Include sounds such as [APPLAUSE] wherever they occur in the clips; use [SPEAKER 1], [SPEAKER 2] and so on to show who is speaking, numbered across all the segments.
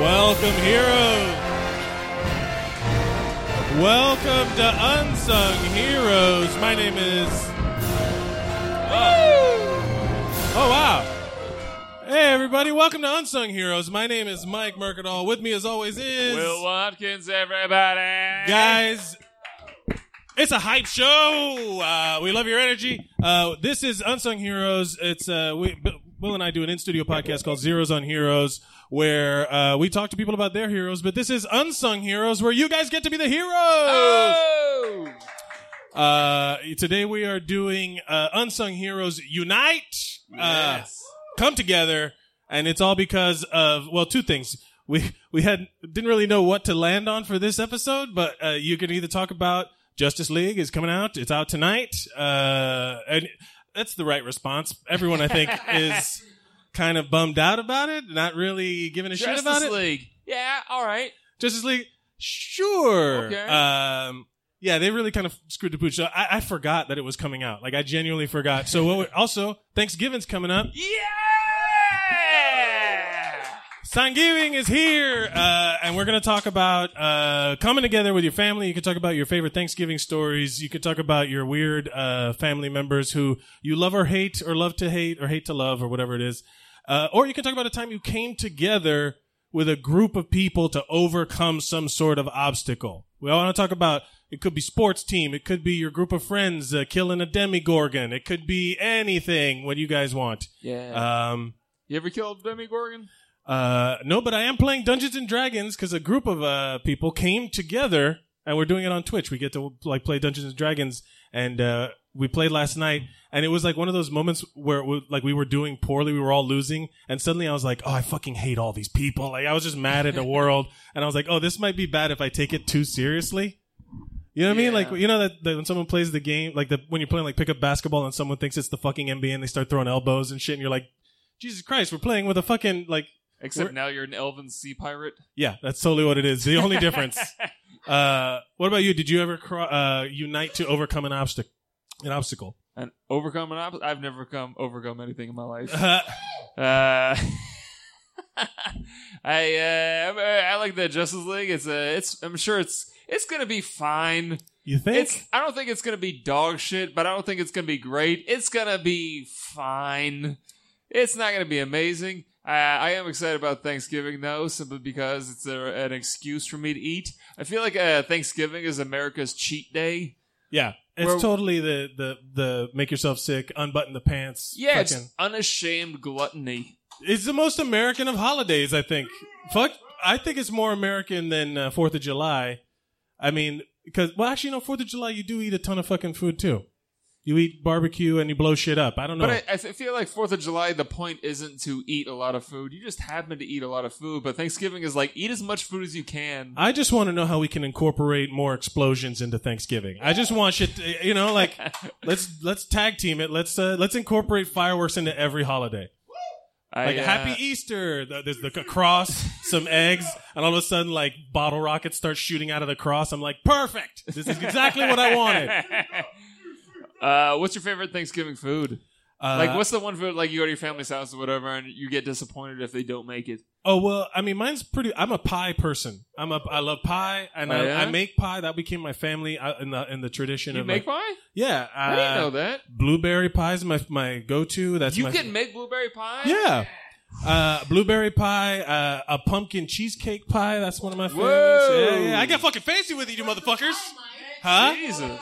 [SPEAKER 1] Welcome, heroes. Welcome to Unsung Heroes. My name is. Oh, oh wow. Hey, everybody. Welcome to Unsung Heroes. My name is Mike Mercadal. With me, as always, is.
[SPEAKER 2] Will Watkins, everybody.
[SPEAKER 1] Guys, it's a hype show. Uh, we love your energy. Uh, this is Unsung Heroes. It's uh, we, Will and I do an in-studio podcast called Zeros on Heroes, where uh, we talk to people about their heroes. But this is Unsung Heroes, where you guys get to be the heroes.
[SPEAKER 2] Oh!
[SPEAKER 1] Uh, today we are doing uh, Unsung Heroes Unite. Uh,
[SPEAKER 2] Yes.
[SPEAKER 1] come together, and it's all because of well, two things. We we had didn't really know what to land on for this episode, but uh, you can either talk about Justice League is coming out; it's out tonight, uh, and that's the right response. Everyone,
[SPEAKER 2] [LAUGHS]
[SPEAKER 1] I think, is kind of bummed out about it, not really giving a shit about
[SPEAKER 2] Justice
[SPEAKER 1] it.
[SPEAKER 2] League. Yeah, all right.
[SPEAKER 1] Justice League, sure.
[SPEAKER 2] Okay.
[SPEAKER 1] Um, yeah, they really kind of screwed the pooch. So I, I forgot that it was coming out. Like I genuinely forgot. So what we- also Thanksgiving's coming up.
[SPEAKER 2] Yeah!
[SPEAKER 1] Thanksgiving is here, uh, and we're going to talk about uh, coming together with your family. You can talk about your favorite Thanksgiving stories. You can talk about your weird uh, family members who you love or hate, or love to hate, or hate to love, or whatever it is. Uh, or you can talk about a time you came together with a group of people to overcome some sort of obstacle. We all want to talk about it could be sports team, it could be your group of friends uh, killing a demigorgon, it could be anything. What you guys want?
[SPEAKER 2] Yeah.
[SPEAKER 1] Um,
[SPEAKER 2] you ever killed Demi Gorgon?
[SPEAKER 1] uh, no, but I am playing Dungeons and Dragons because a group of uh, people came together and we're doing it on Twitch. We get to like play Dungeons and Dragons, and uh, we played last night, and it was like one of those moments where we, like we were doing poorly, we were all losing, and suddenly I was like, oh, I fucking hate all these people. Like I was just mad at the world, and I was like, oh, this might be bad if I take it too seriously. You know what I mean?
[SPEAKER 2] Yeah.
[SPEAKER 1] Like you know that, that when someone plays the game, like the when you're playing like pickup basketball and someone thinks it's the fucking NBA and they start throwing elbows and shit, and you're like, Jesus Christ, we're playing with a fucking like
[SPEAKER 2] Except
[SPEAKER 1] We're-
[SPEAKER 2] now you're an elven sea pirate.
[SPEAKER 1] yeah, that's totally what it is. The
[SPEAKER 2] [LAUGHS]
[SPEAKER 1] only difference. Uh, what about you? Did you ever cro- uh, unite to overcome an obstacle? An obstacle.
[SPEAKER 2] And overcome an obstacle. I've never come overcome anything in my life.
[SPEAKER 1] [LAUGHS] Uh,
[SPEAKER 2] Uh, [LAUGHS] I uh, I like the Justice League. It's a it's I'm sure it's it's gonna be fine.
[SPEAKER 1] you think?
[SPEAKER 2] It's I don't think it's gonna be dog shit, but I don't think it's gonna be great. It's gonna be fine. It's not gonna be amazing. Uh, I am excited about Thanksgiving though, simply because it's a, an excuse for me to eat. I feel like uh, Thanksgiving is America's cheat day.
[SPEAKER 1] yeah, it's
[SPEAKER 2] Well-
[SPEAKER 1] totally the, the the make yourself sick, unbutton the pants.
[SPEAKER 2] Yeah, it's
[SPEAKER 1] fucking-
[SPEAKER 2] unashamed gluttony.
[SPEAKER 1] it's the most American of holidays. I think. Fuck, I think it's more American than uh, Fourth of July. I mean, because well, actually, no, Fourth of July, you do eat a ton of fucking food too. You eat barbecue and you blow shit up. I don't know.
[SPEAKER 2] But I, I th- feel like Fourth of July, the point isn't to eat a lot of food. You just happen to eat a lot of food. But Thanksgiving is like eat as much food as you can.
[SPEAKER 1] I just want to know how we can incorporate more explosions into Thanksgiving. I just want shit, to- you
[SPEAKER 2] [LAUGHS]
[SPEAKER 1] know, like let's let's tag team it. Let's uh, let's incorporate fireworks into every holiday.
[SPEAKER 2] I,
[SPEAKER 1] Like
[SPEAKER 2] uh,
[SPEAKER 1] Happy Easter. th- There's the c- cross, some eggs, and all of a sudden, like bottle rockets start shooting out of the cross. I'm like, perfect. This is exactly what I wanted.
[SPEAKER 2] [LAUGHS] uh, what's your favorite Thanksgiving food?
[SPEAKER 1] Uh,
[SPEAKER 2] like, what's the one food like you go to your family's house or whatever, and you get disappointed if they don't make it?
[SPEAKER 1] Oh well, I mean, mine's pretty. I'm a pie person. I'm a. I love pie, and
[SPEAKER 2] Oh,
[SPEAKER 1] I,
[SPEAKER 2] yeah?
[SPEAKER 1] I make pie. That became my family uh, in the in the tradition
[SPEAKER 2] You
[SPEAKER 1] of
[SPEAKER 2] make
[SPEAKER 1] like,
[SPEAKER 2] pie?
[SPEAKER 1] yeah.
[SPEAKER 2] I didn't
[SPEAKER 1] uh,
[SPEAKER 2] know that.
[SPEAKER 1] Blueberry pie is my my go to. That's
[SPEAKER 2] You
[SPEAKER 1] my,
[SPEAKER 2] can make blueberry pie.
[SPEAKER 1] Yeah. Uh, blueberry pie, uh, a pumpkin cheesecake pie. That's one of my favorites.
[SPEAKER 2] Whoa.
[SPEAKER 1] Yeah, yeah. I got fucking fancy with you, you motherfuckers. Huh?
[SPEAKER 2] Jesus.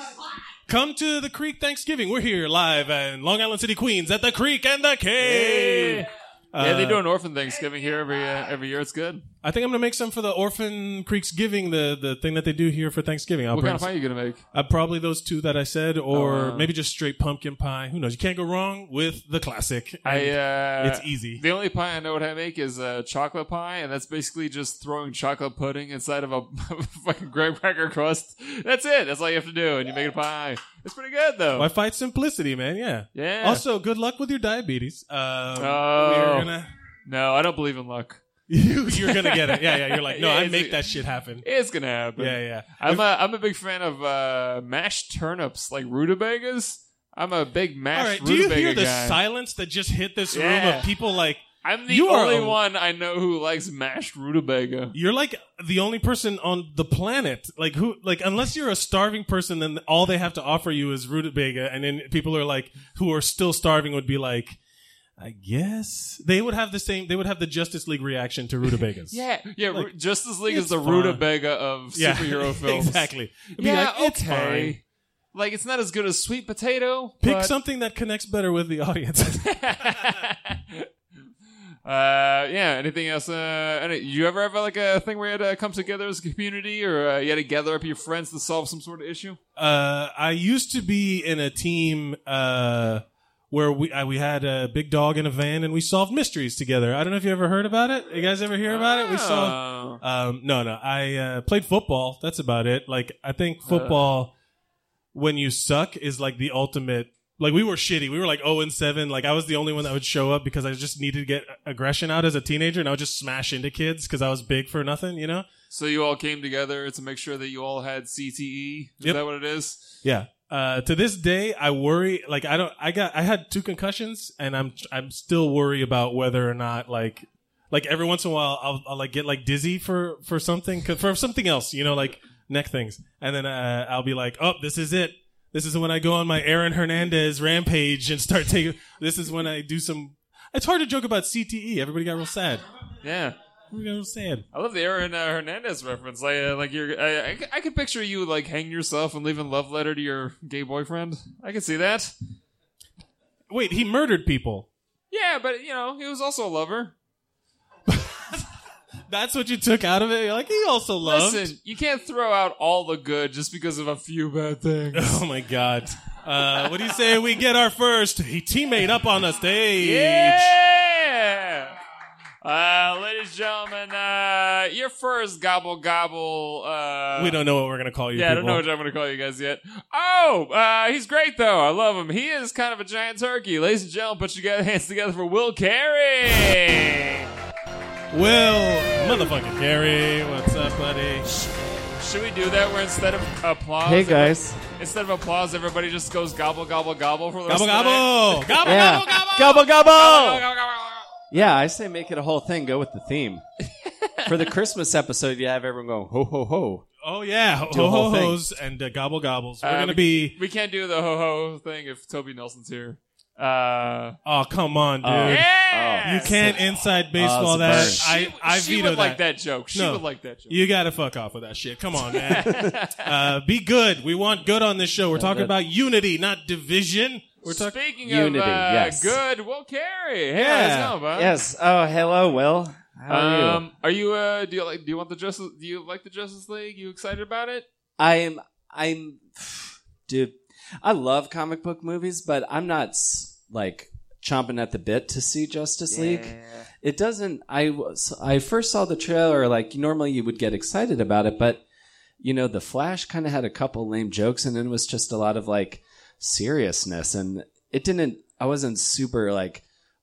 [SPEAKER 1] Come to the Creek Thanksgiving. We're here live in Long Island City, Queens, at the Creek and the Cave.
[SPEAKER 2] Yeah, they
[SPEAKER 1] Uh,
[SPEAKER 2] do an orphan Thanksgiving here every uh, every year. It's good.
[SPEAKER 1] I think I'm gonna make some for the Orphan Creeks Giving, the the thing that they do here for Thanksgiving. I'll
[SPEAKER 2] What
[SPEAKER 1] bring
[SPEAKER 2] kind of pie are you gonna make?
[SPEAKER 1] Uh, probably those two that I said, or
[SPEAKER 2] Oh, wow.
[SPEAKER 1] maybe just straight pumpkin pie. Who knows? You can't go wrong with the classic.
[SPEAKER 2] I
[SPEAKER 1] And
[SPEAKER 2] uh,
[SPEAKER 1] it's easy.
[SPEAKER 2] The only pie I know what I make is uh, chocolate pie, and that's basically just throwing chocolate pudding inside of a [LAUGHS] fucking graham cracker crust. That's it. That's all you have to do, and you make a pie. It's pretty good though.
[SPEAKER 1] Why fight simplicity, man? Yeah.
[SPEAKER 2] oh. Yeah.
[SPEAKER 1] Also, good luck with your diabetes. Um,
[SPEAKER 2] Oh.
[SPEAKER 1] we're gonna,
[SPEAKER 2] no, I don't believe in luck.
[SPEAKER 1] [LAUGHS] you, you're gonna get it. Yeah, yeah. You're
[SPEAKER 2] [LAUGHS]
[SPEAKER 1] like, no,
[SPEAKER 2] Yeah,
[SPEAKER 1] I
[SPEAKER 2] it's-
[SPEAKER 1] make that shit happen.
[SPEAKER 2] It's gonna happen.
[SPEAKER 1] Yeah, yeah.
[SPEAKER 2] I'm a I'm a big fan of uh, mashed turnips, like rutabagas. I'm a big
[SPEAKER 1] All
[SPEAKER 2] mashed
[SPEAKER 1] right. Do you
[SPEAKER 2] rutabaga
[SPEAKER 1] hear the
[SPEAKER 2] guy.
[SPEAKER 1] silence that just hit this room
[SPEAKER 2] Yeah.
[SPEAKER 1] of people like
[SPEAKER 2] I'm the
[SPEAKER 1] You are
[SPEAKER 2] only
[SPEAKER 1] a-
[SPEAKER 2] one I know who likes mashed rutabaga.
[SPEAKER 1] You're like the only person on the planet, like who, like unless you're a starving person, then all they have to offer you is rutabaga, and then people are like, who are still starving would be like, I guess they would have the same, they would have the Justice League reaction to
[SPEAKER 2] [LAUGHS]
[SPEAKER 1] rutabagas.
[SPEAKER 2] Yeah, yeah. Ru- Justice League is
[SPEAKER 1] it's
[SPEAKER 2] the
[SPEAKER 1] fine.
[SPEAKER 2] rutabaga of
[SPEAKER 1] [LAUGHS] Yeah,
[SPEAKER 2] superhero films.
[SPEAKER 1] exactly. It'd be
[SPEAKER 2] Yeah,
[SPEAKER 1] like, it's
[SPEAKER 2] okay.
[SPEAKER 1] fine.
[SPEAKER 2] Like it's not as good as sweet potato.
[SPEAKER 1] Pick
[SPEAKER 2] but-
[SPEAKER 1] something that connects better with the audience.
[SPEAKER 2] Uh, yeah. Anything else? Uh, any, you ever have like a thing where you had to come together as a community, or uh, you had to gather up your friends to solve some sort of issue?
[SPEAKER 1] uh, I used to be in a team uh, where we I, we had a big dog in a van and we solved mysteries together. I don't know if you ever heard about it. You guys ever hear about it? We solved.
[SPEAKER 2] Oh.
[SPEAKER 1] Um, no, no. I uh, played football. That's about it. Like I think football, when you suck, is like the ultimate. Like we were shitty. We were like zero and seven. Like I was the only one that would show up because I just needed to get aggression out as a teenager, and I would just smash into kids because I was big for nothing. You know.
[SPEAKER 2] So you all came together to make sure that you all had CTE. Is
[SPEAKER 1] Yep.
[SPEAKER 2] that what it is?
[SPEAKER 1] Yeah. Uh, to this day, I worry. Like, I don't. I got. I had two concussions, and I'm. I'm still worry about whether or not like. Like every once in a while, I'll, I'll like get like dizzy for for something 'cause- for something else, you know, like neck things, and then uh, I'll be like, "Oh, this is it. This is when I go on my Aaron Hernandez rampage and start [LAUGHS] taking. This is when I do some. It's hard to joke about CTE. Everybody got real sad.
[SPEAKER 2] Yeah.
[SPEAKER 1] Everybody got real sad.
[SPEAKER 2] I love the Aaron uh, Hernandez reference. Like, uh, like you're, I, I, I could picture you like hang yourself and leave a love letter to your gay boyfriend. I could see that.
[SPEAKER 1] Wait, he murdered people.
[SPEAKER 2] Yeah, but you know, he was also a lover.
[SPEAKER 1] That's what you took out of it. You're like he also loved.
[SPEAKER 2] Listen, you can't throw out all the good just because of a few bad things.
[SPEAKER 1] [LAUGHS] Oh my god. Uh, what do you say we get our first he teammate up on the stage?
[SPEAKER 2] yeah. Uh, ladies and gentlemen, uh, your first gobble gobble. Uh,
[SPEAKER 1] We don't know what we're gonna call you.
[SPEAKER 2] Yeah, I don't know what
[SPEAKER 1] people.
[SPEAKER 2] I'm going to call you guys yet. Oh, uh, he's great though. I love him. He is kind of a giant turkey, ladies and gentlemen. Put your guys' hands together for Will Carey.
[SPEAKER 1] Will motherfucking Gary, what's up, buddy?
[SPEAKER 2] Should we do that? Where instead of applause,
[SPEAKER 3] Hey guys.
[SPEAKER 2] instead of applause, everybody just goes gobble gobble gobble for the rest
[SPEAKER 1] Gobble
[SPEAKER 2] of the night? [LAUGHS]
[SPEAKER 1] gobble, [LAUGHS] gobble
[SPEAKER 3] Yeah.
[SPEAKER 1] gobble gobble.
[SPEAKER 3] Gobble
[SPEAKER 2] Gobble,
[SPEAKER 3] gobble.
[SPEAKER 2] gobble, gobble, gobble.
[SPEAKER 3] Yeah, I say make it a whole thing. Go with the theme. For the Christmas episode, you have everyone going ho ho ho.
[SPEAKER 1] Oh yeah,
[SPEAKER 3] Do a
[SPEAKER 1] ho ho
[SPEAKER 3] whole thing.
[SPEAKER 1] hos and uh, gobble gobbles. We're
[SPEAKER 2] Uh,
[SPEAKER 1] gonna be.
[SPEAKER 2] We can't do the ho ho thing if Toby Nelson's here. Uh,
[SPEAKER 1] Oh come on, dude.
[SPEAKER 3] Uh,
[SPEAKER 2] yeah,
[SPEAKER 1] You can't inside baseball
[SPEAKER 3] it's a
[SPEAKER 1] that.
[SPEAKER 3] burn.
[SPEAKER 1] I I
[SPEAKER 2] she
[SPEAKER 1] veto
[SPEAKER 2] would like that joke. She
[SPEAKER 1] No.
[SPEAKER 2] would like that joke.
[SPEAKER 1] You gotta fuck off with that shit. Come
[SPEAKER 2] [LAUGHS]
[SPEAKER 1] on, man. uh, be good. We want good on this show. We're talking
[SPEAKER 3] good.
[SPEAKER 1] about unity, not division. We're talking.
[SPEAKER 2] Speaking
[SPEAKER 3] Unity,
[SPEAKER 2] of uh,
[SPEAKER 3] yes.
[SPEAKER 2] good, Will Carey. Hey,
[SPEAKER 1] Yeah.
[SPEAKER 2] how's it going, bud?
[SPEAKER 3] Yes. Oh, hello, Will. How are you?
[SPEAKER 2] Um, are you? Uh, do you like? Do you want the Justice? Do you like the Justice League? You excited about it?
[SPEAKER 3] I'm I'm dude. I love comic book movies, but I'm not s- like chomping at the bit to see Justice League. It doesn't. I was- I first saw the trailer. Like normally you would get excited about it, but you know the Flash kind of had a couple lame jokes, and then was just a lot of like seriousness, and it didn't. I wasn't super like,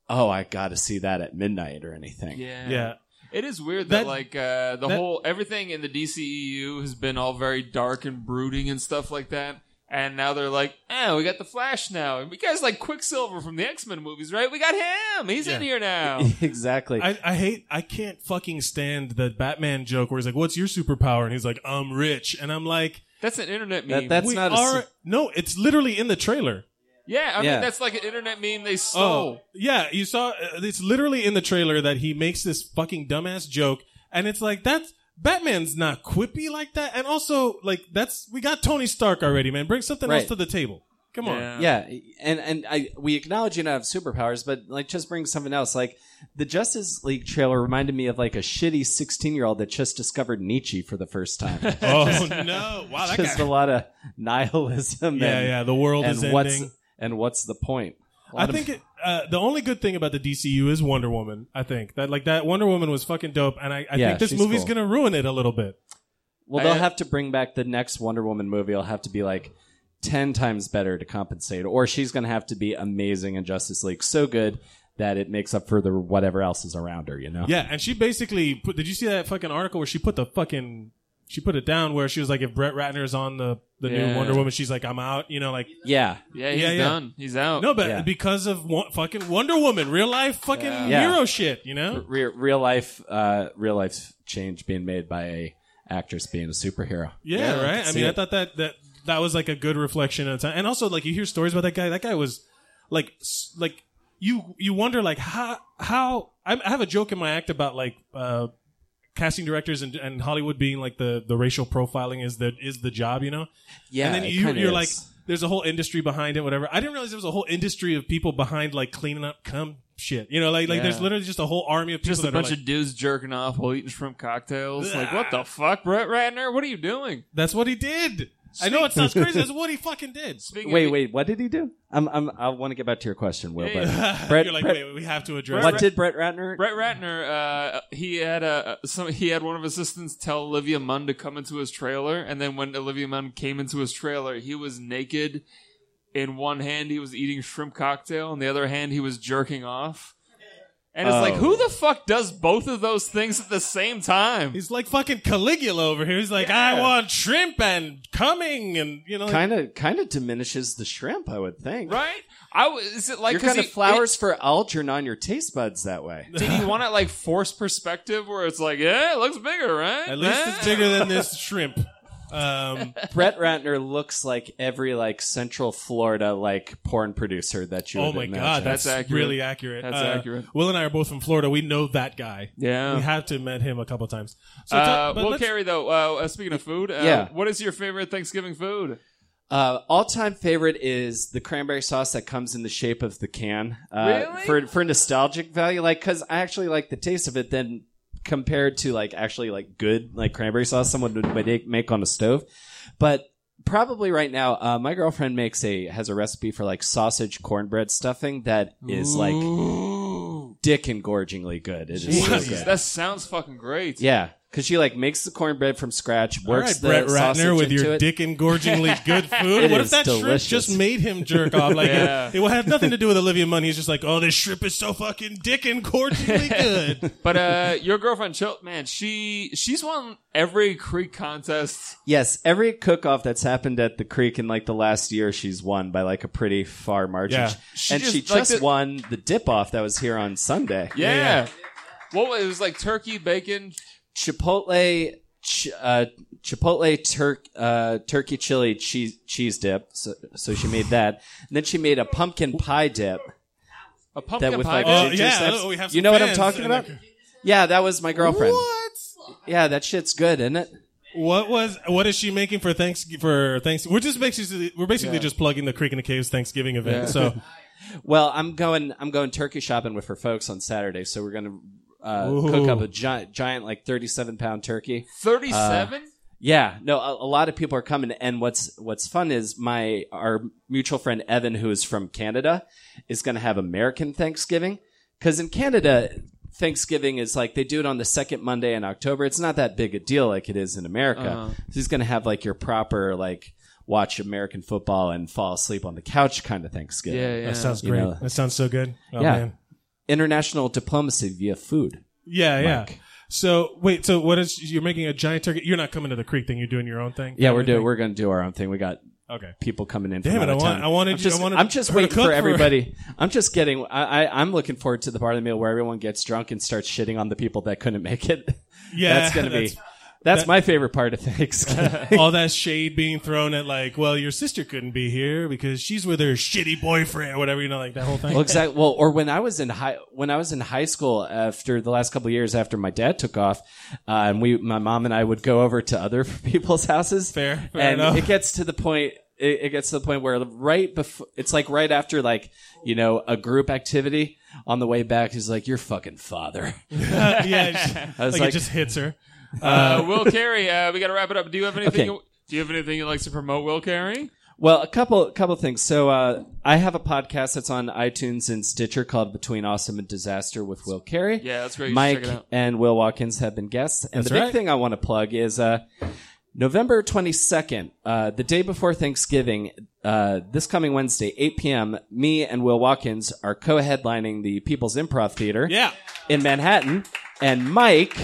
[SPEAKER 3] oh, I got to see that at midnight or anything.
[SPEAKER 2] Yeah.
[SPEAKER 1] Yeah.
[SPEAKER 2] It is weird that,
[SPEAKER 1] That-
[SPEAKER 2] like uh, the
[SPEAKER 1] that-
[SPEAKER 2] whole everything in the DCEU has been all very dark and brooding and stuff like that. And now they're like, "Ah, we got the Flash now, and we guys like Quicksilver from the X Men movies, right? We got him. He's in
[SPEAKER 1] Yeah.
[SPEAKER 3] [LAUGHS]
[SPEAKER 2] here now."
[SPEAKER 3] exactly.
[SPEAKER 1] I, I hate I can't fucking stand the Batman joke where he's like, "What's your superpower?" and he's like, "I'm rich," and I'm like,
[SPEAKER 2] that's an internet meme.
[SPEAKER 3] That- that's
[SPEAKER 1] "We
[SPEAKER 3] not a
[SPEAKER 1] are
[SPEAKER 3] su-
[SPEAKER 1] no." It's literally in the trailer. Oh,
[SPEAKER 2] yeah, I
[SPEAKER 3] Yeah.
[SPEAKER 2] mean, that's like an internet meme they stole.
[SPEAKER 1] yeah, you saw uh, it's literally in the trailer that he makes this fucking dumbass joke, and it's like that's Batman's not quippy like that, and also like that's we got Tony Stark already, man. Bring something
[SPEAKER 3] Right.
[SPEAKER 1] else to the table. Come on,
[SPEAKER 2] Yeah.
[SPEAKER 3] yeah and and i we acknowledge you don't have superpowers but like just bring something else like the justice league trailer reminded me of like a shitty 16 year old that just discovered nietzsche for the first time
[SPEAKER 1] [LAUGHS] oh no, wow, that
[SPEAKER 3] just
[SPEAKER 1] guy.
[SPEAKER 3] a lot of nihilism
[SPEAKER 1] Yeah,
[SPEAKER 3] and,
[SPEAKER 1] yeah, the world
[SPEAKER 3] and
[SPEAKER 1] is ending.
[SPEAKER 3] what's and what's the point A lot
[SPEAKER 1] I
[SPEAKER 3] of-
[SPEAKER 1] think it, uh, the only good thing about the DCU is Wonder Woman. I think that like that Wonder Woman was fucking dope, and I, I
[SPEAKER 3] Yeah,
[SPEAKER 1] think this
[SPEAKER 3] she's
[SPEAKER 1] movie's
[SPEAKER 3] cool.
[SPEAKER 1] gonna ruin it a little bit.
[SPEAKER 3] well they'll
[SPEAKER 2] I-
[SPEAKER 3] have to bring back the next wonder woman movie it'll have to be like 10 times better to compensate or she's going to have to be amazing in justice league so good that it makes up for the whatever else is around her you know
[SPEAKER 1] Yeah, and she basically put. Did you see that fucking article where she put the fucking she put it down where she was like, if Brett Ratner's on the the
[SPEAKER 2] Yeah.
[SPEAKER 1] new Wonder Woman, she's like, I'm out. You know, like
[SPEAKER 3] Yeah.
[SPEAKER 2] Yeah, he's
[SPEAKER 1] Yeah, yeah.
[SPEAKER 2] done. He's out.
[SPEAKER 1] no, but
[SPEAKER 3] Yeah.
[SPEAKER 1] because of wo- fucking Wonder Woman, real life fucking
[SPEAKER 2] Yeah.
[SPEAKER 3] Yeah.
[SPEAKER 1] hero shit. You know,
[SPEAKER 3] Re- real life, uh, real life change being made by a actress being a superhero.
[SPEAKER 1] yeah,
[SPEAKER 2] Yeah, I
[SPEAKER 1] right. I
[SPEAKER 3] see
[SPEAKER 1] mean, I
[SPEAKER 3] it.
[SPEAKER 1] thought that that that was like a good reflection of the time, and also like you hear stories about that guy. That guy was like s- like you you wonder like how how I I have a joke in my act about like. uh Casting directors and, and Hollywood being like the, the racial profiling is the is the job, you know.
[SPEAKER 3] Yeah,
[SPEAKER 1] and then
[SPEAKER 3] it
[SPEAKER 1] you,
[SPEAKER 3] kinda
[SPEAKER 1] you're
[SPEAKER 3] is.
[SPEAKER 1] like, there's a whole industry behind it, whatever. I didn't realize there was a whole industry of people behind like cleaning up cum shit. You know, like like there's
[SPEAKER 2] Yeah.
[SPEAKER 1] literally just a whole army of people
[SPEAKER 2] Just a
[SPEAKER 1] that are
[SPEAKER 2] bunch
[SPEAKER 1] like-
[SPEAKER 2] of dudes jerking off while eating shrimp cocktails. Like,
[SPEAKER 1] Ugh.
[SPEAKER 2] what the fuck, Brett Ratner? What are you doing?
[SPEAKER 1] that's what he did. I know it
[SPEAKER 3] [LAUGHS]
[SPEAKER 1] sounds crazy. That's what he fucking did.
[SPEAKER 2] Speaking
[SPEAKER 3] wait,
[SPEAKER 2] of-
[SPEAKER 3] wait, what did he do? I'm, I'm, I want to get back to your question, Will.
[SPEAKER 2] Yeah,
[SPEAKER 3] But
[SPEAKER 1] [LAUGHS] You're
[SPEAKER 3] Brett,
[SPEAKER 1] like,
[SPEAKER 3] Brett-
[SPEAKER 1] wait, we have to address.
[SPEAKER 3] what
[SPEAKER 1] that.
[SPEAKER 3] did Brett Ratner?
[SPEAKER 2] Brett Ratner, uh, he had a some, he had one of his assistants tell Olivia Munn to come into his trailer, and then when Olivia Munn came into his trailer, he was naked. In one hand, he was eating shrimp cocktail, and the other hand, he was jerking off. And it's like,
[SPEAKER 3] Oh.
[SPEAKER 2] who the fuck does both of those things at the same time?
[SPEAKER 1] He's like fucking Caligula over here. He's like, I
[SPEAKER 2] Yeah.
[SPEAKER 1] want shrimp and coming and you know, like,
[SPEAKER 3] Kind of, kind of diminishes the shrimp, I would think.
[SPEAKER 2] right? I was. Is it like
[SPEAKER 3] You're
[SPEAKER 2] 'cause
[SPEAKER 3] kind of
[SPEAKER 2] he-
[SPEAKER 3] flowers for Algernon your taste buds that way.
[SPEAKER 2] Did he want it like forced perspective, where it's like, yeah, it looks bigger, right?
[SPEAKER 1] at least
[SPEAKER 2] Eh?
[SPEAKER 1] it's bigger than
[SPEAKER 2] [LAUGHS]
[SPEAKER 1] this shrimp. [LAUGHS] Um,
[SPEAKER 3] Brett Ratner looks like every like Central Florida like porn producer that you.
[SPEAKER 1] oh
[SPEAKER 3] would
[SPEAKER 1] my
[SPEAKER 3] imagine.
[SPEAKER 1] god, that's,
[SPEAKER 2] That's accurate.
[SPEAKER 1] really accurate. Uh,
[SPEAKER 2] That's accurate.
[SPEAKER 1] Will and I are both from Florida. We know that guy.
[SPEAKER 2] Yeah.
[SPEAKER 1] we have to have met him a couple times. So
[SPEAKER 2] Uh,
[SPEAKER 1] talk- but
[SPEAKER 2] well,
[SPEAKER 1] let's-
[SPEAKER 2] Carrie, though, uh, uh, speaking of food, uh,
[SPEAKER 3] Yeah.
[SPEAKER 2] what is your favorite Thanksgiving food?
[SPEAKER 3] Uh, all-time favorite is the cranberry sauce that comes in the shape of the can. Uh,
[SPEAKER 2] Really?
[SPEAKER 3] For for nostalgic value, like because I actually like the taste of it. Then compared to like actually like good like cranberry sauce someone would make- make on a stove, but probably right now uh, my girlfriend makes a has a recipe for like sausage cornbread stuffing that is like
[SPEAKER 2] Ooh.
[SPEAKER 3] dick engorgingly good. It is so
[SPEAKER 1] Jesus.
[SPEAKER 3] good.
[SPEAKER 2] that sounds fucking great.
[SPEAKER 3] Yeah, because she like makes the cornbread from scratch,
[SPEAKER 1] All
[SPEAKER 3] works
[SPEAKER 1] right, Brett
[SPEAKER 3] the sausage
[SPEAKER 1] Ratner with
[SPEAKER 3] into
[SPEAKER 1] your
[SPEAKER 3] it.
[SPEAKER 1] dick
[SPEAKER 3] [LAUGHS]
[SPEAKER 1] engorgingly
[SPEAKER 2] [LAUGHS]
[SPEAKER 1] good food.
[SPEAKER 3] It
[SPEAKER 1] what
[SPEAKER 3] is
[SPEAKER 1] if that
[SPEAKER 3] delicious.
[SPEAKER 1] shrimp just made him jerk off? Like
[SPEAKER 2] Yeah.
[SPEAKER 1] it, it will have nothing to do with Olivia Munn. He's just like, oh, this shrimp is so fucking dick engorgingly good.
[SPEAKER 2] [LAUGHS] But uh, your girlfriend, Chil- man, she she's won every Creek contest.
[SPEAKER 3] Yes, every cook-off that's happened at the creek in like the last year, she's won by like a pretty far margin.
[SPEAKER 1] Yeah.
[SPEAKER 2] She
[SPEAKER 3] and
[SPEAKER 2] just-
[SPEAKER 3] she
[SPEAKER 2] like
[SPEAKER 3] just
[SPEAKER 2] the-
[SPEAKER 3] won the dip-off that was here on Sunday.
[SPEAKER 2] Yeah.
[SPEAKER 1] yeah.
[SPEAKER 2] What was it was like turkey, bacon,
[SPEAKER 3] Chipotle, ch- uh, Chipotle turk uh, turkey chili cheese cheese dip. So, so she made that, and then she made a pumpkin pie dip.
[SPEAKER 2] a pumpkin
[SPEAKER 3] that with
[SPEAKER 2] pie.
[SPEAKER 3] like
[SPEAKER 1] Oh,
[SPEAKER 3] ginger
[SPEAKER 1] yeah,
[SPEAKER 3] snaps.
[SPEAKER 1] oh, we have
[SPEAKER 3] you
[SPEAKER 1] some
[SPEAKER 3] know what I'm
[SPEAKER 1] fans
[SPEAKER 3] talking
[SPEAKER 1] in
[SPEAKER 3] about?
[SPEAKER 1] the-
[SPEAKER 3] Yeah, that was my girlfriend.
[SPEAKER 1] What?
[SPEAKER 3] Yeah, that shit's good, isn't it?
[SPEAKER 1] What was? What is she making for thanks for thanks? We're just basically we're basically
[SPEAKER 2] Yeah.
[SPEAKER 1] just plugging the Creek in the Caves Thanksgiving event.
[SPEAKER 2] Yeah.
[SPEAKER 1] So
[SPEAKER 3] [LAUGHS] Well, I'm going. I'm going turkey shopping with her folks on Saturday, so we're gonna uh,
[SPEAKER 1] Ooh.
[SPEAKER 3] cook up a giant, giant like 37 pound turkey. Uh,
[SPEAKER 2] Thirty-seven.
[SPEAKER 3] Yeah, no, a, a lot of people are coming, and what's what's fun is my our mutual friend Evan, who is from Canada, is going to have American Thanksgiving because in Canada. Thanksgiving is like they do it on the second Monday in October. It's not that big a deal like it is in America.
[SPEAKER 2] Uh-huh.
[SPEAKER 3] So he's going to have like your proper like watch American football and fall asleep on the couch kind of Thanksgiving.
[SPEAKER 2] yeah, yeah.
[SPEAKER 1] that sounds
[SPEAKER 3] You
[SPEAKER 1] great.
[SPEAKER 3] know.
[SPEAKER 1] That sounds so good. Oh,
[SPEAKER 3] Yeah.
[SPEAKER 1] man.
[SPEAKER 3] international diplomacy via food.
[SPEAKER 1] yeah, yeah.
[SPEAKER 3] Mike.
[SPEAKER 1] So wait, so what is? You're making a giant turkey. You're not coming to the Creek thing. You're doing your own thing.
[SPEAKER 3] Yeah, we're doing.
[SPEAKER 1] Everything?
[SPEAKER 3] We're gonna do our own thing. We got
[SPEAKER 1] okay.
[SPEAKER 3] people coming in.
[SPEAKER 1] Damn
[SPEAKER 3] from
[SPEAKER 1] it,
[SPEAKER 3] out
[SPEAKER 1] I
[SPEAKER 3] of
[SPEAKER 1] want-
[SPEAKER 3] town.
[SPEAKER 1] I wanted
[SPEAKER 3] I'm
[SPEAKER 1] you-
[SPEAKER 3] just,
[SPEAKER 1] I wanted
[SPEAKER 3] am just
[SPEAKER 1] her to
[SPEAKER 3] waiting
[SPEAKER 1] cook
[SPEAKER 3] for
[SPEAKER 1] for-
[SPEAKER 3] everybody. I'm just getting. I, I, I'm looking forward to the part of the meal where everyone gets drunk and starts shitting on the people that couldn't make it. [LAUGHS]
[SPEAKER 1] Yeah,
[SPEAKER 3] that's gonna be.
[SPEAKER 1] that's-
[SPEAKER 3] That's
[SPEAKER 1] that-
[SPEAKER 3] my favorite part of [LAUGHS]
[SPEAKER 1] [LAUGHS]
[SPEAKER 3] Thanksgiving.
[SPEAKER 1] all that shade being thrown at like, well, your sister couldn't be here because she's with her shitty boyfriend or whatever, you know, like that whole thing.
[SPEAKER 3] well, exactly. Well, or when I was in high when I was in high school after the last couple of years after my dad took off, uh, and we my mom and I would go over to other [LAUGHS] people's houses.
[SPEAKER 1] Fair, fair
[SPEAKER 3] and
[SPEAKER 1] enough.
[SPEAKER 3] it gets to the point. It, it gets to the point where right before it's like right after like you know a group activity on the way back he's like your fucking father.
[SPEAKER 1] [LAUGHS]
[SPEAKER 3] [LAUGHS]
[SPEAKER 1] yeah,
[SPEAKER 3] I was
[SPEAKER 1] like, it
[SPEAKER 3] like-
[SPEAKER 1] just hits her.
[SPEAKER 2] uh, Will Carey, uh, we got to wrap it up. Do you have anything?
[SPEAKER 3] Okay.
[SPEAKER 2] You, do you have anything you'd like to promote, Will Carey?
[SPEAKER 3] Well, a couple couple things. So uh, I have a podcast that's on iTunes and Stitcher called Between Awesome and Disaster with Will Carey.
[SPEAKER 2] Yeah, that's great. You should
[SPEAKER 3] Mike
[SPEAKER 2] check it out.
[SPEAKER 3] and Will Watkins have been guests, and
[SPEAKER 1] That's
[SPEAKER 3] the big
[SPEAKER 1] right.
[SPEAKER 3] thing I want to plug is uh, November twenty second, uh, the day before Thanksgiving. Uh, this coming Wednesday, eight p.m. Me and Will Watkins are co-headlining the People's Improv Theater
[SPEAKER 1] Yeah.
[SPEAKER 3] in Manhattan, and Mike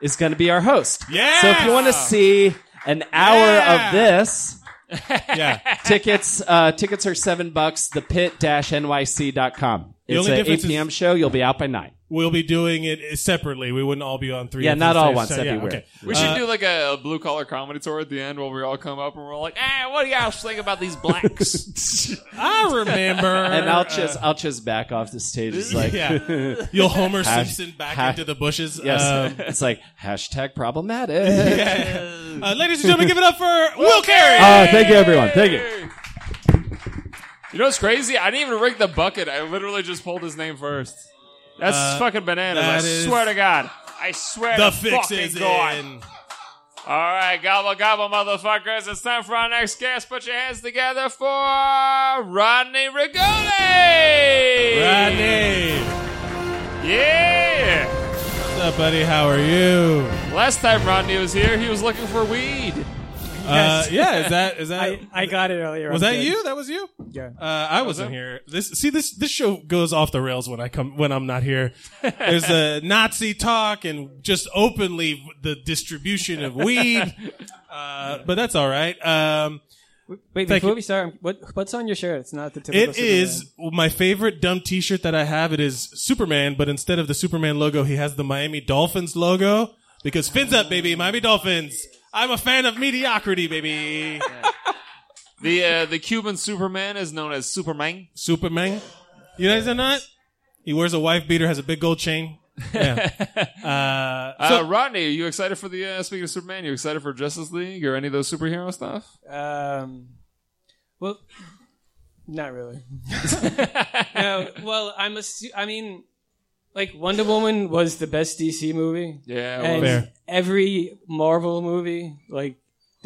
[SPEAKER 3] is going to be our host.
[SPEAKER 1] Yeah.
[SPEAKER 3] So if you want to see an hour
[SPEAKER 1] Yeah.
[SPEAKER 3] of this,
[SPEAKER 1] [LAUGHS] Yeah.
[SPEAKER 3] tickets uh, tickets are seven bucks. The pit nyc.com.
[SPEAKER 1] The
[SPEAKER 3] It's
[SPEAKER 1] only
[SPEAKER 3] an 8
[SPEAKER 1] difference is-
[SPEAKER 3] p.m. show. You'll be out by nine.
[SPEAKER 1] We'll be doing it separately. We wouldn't all be on three.
[SPEAKER 3] Yeah,
[SPEAKER 1] at the
[SPEAKER 3] not all
[SPEAKER 1] same
[SPEAKER 3] once.
[SPEAKER 1] time.
[SPEAKER 3] That'd be
[SPEAKER 1] Yeah,
[SPEAKER 3] weird.
[SPEAKER 1] okay. Uh,
[SPEAKER 2] We should do like a blue collar comedy tour at the end where we all come up and we're all like, ah, what do y'all think about these blacks?
[SPEAKER 1] I remember.
[SPEAKER 3] And I'll just I'll just back off the stage. It's like [LAUGHS]
[SPEAKER 1] yeah. You'll Homer
[SPEAKER 3] Hash-
[SPEAKER 1] Simpson back
[SPEAKER 3] hash-
[SPEAKER 1] into the bushes.
[SPEAKER 3] yes,
[SPEAKER 1] Um,
[SPEAKER 3] [LAUGHS] it's like hashtag
[SPEAKER 1] [LAUGHS]
[SPEAKER 3] problematic.
[SPEAKER 1] uh, ladies and gentlemen, give it up for Will Carey.
[SPEAKER 3] Uh, thank you, everyone. Thank you.
[SPEAKER 2] you know what's crazy? I didn't even rig the bucket. I literally just pulled his name first. That's
[SPEAKER 1] Uh,
[SPEAKER 2] fucking bananas. I
[SPEAKER 1] that is-
[SPEAKER 2] swear to God. I swear
[SPEAKER 1] the
[SPEAKER 2] to
[SPEAKER 1] fix
[SPEAKER 2] fucking
[SPEAKER 1] is
[SPEAKER 2] God.
[SPEAKER 1] in.
[SPEAKER 2] All right, gobble gobble, motherfuckers! It's time for our next guest. Put your hands together for Rodney Rigoli.
[SPEAKER 1] Rodney.
[SPEAKER 2] Yeah.
[SPEAKER 1] What's up, buddy? How are you?
[SPEAKER 2] Last time Rodney was here, he was looking for weed.
[SPEAKER 1] Uh, yeah, is that is that
[SPEAKER 4] I, I got it earlier.
[SPEAKER 1] was
[SPEAKER 4] I'm
[SPEAKER 1] that
[SPEAKER 4] good.
[SPEAKER 1] you? That was you.
[SPEAKER 4] Yeah.
[SPEAKER 1] Uh, I wasn't here. This see this this show goes off the rails when I come when I'm
[SPEAKER 4] [LAUGHS]
[SPEAKER 1] not here. There's a Nazi talk and just openly the distribution
[SPEAKER 4] [LAUGHS]
[SPEAKER 1] of weed. Uh, but that's all right. Um,
[SPEAKER 4] Wait,
[SPEAKER 1] Thank
[SPEAKER 4] before
[SPEAKER 1] you.
[SPEAKER 4] we start, what what's on your shirt? It's not the typical.
[SPEAKER 1] it is my favorite dumb T-shirt that I have. It is Superman, but instead of the Superman logo, he has the Miami Dolphins logo because fins up, baby, Miami Dolphins. I'm a fan of mediocrity, baby.
[SPEAKER 2] [LAUGHS] The uh, the Cuban Superman is known as Superman.
[SPEAKER 1] Superman. You guys are not. He wears a wife beater, has a big gold chain. Yeah. uh,
[SPEAKER 2] Uh,
[SPEAKER 1] so,
[SPEAKER 2] Rodney, are you excited for the uh, speaking of Superman? You excited for Justice League or any of those superhero stuff?
[SPEAKER 4] Superman. Um, well, not really. [LAUGHS] no, well, I'm a. I mean, like Wonder Woman was the best DC movie,
[SPEAKER 2] Yeah.
[SPEAKER 4] and
[SPEAKER 2] well,
[SPEAKER 1] Fair.
[SPEAKER 4] every Marvel movie, like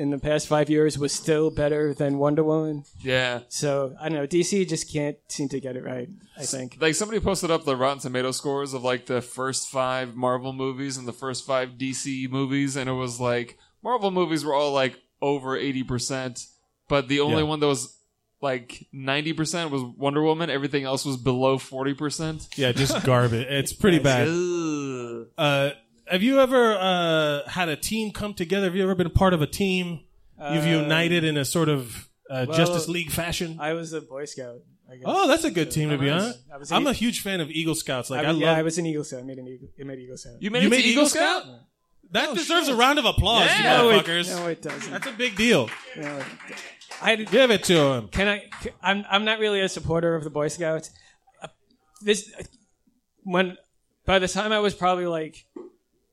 [SPEAKER 4] in the past five years, was still better than Wonder Woman.
[SPEAKER 2] yeah.
[SPEAKER 4] So I don't know. DC just can't seem to get it right. I think.
[SPEAKER 2] Like somebody posted up the Rotten Tomato scores of like the first five Marvel movies and the first five DC movies, and it was like Marvel movies were all like over eighty percent, but the only
[SPEAKER 1] Yeah.
[SPEAKER 2] one that was like ninety percent was Wonder Woman. Everything else was below forty percent. [LAUGHS]
[SPEAKER 1] yeah, just garbage. It's pretty bad. Uh, have you ever uh, had a team come together? Have you ever been part of a team? You've
[SPEAKER 4] Uh,
[SPEAKER 1] united in a sort of uh,
[SPEAKER 4] well,
[SPEAKER 1] Justice League fashion.
[SPEAKER 4] I was a Boy Scout. I guess.
[SPEAKER 1] oh, that's a good team to be
[SPEAKER 4] nice.
[SPEAKER 1] on.
[SPEAKER 4] I was
[SPEAKER 1] I'm
[SPEAKER 4] [LAUGHS]
[SPEAKER 1] a
[SPEAKER 4] eight.
[SPEAKER 1] huge fan of Eagle Scouts. Like
[SPEAKER 4] I
[SPEAKER 1] I,
[SPEAKER 4] was,
[SPEAKER 1] love
[SPEAKER 4] yeah, I was an Eagle Scout. I made an Eagle. I made Eagle Scout. Oh,
[SPEAKER 2] You made,
[SPEAKER 1] You
[SPEAKER 2] it
[SPEAKER 1] made
[SPEAKER 2] to Eagle Scout?
[SPEAKER 1] that deserves a round of applause,
[SPEAKER 2] Yeah.
[SPEAKER 1] you
[SPEAKER 4] No, it-
[SPEAKER 1] motherfuckers.
[SPEAKER 4] No, it doesn't.
[SPEAKER 1] that's a big deal.
[SPEAKER 4] No, it- I
[SPEAKER 1] Give it to him.
[SPEAKER 4] can I. I'm I'm not really a supporter of the Boy Scouts. Uh, This when by the time I was probably like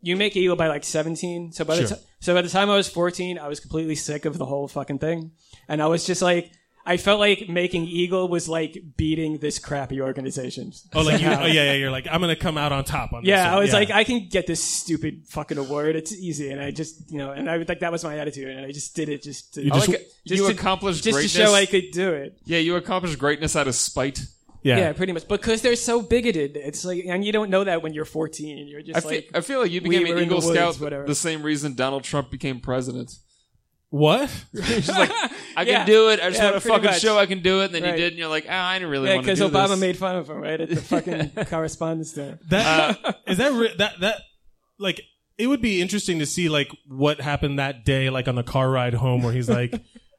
[SPEAKER 4] you make Eagle by like 17. So by the
[SPEAKER 1] Sure.
[SPEAKER 4] time so by the time I was 14, I was completely sick of the whole fucking thing, and I was just like. I felt like making Eagle was like beating this crappy organization.
[SPEAKER 1] Oh, like you,
[SPEAKER 4] somehow.
[SPEAKER 1] oh yeah, yeah. You're like I'm gonna come out on top on this.
[SPEAKER 4] Yeah,
[SPEAKER 1] one.
[SPEAKER 4] I was like, I can get this stupid fucking award. It's easy, and I just, you know, and I was like, that was my attitude, and I just did it just to,
[SPEAKER 2] I
[SPEAKER 1] just-
[SPEAKER 2] like it.
[SPEAKER 4] just
[SPEAKER 2] you
[SPEAKER 4] to-
[SPEAKER 2] accomplished
[SPEAKER 4] just to
[SPEAKER 2] greatness.
[SPEAKER 4] show I could do it.
[SPEAKER 2] yeah, you accomplished greatness out of spite.
[SPEAKER 1] yeah.
[SPEAKER 4] Yeah. pretty much because they're so bigoted. It's like, and you don't know that when you're 14. You're just
[SPEAKER 2] I feel,
[SPEAKER 4] like,
[SPEAKER 2] I feel like you
[SPEAKER 4] we
[SPEAKER 2] became
[SPEAKER 4] were
[SPEAKER 2] an
[SPEAKER 4] in the
[SPEAKER 2] Eagle
[SPEAKER 4] woods,
[SPEAKER 2] Scout
[SPEAKER 4] whatever.
[SPEAKER 2] the same reason Donald Trump became president. [LAUGHS]
[SPEAKER 1] What?
[SPEAKER 4] [LAUGHS]
[SPEAKER 2] I
[SPEAKER 4] Yeah.
[SPEAKER 2] can do it. I just
[SPEAKER 4] Yeah,
[SPEAKER 2] want to
[SPEAKER 4] pretty
[SPEAKER 2] fucking
[SPEAKER 4] much.
[SPEAKER 2] show I can do it. And then you
[SPEAKER 4] Right.
[SPEAKER 2] did, and you're like, oh, I didn't really
[SPEAKER 4] yeah,
[SPEAKER 2] want to
[SPEAKER 4] because
[SPEAKER 2] do
[SPEAKER 4] Obama
[SPEAKER 2] this.
[SPEAKER 4] made fun of him right at the
[SPEAKER 2] [LAUGHS]
[SPEAKER 4] fucking correspondence dinner.
[SPEAKER 1] That [LAUGHS] is that re- that that like it would be interesting to see like what happened that day like on the car ride home where he's like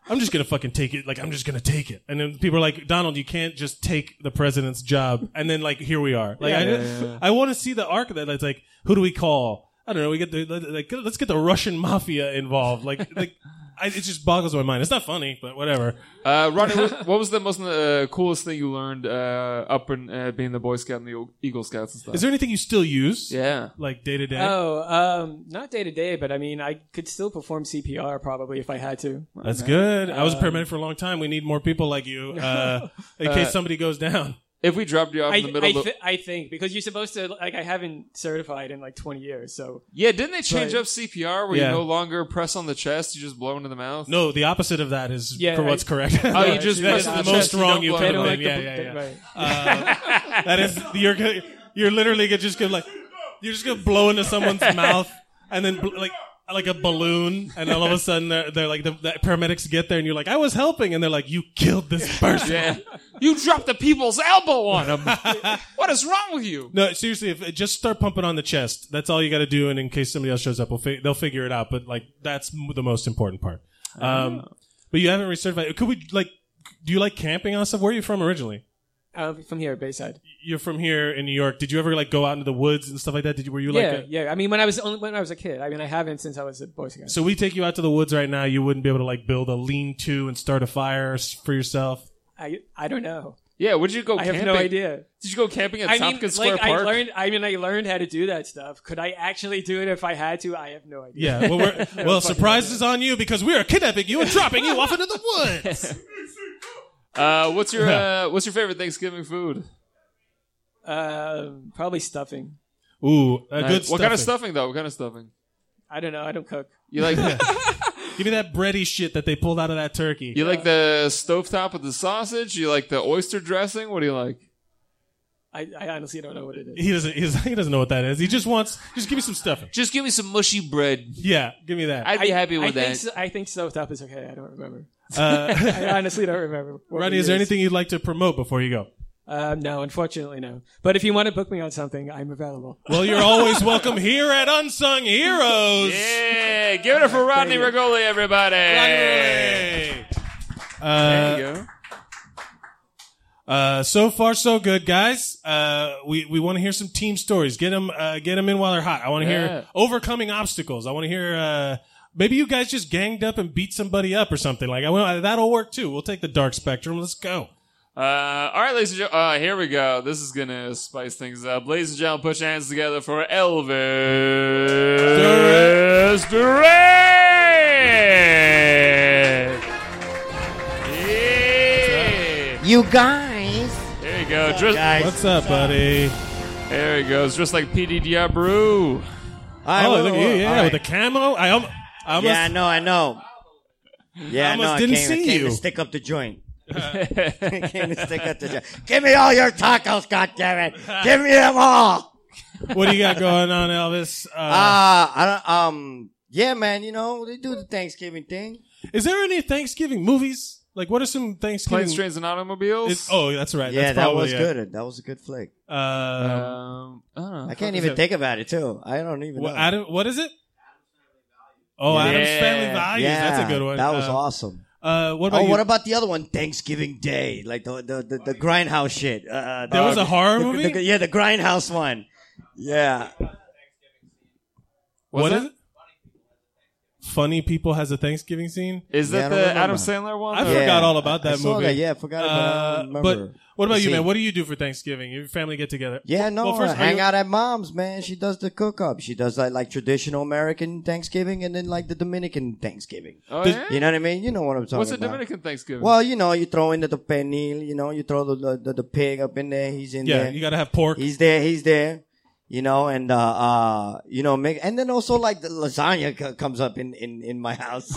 [SPEAKER 1] I'm just gonna fucking take it like I'm just gonna take it and then people are like Donald you can't just take the president's job and then like here we are like I, I want to see the arc of that it's like who do we call I don't know we get the like let's get the Russian mafia involved like like I, it just boggles my mind it's not funny but whatever
[SPEAKER 2] Uh, Ronnie, what, what was the most uh, coolest thing you learned uh, up in uh, being the Boy Scout and the Eagle- Eagle Scouts and stuff?
[SPEAKER 1] is there anything you still use
[SPEAKER 2] yeah.
[SPEAKER 1] like day to day
[SPEAKER 4] Oh, um, not day to day, but I mean, I could still perform CPR probably if I had to.
[SPEAKER 1] That's good. I was a
[SPEAKER 2] Um,
[SPEAKER 1] paramedic for a long time. We need more people like you
[SPEAKER 2] [LAUGHS]
[SPEAKER 1] uh, in case somebody goes down.
[SPEAKER 2] If we dropped you off
[SPEAKER 4] I,
[SPEAKER 2] in the middle
[SPEAKER 4] I,
[SPEAKER 2] of the.
[SPEAKER 4] th- I think because you're supposed to like I haven't certified in like 20 years, so
[SPEAKER 2] yeah, didn't they change
[SPEAKER 4] Right.
[SPEAKER 2] up CPR where
[SPEAKER 1] Yeah.
[SPEAKER 2] you no longer press on the chest, you just blow into the mouth?
[SPEAKER 1] No, the opposite of that is
[SPEAKER 4] Yeah,
[SPEAKER 1] for what's
[SPEAKER 4] I- [LAUGHS]
[SPEAKER 1] correct.
[SPEAKER 2] Oh, you
[SPEAKER 4] Right.
[SPEAKER 2] just
[SPEAKER 1] that
[SPEAKER 2] press
[SPEAKER 1] is
[SPEAKER 2] on
[SPEAKER 1] the
[SPEAKER 2] the
[SPEAKER 1] most
[SPEAKER 2] chest, you
[SPEAKER 1] wrong
[SPEAKER 2] don't
[SPEAKER 1] you
[SPEAKER 2] blow
[SPEAKER 1] could
[SPEAKER 4] they
[SPEAKER 1] have
[SPEAKER 4] don't
[SPEAKER 2] into
[SPEAKER 1] done.
[SPEAKER 4] like
[SPEAKER 1] Yeah,
[SPEAKER 4] the,
[SPEAKER 1] yeah, yeah.
[SPEAKER 4] right.
[SPEAKER 2] Uh,
[SPEAKER 1] [LAUGHS] That is you're
[SPEAKER 2] [LAUGHS]
[SPEAKER 1] gonna- you're literally gonna just gonna like you're just gonna blow into someone's mouth and then bl- like like a balloon, and all of a sudden they're, they're like the, the paramedics get there, and you're like, I was helping, and they're like, you killed this
[SPEAKER 2] [LAUGHS]
[SPEAKER 1] person.
[SPEAKER 2] Yeah. You dropped the people's elbow on
[SPEAKER 1] [LAUGHS]
[SPEAKER 2] him. what is wrong with you?
[SPEAKER 1] No, seriously, if, just start pumping on the chest. That's all you got to do, and in case somebody else shows up, we'll fi- they'll figure it out. But like, that's m- the most important part. Um, but you haven't recertified. Could we like? Do you like camping on stuff? Where are you from originally?
[SPEAKER 4] Uh, from here, Bayside.
[SPEAKER 1] You're from here in New York. Did you ever like go out into the woods and stuff like that? Did you? Were you like?
[SPEAKER 4] yeah,
[SPEAKER 1] a-
[SPEAKER 4] yeah. I mean, when I was only, when I was a kid. I mean, I haven't since I was a Boy Scout.
[SPEAKER 1] so we take you out to the woods right now. You wouldn't be able to like build a lean-to and start a fire s- for yourself.
[SPEAKER 4] I I don't know.
[SPEAKER 2] Yeah, would you go
[SPEAKER 4] I
[SPEAKER 2] camping?
[SPEAKER 4] have no idea.
[SPEAKER 2] Did you go camping at
[SPEAKER 4] I mean,
[SPEAKER 2] Tompkins Square
[SPEAKER 4] like
[SPEAKER 2] Park?
[SPEAKER 4] I learned. I mean, I learned how to do that stuff. Could I actually do it if I had to? I have no idea.
[SPEAKER 1] Yeah. Well,
[SPEAKER 4] [LAUGHS]
[SPEAKER 1] we're, well, surprise is on you because we are kidnapping you and dropping you off into the woods.
[SPEAKER 2] uh, what's
[SPEAKER 1] [LAUGHS]
[SPEAKER 2] your uh, What's your favorite Thanksgiving food?
[SPEAKER 4] Um, probably stuffing.
[SPEAKER 5] [LAUGHS]
[SPEAKER 1] Ooh, a
[SPEAKER 2] Uh,
[SPEAKER 1] Uh, good.
[SPEAKER 2] what kind of
[SPEAKER 1] stuffing.
[SPEAKER 2] stuffing though? What kind of stuffing?
[SPEAKER 4] I don't know. I don't cook.
[SPEAKER 2] You like [LAUGHS]
[SPEAKER 1] Give me that bready shit that they pulled out of that turkey.
[SPEAKER 2] you like the stovetop with the sausage? You like the oyster dressing? What do you like?
[SPEAKER 4] I, I honestly don't know what it is.
[SPEAKER 1] He doesn't. He's, he doesn't know what that is. He just wants. Just give me some stuffing.
[SPEAKER 2] Just give me some mushy bread.
[SPEAKER 1] Yeah, give me that.
[SPEAKER 2] I'd be
[SPEAKER 4] I-
[SPEAKER 2] happy
[SPEAKER 4] I
[SPEAKER 2] with
[SPEAKER 4] think
[SPEAKER 2] that.
[SPEAKER 4] So, I think soaked up is okay. I don't remember. [LAUGHS]
[SPEAKER 1] Uh,
[SPEAKER 4] I honestly don't remember. what
[SPEAKER 1] Rodney,
[SPEAKER 4] it
[SPEAKER 1] is there anything you'd like to promote before you go?
[SPEAKER 4] Um, no, unfortunately, no. But if you want to book me on something, I'm available.
[SPEAKER 1] Well, you're always welcome here at Unsung Heroes.
[SPEAKER 2] Yeah, give it up for Rodney Rigoli, everybody.
[SPEAKER 1] Hey.
[SPEAKER 2] There
[SPEAKER 1] Uh,
[SPEAKER 2] you go.
[SPEAKER 1] uh, so far, so good, guys. Uh, we we want to hear some team stories. Get them, uh, get 'em in while they're hot. I want to
[SPEAKER 2] Yeah.
[SPEAKER 1] hear overcoming obstacles. I want to hear. Uh, maybe you guys just ganged up and beat somebody up or something. Like I, will- that'll work too. We'll take the dark spectrum. Let's go.
[SPEAKER 2] Uh, all right, ladies and gentlemen. Uh, here we go. This is gonna spice things up. Ladies and gentlemen, put your hands together for Elvis Duran. Yeah.
[SPEAKER 6] You guys.
[SPEAKER 2] There you go. Just,
[SPEAKER 6] guys?
[SPEAKER 1] What's up, buddy?
[SPEAKER 2] there he goes. Just like PD Diabru.
[SPEAKER 6] I,
[SPEAKER 1] Oh,
[SPEAKER 6] whoa,
[SPEAKER 1] look at
[SPEAKER 6] whoa,
[SPEAKER 1] you! Yeah,
[SPEAKER 6] all right.
[SPEAKER 1] with the camo. I, almost, I almost.
[SPEAKER 6] yeah, I know, I know. Yeah, I
[SPEAKER 1] almost
[SPEAKER 6] know. I
[SPEAKER 1] didn't
[SPEAKER 6] came, I
[SPEAKER 1] see
[SPEAKER 6] came
[SPEAKER 1] you.
[SPEAKER 6] to stick up the
[SPEAKER 1] [LAUGHS]
[SPEAKER 6] joint. [LAUGHS] I came to stick up the joint. Give me all your tacos, goddammit. Give me them all.
[SPEAKER 1] What do you got going
[SPEAKER 6] [LAUGHS]
[SPEAKER 1] on, Elvis?
[SPEAKER 6] Uh,
[SPEAKER 1] Uh,
[SPEAKER 6] I don't, um, yeah, man, you know, they do the Thanksgiving thing.
[SPEAKER 1] is there any Thanksgiving movies? Like, what are some Thanksgiving?
[SPEAKER 2] Planes, trains, and automobiles.
[SPEAKER 1] It's- oh, that's right.
[SPEAKER 6] yeah,
[SPEAKER 1] that's
[SPEAKER 6] that
[SPEAKER 1] probably
[SPEAKER 6] was
[SPEAKER 1] it.
[SPEAKER 6] good. That was a good flick.
[SPEAKER 1] Um,
[SPEAKER 2] um, I don't know.
[SPEAKER 6] I can't
[SPEAKER 1] is
[SPEAKER 6] even
[SPEAKER 1] it?
[SPEAKER 6] think about it, too. I don't even
[SPEAKER 1] what,
[SPEAKER 6] know.
[SPEAKER 1] Adam, what is it? Oh,
[SPEAKER 2] Yeah.
[SPEAKER 1] Adam's Family Values.
[SPEAKER 6] yeah,
[SPEAKER 1] that's a good one.
[SPEAKER 6] That was
[SPEAKER 1] Uh,
[SPEAKER 6] awesome.
[SPEAKER 1] Uh, what about
[SPEAKER 6] Oh,
[SPEAKER 1] you?
[SPEAKER 6] what about the other one? Thanksgiving Day, like the the the, the grindhouse shit. Uh, Uh,
[SPEAKER 1] There was a horror
[SPEAKER 6] the-
[SPEAKER 1] movie?
[SPEAKER 6] the- the- yeah, the grindhouse one. Yeah,
[SPEAKER 1] What
[SPEAKER 2] Was
[SPEAKER 1] is it? Funny People has a Thanksgiving scene.
[SPEAKER 6] Yeah,
[SPEAKER 2] Is
[SPEAKER 6] I
[SPEAKER 2] that
[SPEAKER 6] don't
[SPEAKER 2] the
[SPEAKER 6] remember.
[SPEAKER 2] Adam Sandler one?
[SPEAKER 1] I
[SPEAKER 2] Or-
[SPEAKER 6] Yeah.
[SPEAKER 1] forgot all about
[SPEAKER 6] I
[SPEAKER 1] that
[SPEAKER 6] saw
[SPEAKER 1] movie.
[SPEAKER 6] that. Yeah, I forgot about it, but I don't
[SPEAKER 1] Uh,
[SPEAKER 6] remember.
[SPEAKER 1] what about you,
[SPEAKER 6] See.
[SPEAKER 1] man? What do you do for Thanksgiving? Your family get together?
[SPEAKER 6] yeah. No,
[SPEAKER 1] Well, first, are
[SPEAKER 6] hang
[SPEAKER 1] you-
[SPEAKER 6] out at mom's, man. She does the cook up. She does like like traditional American Thanksgiving, and then like the Dominican Thanksgiving.
[SPEAKER 2] Oh,
[SPEAKER 1] Did-
[SPEAKER 2] yeah?
[SPEAKER 6] You know what I mean? You know what I'm talking
[SPEAKER 2] What's the
[SPEAKER 6] about.
[SPEAKER 2] Dominican Thanksgiving?
[SPEAKER 6] Well, you know, you throw in the, the penil, you know, you throw the the, the the pig up in there. He's in
[SPEAKER 1] Yeah,
[SPEAKER 6] there.
[SPEAKER 1] you got to have pork.
[SPEAKER 6] He's there. He's there. You know, and uh, uh, you know, make, and then also like the lasagna c- comes up in in in my
[SPEAKER 2] [LAUGHS]
[SPEAKER 6] house.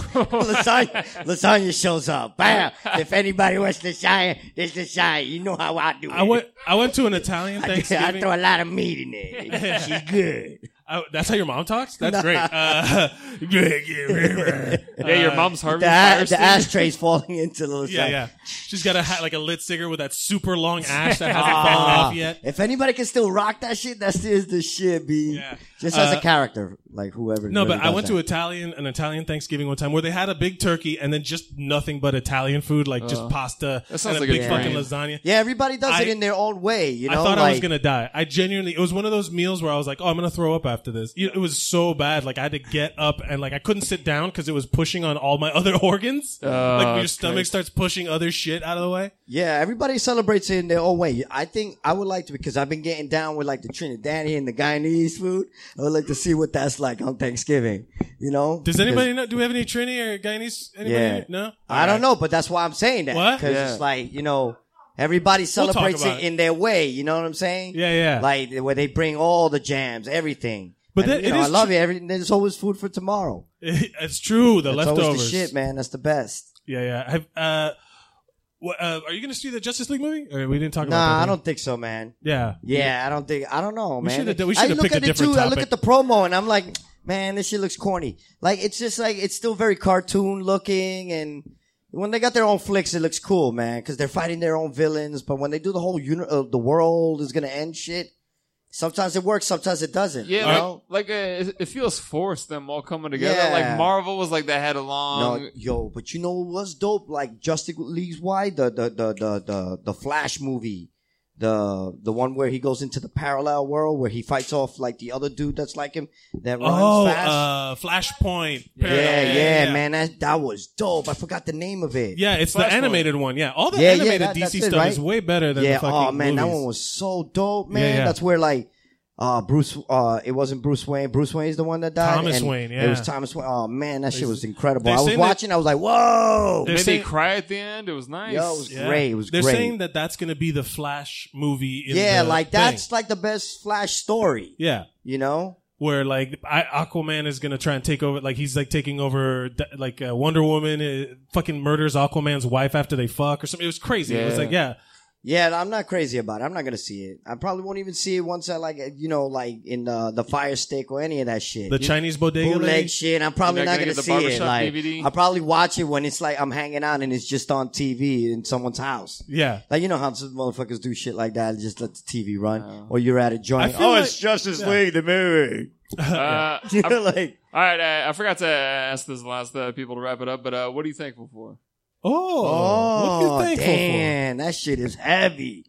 [SPEAKER 6] lasagna, lasagna shows up. Bam! If anybody wants lasagna, there's lasagna. You know how I do it.
[SPEAKER 1] I went. I went to an Italian
[SPEAKER 6] [LAUGHS] I,
[SPEAKER 1] Thanksgiving.
[SPEAKER 6] throw a lot of meat in there.
[SPEAKER 1] [LAUGHS]
[SPEAKER 6] She's good.
[SPEAKER 1] Oh, that's how your mom talks.
[SPEAKER 6] [LAUGHS]
[SPEAKER 1] That's great. Uh, [LAUGHS] yeah,
[SPEAKER 2] yeah, your mom's Harvey
[SPEAKER 6] Uh, The, a- the
[SPEAKER 2] Firestein.
[SPEAKER 1] [LAUGHS]
[SPEAKER 6] ashtray's falling into the lasagna.
[SPEAKER 1] Uh, yeah. She's got a hat like a lit cigarette with that super long
[SPEAKER 6] [LAUGHS]
[SPEAKER 1] ash that hasn't fallen
[SPEAKER 6] Ah,
[SPEAKER 1] off yet.
[SPEAKER 6] if anybody can still rock that shit, that still is the shit, B.
[SPEAKER 1] Yeah.
[SPEAKER 6] Just as
[SPEAKER 1] Uh,
[SPEAKER 6] a character, like whoever.
[SPEAKER 1] No, but I went to Italian an Italian Thanksgiving one time where they had a big turkey and then just nothing but Italian food, like just
[SPEAKER 6] Uh,
[SPEAKER 1] pasta
[SPEAKER 2] That
[SPEAKER 1] and
[SPEAKER 2] sounds
[SPEAKER 1] a
[SPEAKER 2] like a
[SPEAKER 1] big fucking
[SPEAKER 2] dream.
[SPEAKER 1] lasagna.
[SPEAKER 6] Yeah, everybody does
[SPEAKER 1] I-
[SPEAKER 6] it in their own way. You know,
[SPEAKER 1] I thought I was
[SPEAKER 6] like-
[SPEAKER 1] gonna die. I genuinely, it was one of those meals where I was like, "Oh, I'm gonna throw up after this." It it was so bad. Like I had to get up and like I couldn't sit down because it was pushing on all my [LAUGHS] other organs.
[SPEAKER 6] Oh,
[SPEAKER 1] like your stomach starts pushing other shit out of the way.
[SPEAKER 6] Yeah, everybody celebrates it in their own way. I think I would like to because I've been getting down with like the Trinidadian and the Guyanese food. I would like to see what that's like on Thanksgiving. You know?
[SPEAKER 1] Does anybody know? Do we have any Trini or Guyanese? Anybody?
[SPEAKER 6] Yeah.
[SPEAKER 1] No.
[SPEAKER 6] I
[SPEAKER 1] Alright.
[SPEAKER 6] don't know, but that's why I'm saying that
[SPEAKER 1] What?
[SPEAKER 6] because
[SPEAKER 2] Yeah.
[SPEAKER 6] it's like you know everybody celebrates
[SPEAKER 1] about
[SPEAKER 6] it
[SPEAKER 1] it.
[SPEAKER 6] in their way. You know what I'm saying?
[SPEAKER 1] Yeah, yeah.
[SPEAKER 6] Like where they bring all the jams, everything.
[SPEAKER 1] But
[SPEAKER 6] And,
[SPEAKER 1] that-
[SPEAKER 6] you
[SPEAKER 1] it
[SPEAKER 6] know, I
[SPEAKER 1] is
[SPEAKER 6] love
[SPEAKER 1] tr-
[SPEAKER 6] it. Every, there's always food for tomorrow.
[SPEAKER 1] [LAUGHS] it's true. The
[SPEAKER 6] That's
[SPEAKER 1] leftovers.
[SPEAKER 6] always the shit, man. That's the best.
[SPEAKER 1] Yeah, yeah. Have, uh, wha- uh, are you going to see the Justice League movie? Or uh, we didn't talk about that.
[SPEAKER 6] Nah, I
[SPEAKER 1] did we?
[SPEAKER 6] don't think so, man.
[SPEAKER 1] Yeah.
[SPEAKER 6] Yeah, I don't think I don't know,
[SPEAKER 1] We
[SPEAKER 6] man.
[SPEAKER 1] should've- we
[SPEAKER 6] I
[SPEAKER 1] should've
[SPEAKER 6] look
[SPEAKER 1] picked a
[SPEAKER 6] at it
[SPEAKER 1] different
[SPEAKER 6] too. I look
[SPEAKER 1] topic.
[SPEAKER 6] at the promo and I'm like, man, this shit looks corny. Like it's just like it's still very cartoon looking, and when they got their own flicks, it looks cool, man, because they're fighting their own villains. But when they do the whole uni- uh, the world is gonna end shit. Sometimes it works, sometimes it doesn't.
[SPEAKER 2] Yeah,
[SPEAKER 6] you
[SPEAKER 2] like,
[SPEAKER 6] know?
[SPEAKER 2] like, uh, it, it feels forced. Them all coming together.
[SPEAKER 6] Yeah.
[SPEAKER 2] Like Marvel was like that had a long.
[SPEAKER 1] Um,
[SPEAKER 6] no, yo, but you know what was dope? Like Justice League's why the the the the the, the Flash movie, the the one where he goes into the parallel world where he fights off like the other dude that's like him that runs
[SPEAKER 1] Oh,
[SPEAKER 6] fast.
[SPEAKER 1] uh, Flashpoint.
[SPEAKER 6] yeah, yeah,
[SPEAKER 1] Parallel.
[SPEAKER 6] man, that that was dope. I forgot the name of it.
[SPEAKER 1] Yeah, it's the
[SPEAKER 2] Flashpoint.
[SPEAKER 1] animated one. Yeah, all the
[SPEAKER 6] Yeah, yeah,
[SPEAKER 1] animated
[SPEAKER 6] that- that's
[SPEAKER 1] DC
[SPEAKER 6] it,
[SPEAKER 1] stuff
[SPEAKER 6] right?
[SPEAKER 1] is way better than
[SPEAKER 6] yeah.
[SPEAKER 1] the fucking
[SPEAKER 6] Oh man, that
[SPEAKER 1] movies.
[SPEAKER 6] one was so dope, man.
[SPEAKER 1] Yeah, yeah.
[SPEAKER 6] That's where like. Uh, Bruce, uh, it wasn't Bruce Wayne. Bruce Wayne's the one that died.
[SPEAKER 1] Thomas
[SPEAKER 6] and
[SPEAKER 1] Wayne,
[SPEAKER 6] It was
[SPEAKER 1] yeah.
[SPEAKER 6] Thomas Wayne. Oh man, that shit was incredible.
[SPEAKER 1] they're
[SPEAKER 6] I was
[SPEAKER 1] saying that-
[SPEAKER 6] watching. I was like, whoa.
[SPEAKER 1] They're
[SPEAKER 2] Made
[SPEAKER 1] saying-
[SPEAKER 2] me cry at the end. It was nice.
[SPEAKER 6] Yo, it was great. It was
[SPEAKER 1] They're
[SPEAKER 6] great.
[SPEAKER 1] saying that that's going to be the Flash movie. In
[SPEAKER 6] yeah,
[SPEAKER 1] the
[SPEAKER 6] like
[SPEAKER 1] thing.
[SPEAKER 6] that's like the best Flash story.
[SPEAKER 1] yeah.
[SPEAKER 6] You know?
[SPEAKER 1] Where like I, Aquaman is gonna try and take over, like he's like taking over, th- like uh, Wonder Woman uh, fucking murders Aquaman's wife after they fuck or something. It was crazy. It was
[SPEAKER 2] Yeah.
[SPEAKER 1] like yeah,
[SPEAKER 6] Yeah, I'm not crazy about it. I'm not gonna see it. I probably won't even see it once I like you know like in the the fire stick or any of that shit.
[SPEAKER 1] the Chinese bodega. lady.
[SPEAKER 6] bootleg shit. I'm probably
[SPEAKER 2] You're
[SPEAKER 6] not, gonna,
[SPEAKER 2] not gonna get the
[SPEAKER 6] see it.
[SPEAKER 2] barbershop
[SPEAKER 6] Like
[SPEAKER 2] DVD?
[SPEAKER 6] I probably watch it when it's like I'm hanging out and it's just on TV in someone's house.
[SPEAKER 1] Yeah,
[SPEAKER 6] Like you know how some motherfuckers do shit like that. Just let the TV run, or you're at a
[SPEAKER 1] I
[SPEAKER 6] joint.
[SPEAKER 1] feel
[SPEAKER 6] Oh,
[SPEAKER 1] like-
[SPEAKER 6] it's Justice League the
[SPEAKER 1] [LAUGHS]
[SPEAKER 6] movie. [LAUGHS]
[SPEAKER 2] Uh,
[SPEAKER 6] You
[SPEAKER 2] I-
[SPEAKER 6] know, like
[SPEAKER 2] all right, uh, I, I forgot to ask this last uh, people to wrap it up, but uh, what are you thankful for?
[SPEAKER 1] Oh,
[SPEAKER 6] Oh,
[SPEAKER 1] what are you thankful
[SPEAKER 6] damn, that shit is heavy.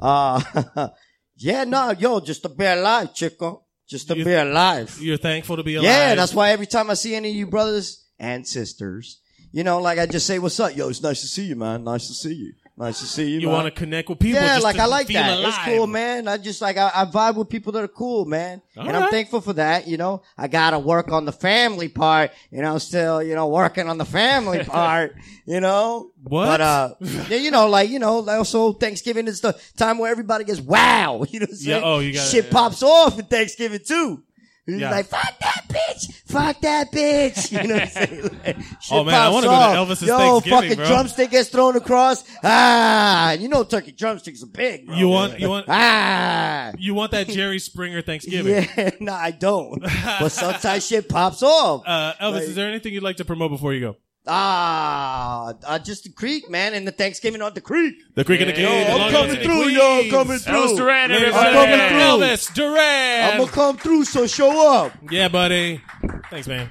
[SPEAKER 6] Uh, [LAUGHS] yeah, no, yo, just to be alive, chico. Just to
[SPEAKER 1] You-
[SPEAKER 6] be alive.
[SPEAKER 1] for? You're thankful to be alive.
[SPEAKER 6] Yeah, that's why every time I see any of you brothers and sisters, you know, like I just say, what's up? Yo, it's nice to see you, man. Nice to see you. Nice to see you,
[SPEAKER 1] you
[SPEAKER 6] man.
[SPEAKER 1] want to connect with people.
[SPEAKER 6] yeah,
[SPEAKER 1] just
[SPEAKER 6] like
[SPEAKER 1] to
[SPEAKER 6] I like
[SPEAKER 1] feel
[SPEAKER 6] that. It's
[SPEAKER 1] alive.
[SPEAKER 6] cool, man. I just like I, I vibe with people that are cool, man,
[SPEAKER 1] All
[SPEAKER 6] and
[SPEAKER 1] right.
[SPEAKER 6] I'm thankful for that. You know, I gotta work on the family part. You know, still, you know, working on the
[SPEAKER 1] [LAUGHS]
[SPEAKER 6] family part. You know,
[SPEAKER 1] What?
[SPEAKER 6] But uh, yeah, you know, like you know, like also Thanksgiving is the time where everybody gets wow. [LAUGHS] You know, what I'm
[SPEAKER 1] Yeah,
[SPEAKER 6] saying?
[SPEAKER 1] oh, you gotta-
[SPEAKER 6] shit
[SPEAKER 1] yeah.
[SPEAKER 6] pops off at Thanksgiving too. It's
[SPEAKER 1] Yeah.
[SPEAKER 6] Like fuck that bitch, fuck that bitch. [LAUGHS] You
[SPEAKER 1] [LAUGHS]
[SPEAKER 6] know what I'm saying? Like, shit
[SPEAKER 1] Oh, man, I
[SPEAKER 6] pops
[SPEAKER 1] wanna go to
[SPEAKER 6] off.
[SPEAKER 1] Elvis's
[SPEAKER 6] Yo,
[SPEAKER 1] Thanksgiving,
[SPEAKER 6] fucking
[SPEAKER 1] bro.
[SPEAKER 6] drumstick gets thrown across. Ah, you know turkey drumsticks are big. Bro.
[SPEAKER 1] You want- you want-
[SPEAKER 6] ah.
[SPEAKER 1] You want that Jerry Springer Thanksgiving?
[SPEAKER 6] Yeah, [LAUGHS] no, I
[SPEAKER 1] [LAUGHS]
[SPEAKER 6] don't. But sometimes shit pops off.
[SPEAKER 1] Uh, Elvis,
[SPEAKER 6] Like-
[SPEAKER 1] is there anything you'd like to promote before you go?
[SPEAKER 6] ah, uh, just the creek, man, and the Thanksgiving on the creek.
[SPEAKER 1] The Creek of the
[SPEAKER 2] Yeah.
[SPEAKER 1] King.
[SPEAKER 2] Yo,
[SPEAKER 1] the
[SPEAKER 2] I'm
[SPEAKER 1] Long
[SPEAKER 2] coming
[SPEAKER 1] Island
[SPEAKER 6] through,
[SPEAKER 1] Queens.
[SPEAKER 6] yo, I'm coming through.
[SPEAKER 2] Elvis Duran,
[SPEAKER 1] Ladies and
[SPEAKER 2] everybody.
[SPEAKER 6] coming
[SPEAKER 1] gentlemen,
[SPEAKER 6] through.
[SPEAKER 1] Elvis Duran.
[SPEAKER 6] I'm gonna come through, so show up.
[SPEAKER 1] yeah, buddy. Thanks, man.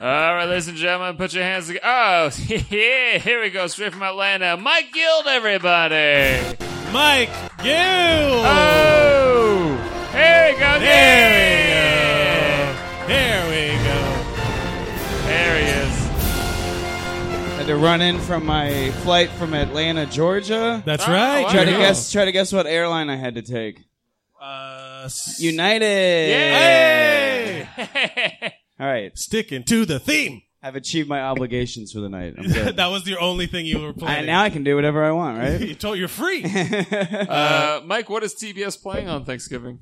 [SPEAKER 2] All right, ladies and gentlemen, put your hands together. Oh, [LAUGHS] yeah, here we go, straight from Atlanta. Mike Guild, everybody.
[SPEAKER 1] Mike, you.
[SPEAKER 2] Oh, here we go.
[SPEAKER 1] There we go. There we go.
[SPEAKER 2] There he is.
[SPEAKER 7] Had to run in from my flight from Atlanta, Georgia. Ah,
[SPEAKER 1] That's
[SPEAKER 2] Oh,
[SPEAKER 1] right.
[SPEAKER 2] wow.
[SPEAKER 7] Try to
[SPEAKER 1] Jerry.
[SPEAKER 7] guess. Try to guess what airline I had to
[SPEAKER 1] [LAUGHS]
[SPEAKER 7] take.
[SPEAKER 1] Uh, s-
[SPEAKER 7] United.
[SPEAKER 1] Hey!
[SPEAKER 7] All right.
[SPEAKER 1] Sticking to the theme.
[SPEAKER 7] I've achieved my obligations for the night.
[SPEAKER 1] [LAUGHS]
[SPEAKER 7] I'm good.
[SPEAKER 1] that was the only thing you were
[SPEAKER 7] I,
[SPEAKER 1] playing.
[SPEAKER 7] now I can do whatever I want,
[SPEAKER 1] you [LAUGHS]
[SPEAKER 7] right?
[SPEAKER 1] told you're free.
[SPEAKER 2] uh, Mike, what is TBS playing on Thanksgiving?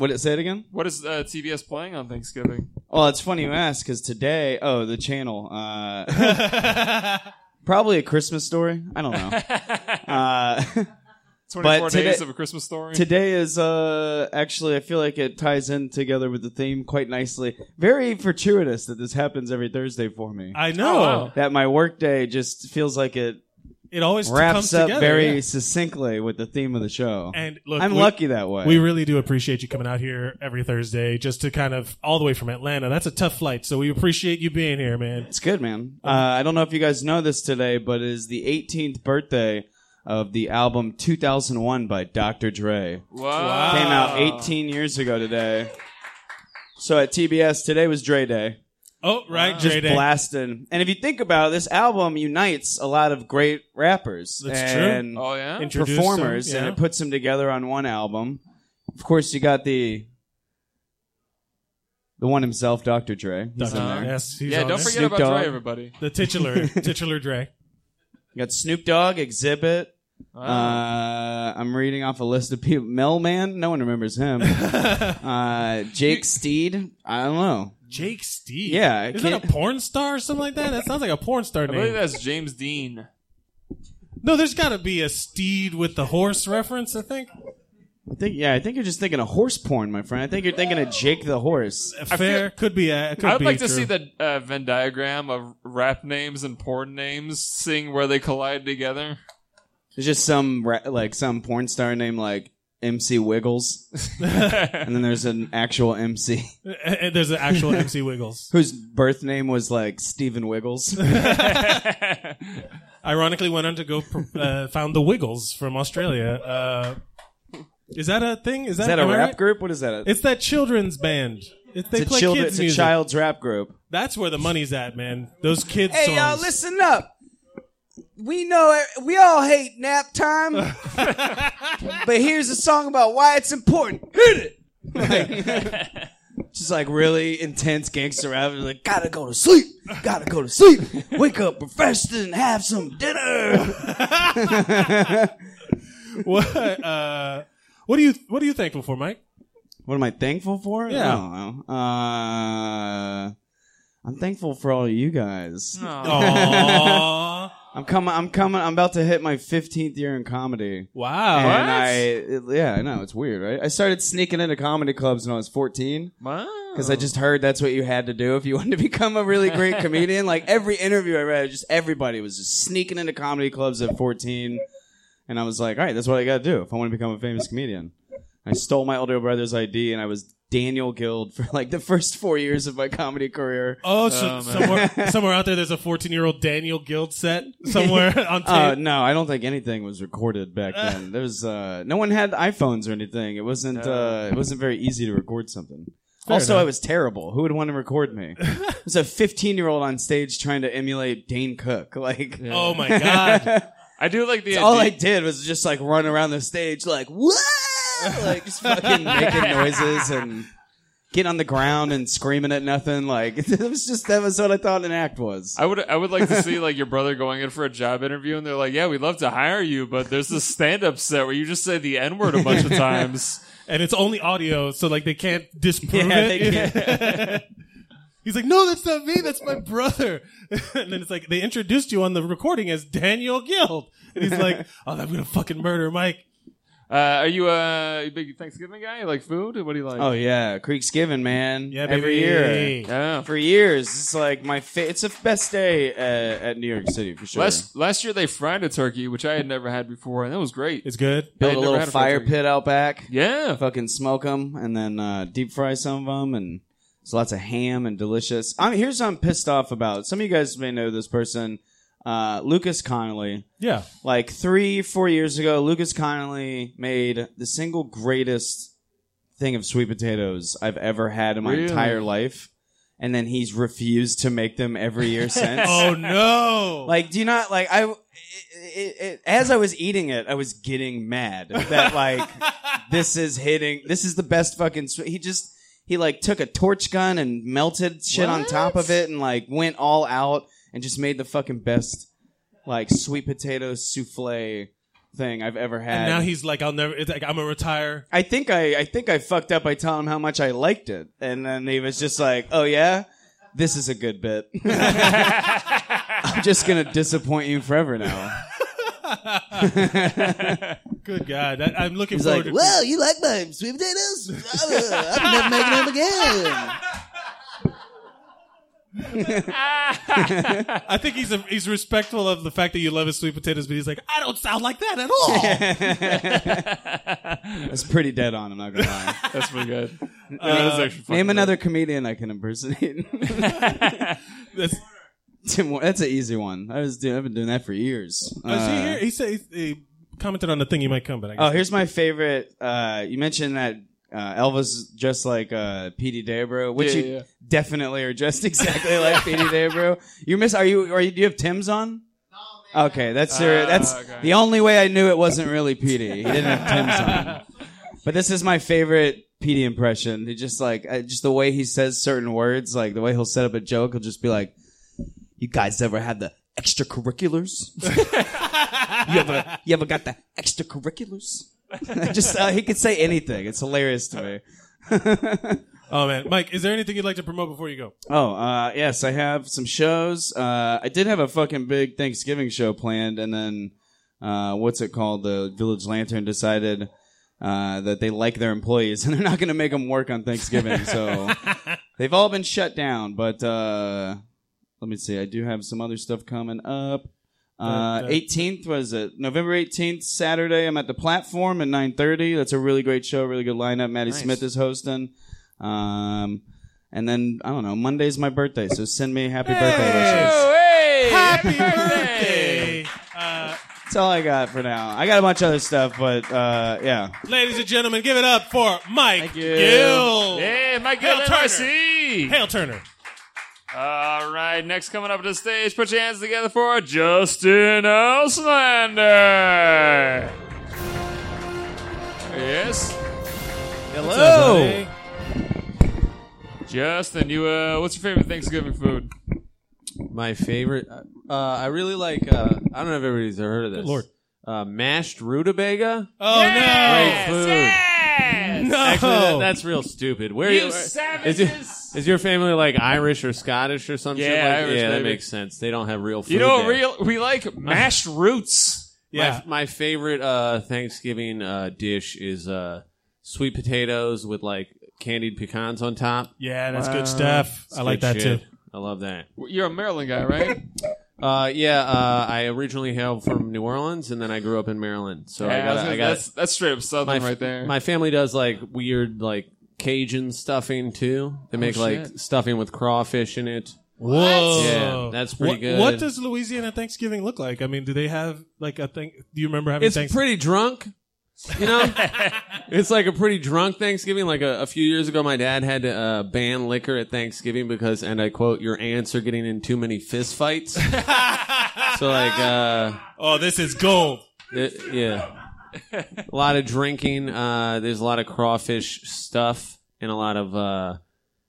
[SPEAKER 7] Would it say it again?
[SPEAKER 2] What is uh, TBS playing on Thanksgiving?
[SPEAKER 7] Well, it's funny you ask because today, oh, the channel, uh,
[SPEAKER 2] [LAUGHS]
[SPEAKER 7] probably a Christmas story. I don't know. Uh, [LAUGHS]
[SPEAKER 2] 24
[SPEAKER 7] today-
[SPEAKER 2] Days of a Christmas Story?
[SPEAKER 7] today is uh, actually, I feel like it ties in together with the theme quite nicely. Very fortuitous that this happens every Thursday for me.
[SPEAKER 1] I know.
[SPEAKER 2] Oh, wow.
[SPEAKER 7] that my workday just feels like it
[SPEAKER 1] It always comes
[SPEAKER 7] wraps up
[SPEAKER 1] together.
[SPEAKER 7] very
[SPEAKER 1] yeah.
[SPEAKER 7] succinctly with the theme of the show.
[SPEAKER 1] And look,
[SPEAKER 7] I'm
[SPEAKER 1] we-
[SPEAKER 7] lucky that way.
[SPEAKER 1] We really do appreciate you coming out here every Thursday just to kind of all the way from Atlanta. That's a tough flight, so we appreciate you being here, man.
[SPEAKER 7] It's good, man. Uh, I don't know if you guys know this today, but it is the 18th birthday of the album 2001 by Dr. Dre.
[SPEAKER 2] wow.
[SPEAKER 7] Came out 18 years ago today. So at TBS, today was Dre Day.
[SPEAKER 1] Oh, right,
[SPEAKER 7] Just
[SPEAKER 1] J-Day.
[SPEAKER 7] blasted. And if you think about it, this album unites a lot of great rappers.
[SPEAKER 1] That's true.
[SPEAKER 7] and
[SPEAKER 2] Oh, yeah?
[SPEAKER 1] Introduce them,
[SPEAKER 7] performers, and
[SPEAKER 1] yeah.
[SPEAKER 7] it puts them together on one album. Of course, you got the the one himself, Dr. Dre. He's in there.
[SPEAKER 1] Uh-huh. Yes, he's
[SPEAKER 2] yeah,
[SPEAKER 1] on
[SPEAKER 2] don't
[SPEAKER 1] there.
[SPEAKER 2] forget
[SPEAKER 7] Snoop
[SPEAKER 2] about Dre,
[SPEAKER 7] Dogg.
[SPEAKER 2] everybody.
[SPEAKER 1] the
[SPEAKER 7] [LAUGHS]
[SPEAKER 1] titular titular Dre.
[SPEAKER 7] You got Snoop Dogg, Exhibit.
[SPEAKER 2] Wow.
[SPEAKER 7] Uh, I'm reading off a list of people. Melman, no one remembers
[SPEAKER 1] [LAUGHS]
[SPEAKER 7] him. uh, Jake Steed, I don't know.
[SPEAKER 1] Jake Steed.
[SPEAKER 7] Yeah, I
[SPEAKER 1] is that a
[SPEAKER 7] can't-
[SPEAKER 1] porn star or something like that? That sounds like a porn star
[SPEAKER 2] I believe
[SPEAKER 1] name.
[SPEAKER 2] that's James Dean.
[SPEAKER 1] No, there's got to be a Steed with the horse reference. I think.
[SPEAKER 7] I think yeah, I think you're just thinking of horse porn, my friend. I think you're thinking of Jake the horse.
[SPEAKER 1] Fair could be. Uh, could
[SPEAKER 2] I would
[SPEAKER 1] be
[SPEAKER 2] like to
[SPEAKER 1] true.
[SPEAKER 2] see the uh, Venn diagram of rap names and porn names, seeing where they collide together.
[SPEAKER 7] It's just some ra- like some porn star named like MC
[SPEAKER 1] [LAUGHS]
[SPEAKER 7] Wiggles, and then there's an actual MC
[SPEAKER 1] And- and There's an
[SPEAKER 2] [LAUGHS]
[SPEAKER 1] actual MC Wiggles.
[SPEAKER 7] whose birth name was like Steven
[SPEAKER 1] [LAUGHS]
[SPEAKER 7] Wiggles. [LAUGHS]
[SPEAKER 1] Ironically, went on to go pr- uh, found the Wiggles from Australia. Uh, is that a thing? Is that,
[SPEAKER 7] Is that a
[SPEAKER 1] am I
[SPEAKER 7] rap
[SPEAKER 1] right?
[SPEAKER 7] group? What is that? A,
[SPEAKER 1] It's that children's band. It, they
[SPEAKER 7] it's
[SPEAKER 1] play
[SPEAKER 7] a children,
[SPEAKER 1] kids
[SPEAKER 7] it's a
[SPEAKER 1] music.
[SPEAKER 7] child's rap group.
[SPEAKER 1] That's where the money's at, man. Those kids.
[SPEAKER 6] Hey,
[SPEAKER 1] songs.
[SPEAKER 6] y'all, listen up. We know we all hate nap
[SPEAKER 2] [LAUGHS]
[SPEAKER 6] time, but here's a song about why it's important.
[SPEAKER 7] Just like really intense gangster rap. It's Like
[SPEAKER 6] Gotta go to sleep. Gotta go to sleep. Wake up refreshed and have some dinner.
[SPEAKER 1] [LAUGHS] What? Uh, what do you What are you thankful for, Mike?
[SPEAKER 7] What am I thankful for? I
[SPEAKER 1] Yeah.
[SPEAKER 7] don't know. Uh, I'm thankful for all you guys.
[SPEAKER 1] Aww.
[SPEAKER 7] I'm coming. I'm coming. I'm about to hit my 15th year in comedy.
[SPEAKER 1] wow.
[SPEAKER 7] And I, it- yeah, I know it's weird, right? I started sneaking into comedy clubs when I was 14 because I just heard that's what you had to do if you [LAUGHS] wanted to become a really great comedian. Like every interview I read, just everybody was just sneaking into comedy clubs at 14, and I was like, all right, that's what I got to do if I want to become a famous comedian. I stole my older brother's ID and I was Daniel Guild for like the first four years of my comedy career.
[SPEAKER 1] Oh,
[SPEAKER 7] [LAUGHS]
[SPEAKER 1] so, somewhere, somewhere out there, there's a 14 year old Daniel Guild set somewhere
[SPEAKER 7] [LAUGHS]
[SPEAKER 1] on tape.
[SPEAKER 7] Uh, no, I don't think anything was recorded
[SPEAKER 1] [LAUGHS]
[SPEAKER 7] back then. There was uh, no one had iPhones or anything. It wasn't uh, it wasn't very easy to record something. also, I was terrible. Who would want to record
[SPEAKER 1] [LAUGHS]
[SPEAKER 7] me? I was a 15 year old on stage trying to emulate Dane Cook. [LAUGHS] Like
[SPEAKER 1] oh my god.
[SPEAKER 7] [LAUGHS]
[SPEAKER 2] I do like the idea.
[SPEAKER 7] all I did was just like run around the stage like
[SPEAKER 1] [LAUGHS]
[SPEAKER 7] what, like just fucking making noises and getting on the ground and screaming at nothing. Like [LAUGHS] it was just that was what I thought an act was.
[SPEAKER 2] I would I would like to see like your brother going in for a job interview and they're like, "Yeah, we'd love to hire you, but there's this stand-up set where you just say the n-word a
[SPEAKER 1] [LAUGHS]
[SPEAKER 2] bunch of times."
[SPEAKER 1] and it's only audio, so like they can't disprove
[SPEAKER 7] Yeah,
[SPEAKER 1] it.
[SPEAKER 7] they
[SPEAKER 1] [LAUGHS] He's like, no, that's not me. That's my brother. [LAUGHS] and then it's like they introduced you on the recording as Daniel Guild, and he's like, oh, I'm gonna fucking murder Mike.
[SPEAKER 2] Uh, are you uh, a big Thanksgiving guy? You like food? What do you like?
[SPEAKER 7] Oh yeah, Creek's Given, man.
[SPEAKER 1] Yeah,
[SPEAKER 7] every
[SPEAKER 1] baby.
[SPEAKER 7] year.
[SPEAKER 2] yeah.
[SPEAKER 7] for years. It's like my fa- it's the best day uh, at New York City for sure.
[SPEAKER 2] Last last year they fried a turkey, which I had never had before, and that was great.
[SPEAKER 1] It's good.
[SPEAKER 2] I
[SPEAKER 7] Build
[SPEAKER 2] had
[SPEAKER 7] a
[SPEAKER 2] never
[SPEAKER 7] little
[SPEAKER 2] had a
[SPEAKER 7] fire
[SPEAKER 2] fried turkey.
[SPEAKER 7] pit out back,
[SPEAKER 2] Yeah,
[SPEAKER 7] fucking smoke them, and then uh, deep fry some of them, and there's lots of ham and delicious. I mean, here's what I'm pissed off about. Some of you guys may know this person, uh, Lucas Connolly.
[SPEAKER 1] Yeah.
[SPEAKER 7] Like three, four years ago, Lucas Connolly made the single greatest thing of sweet potatoes I've ever had in my
[SPEAKER 2] Really?
[SPEAKER 7] entire life, and then he's refused to make them every
[SPEAKER 2] [LAUGHS]
[SPEAKER 7] year since.
[SPEAKER 1] Oh no.
[SPEAKER 7] Like, do you not like I? It, it, it, as I was eating it, I was getting mad that
[SPEAKER 1] [LAUGHS]
[SPEAKER 7] like this is hitting. This is the best fucking. Sw- he just he like took a torch gun and melted shit on top of it and like went all out and just made the fucking best like sweet potato souffle thing I've ever had.
[SPEAKER 1] and now he's like, I'll never. It's like I'm gonna retire.
[SPEAKER 7] I think I, I think I fucked up by telling him how much I liked it, and then he was just like, "Oh yeah, this is a good bit." [LAUGHS] I'm just gonna disappoint you forever now.
[SPEAKER 1] Good God, that, I'm looking
[SPEAKER 6] He's
[SPEAKER 1] forward
[SPEAKER 6] like,
[SPEAKER 1] to.
[SPEAKER 6] "Well, you like my sweet potatoes?
[SPEAKER 1] [LAUGHS]
[SPEAKER 6] I'm never making them again."
[SPEAKER 1] [LAUGHS] I think he's a, he's respectful of the fact that you love his sweet potatoes, but he's like, I don't [LAUGHS] sound like that at all.
[SPEAKER 7] [LAUGHS] That's pretty dead on. I'm not gonna lie.
[SPEAKER 2] [LAUGHS]
[SPEAKER 1] [LAUGHS]
[SPEAKER 2] that's pretty good. that
[SPEAKER 1] Uh,
[SPEAKER 2] is actually fucking
[SPEAKER 7] Name
[SPEAKER 2] good.
[SPEAKER 7] another comedian I can
[SPEAKER 2] [LAUGHS]
[SPEAKER 7] impersonate.
[SPEAKER 1] That's, is
[SPEAKER 7] Tim, Moore- that's an easy one. I was doing, I've been doing that for years.
[SPEAKER 1] Oh, he
[SPEAKER 7] Uh,
[SPEAKER 1] here? He said he, he commented on the thing you might come, but I guess
[SPEAKER 7] Oh, here's my favorite. Uh, you mentioned that uh, Elvis dressed like uh, P.D. Dabro, which
[SPEAKER 2] Yeah,
[SPEAKER 7] you
[SPEAKER 2] yeah.
[SPEAKER 7] definitely are dressed [LAUGHS] exactly like P.D. Dabro. You miss? Are you? Are you? Do you have Tim's on? Okay, that's your,
[SPEAKER 2] Ah,
[SPEAKER 7] that's
[SPEAKER 2] okay.
[SPEAKER 7] the only way I knew it wasn't really P.D. He didn't have Tim's on.
[SPEAKER 2] [LAUGHS]
[SPEAKER 7] But this is my favorite P.D. impression. He just like uh, just the way he says certain words, like the way he'll set up a joke, he'll just be like, "You guys ever had the extracurriculars?" you ever you ever got the extracurriculars? [LAUGHS] Just uh, he could say anything. It's hilarious to me. [LAUGHS]
[SPEAKER 1] Oh man, Mike, is there anything you'd like to promote before you go?
[SPEAKER 7] Oh uh, yes, I have some shows. Uh, I did have a fucking big Thanksgiving show planned, and then uh, what's it called? The Village Lantern decided uh, that they like their employees [LAUGHS] and they're not going to make them work on Thanksgiving. [LAUGHS] so they've all been shut down. But uh, let me see. I do have some other stuff coming up. Uh,
[SPEAKER 1] Uh, uh,
[SPEAKER 7] 18th was it November 18th Saturday. I'm at the platform at 9:30. That's a really great show, really good lineup. Maddie
[SPEAKER 2] Nice.
[SPEAKER 7] Smith is hosting. Um, and then I don't know. Monday's my birthday, so send me happy birthday wishes.
[SPEAKER 2] Oh, hey!
[SPEAKER 1] Happy birthday! Uh,
[SPEAKER 7] That's all I got for now. I got a bunch of other stuff, but uh,
[SPEAKER 2] [LAUGHS]
[SPEAKER 7] yeah.
[SPEAKER 1] ladies and gentlemen, give it up for Mike
[SPEAKER 7] you.
[SPEAKER 1] Gill.
[SPEAKER 2] Hey, Mike
[SPEAKER 1] Hail
[SPEAKER 2] Gill,
[SPEAKER 1] Turner.
[SPEAKER 2] NYC.
[SPEAKER 1] Hail Turner.
[SPEAKER 2] All right, next coming up to the stage, put your hands together for Justin Oslander. Yes,
[SPEAKER 1] Hello.
[SPEAKER 2] Justin, you uh, what's your favorite Thanksgiving food?
[SPEAKER 8] My favorite. Uh, I really like. Uh, I don't know if everybody's heard of this.
[SPEAKER 1] Good lord.
[SPEAKER 8] Uh, mashed rutabaga.
[SPEAKER 1] Oh
[SPEAKER 8] Great
[SPEAKER 2] Yes,
[SPEAKER 8] food.
[SPEAKER 2] yes!
[SPEAKER 1] no! No!
[SPEAKER 8] Actually, that, that's real stupid. Where
[SPEAKER 2] You
[SPEAKER 8] are
[SPEAKER 2] savages!
[SPEAKER 8] Is, it, is your family like Irish or Scottish or something?
[SPEAKER 2] Yeah,
[SPEAKER 8] like,
[SPEAKER 2] Irish,
[SPEAKER 8] yeah, that
[SPEAKER 2] maybe.
[SPEAKER 8] makes sense. They don't have real food.
[SPEAKER 2] you know,
[SPEAKER 8] there.
[SPEAKER 2] real we like mashed roots.
[SPEAKER 1] [LAUGHS] yeah.
[SPEAKER 8] My, my favorite uh, Thanksgiving uh, dish is uh, sweet potatoes with like candied pecans on top.
[SPEAKER 1] Yeah, that's good stuff. I like
[SPEAKER 8] Good
[SPEAKER 1] that
[SPEAKER 8] shit.
[SPEAKER 1] too.
[SPEAKER 8] I love that.
[SPEAKER 2] You're a Maryland guy, right?
[SPEAKER 8] Uh, yeah, uh, I originally hail from New Orleans, and then I grew up in Maryland. So
[SPEAKER 2] Yeah, I
[SPEAKER 8] I
[SPEAKER 2] was
[SPEAKER 8] got,
[SPEAKER 2] gonna-
[SPEAKER 8] I got
[SPEAKER 2] that's that's straight up
[SPEAKER 8] my
[SPEAKER 2] Southern right there.
[SPEAKER 8] My family does like weird like Cajun stuffing too. They make like
[SPEAKER 2] Oh, shit.
[SPEAKER 8] stuffing with crawfish in it.
[SPEAKER 1] Whoa,
[SPEAKER 8] Yeah, that's pretty
[SPEAKER 1] what,
[SPEAKER 8] good.
[SPEAKER 1] What does Louisiana Thanksgiving look like? I mean, do they have like a thing? Do you remember having
[SPEAKER 8] It's
[SPEAKER 1] Thanksgiving?
[SPEAKER 8] pretty drunk. You
[SPEAKER 1] [LAUGHS]
[SPEAKER 8] know, it's like a pretty drunk Thanksgiving. Like a, a few years ago, my dad had to uh, ban liquor at Thanksgiving because, and I quote, "Your aunts are getting in too many fist fights." so like, uh,
[SPEAKER 1] oh, this is gold.
[SPEAKER 8] it- yeah, a lot of drinking. Uh, there's a lot of crawfish stuff and a lot of uh,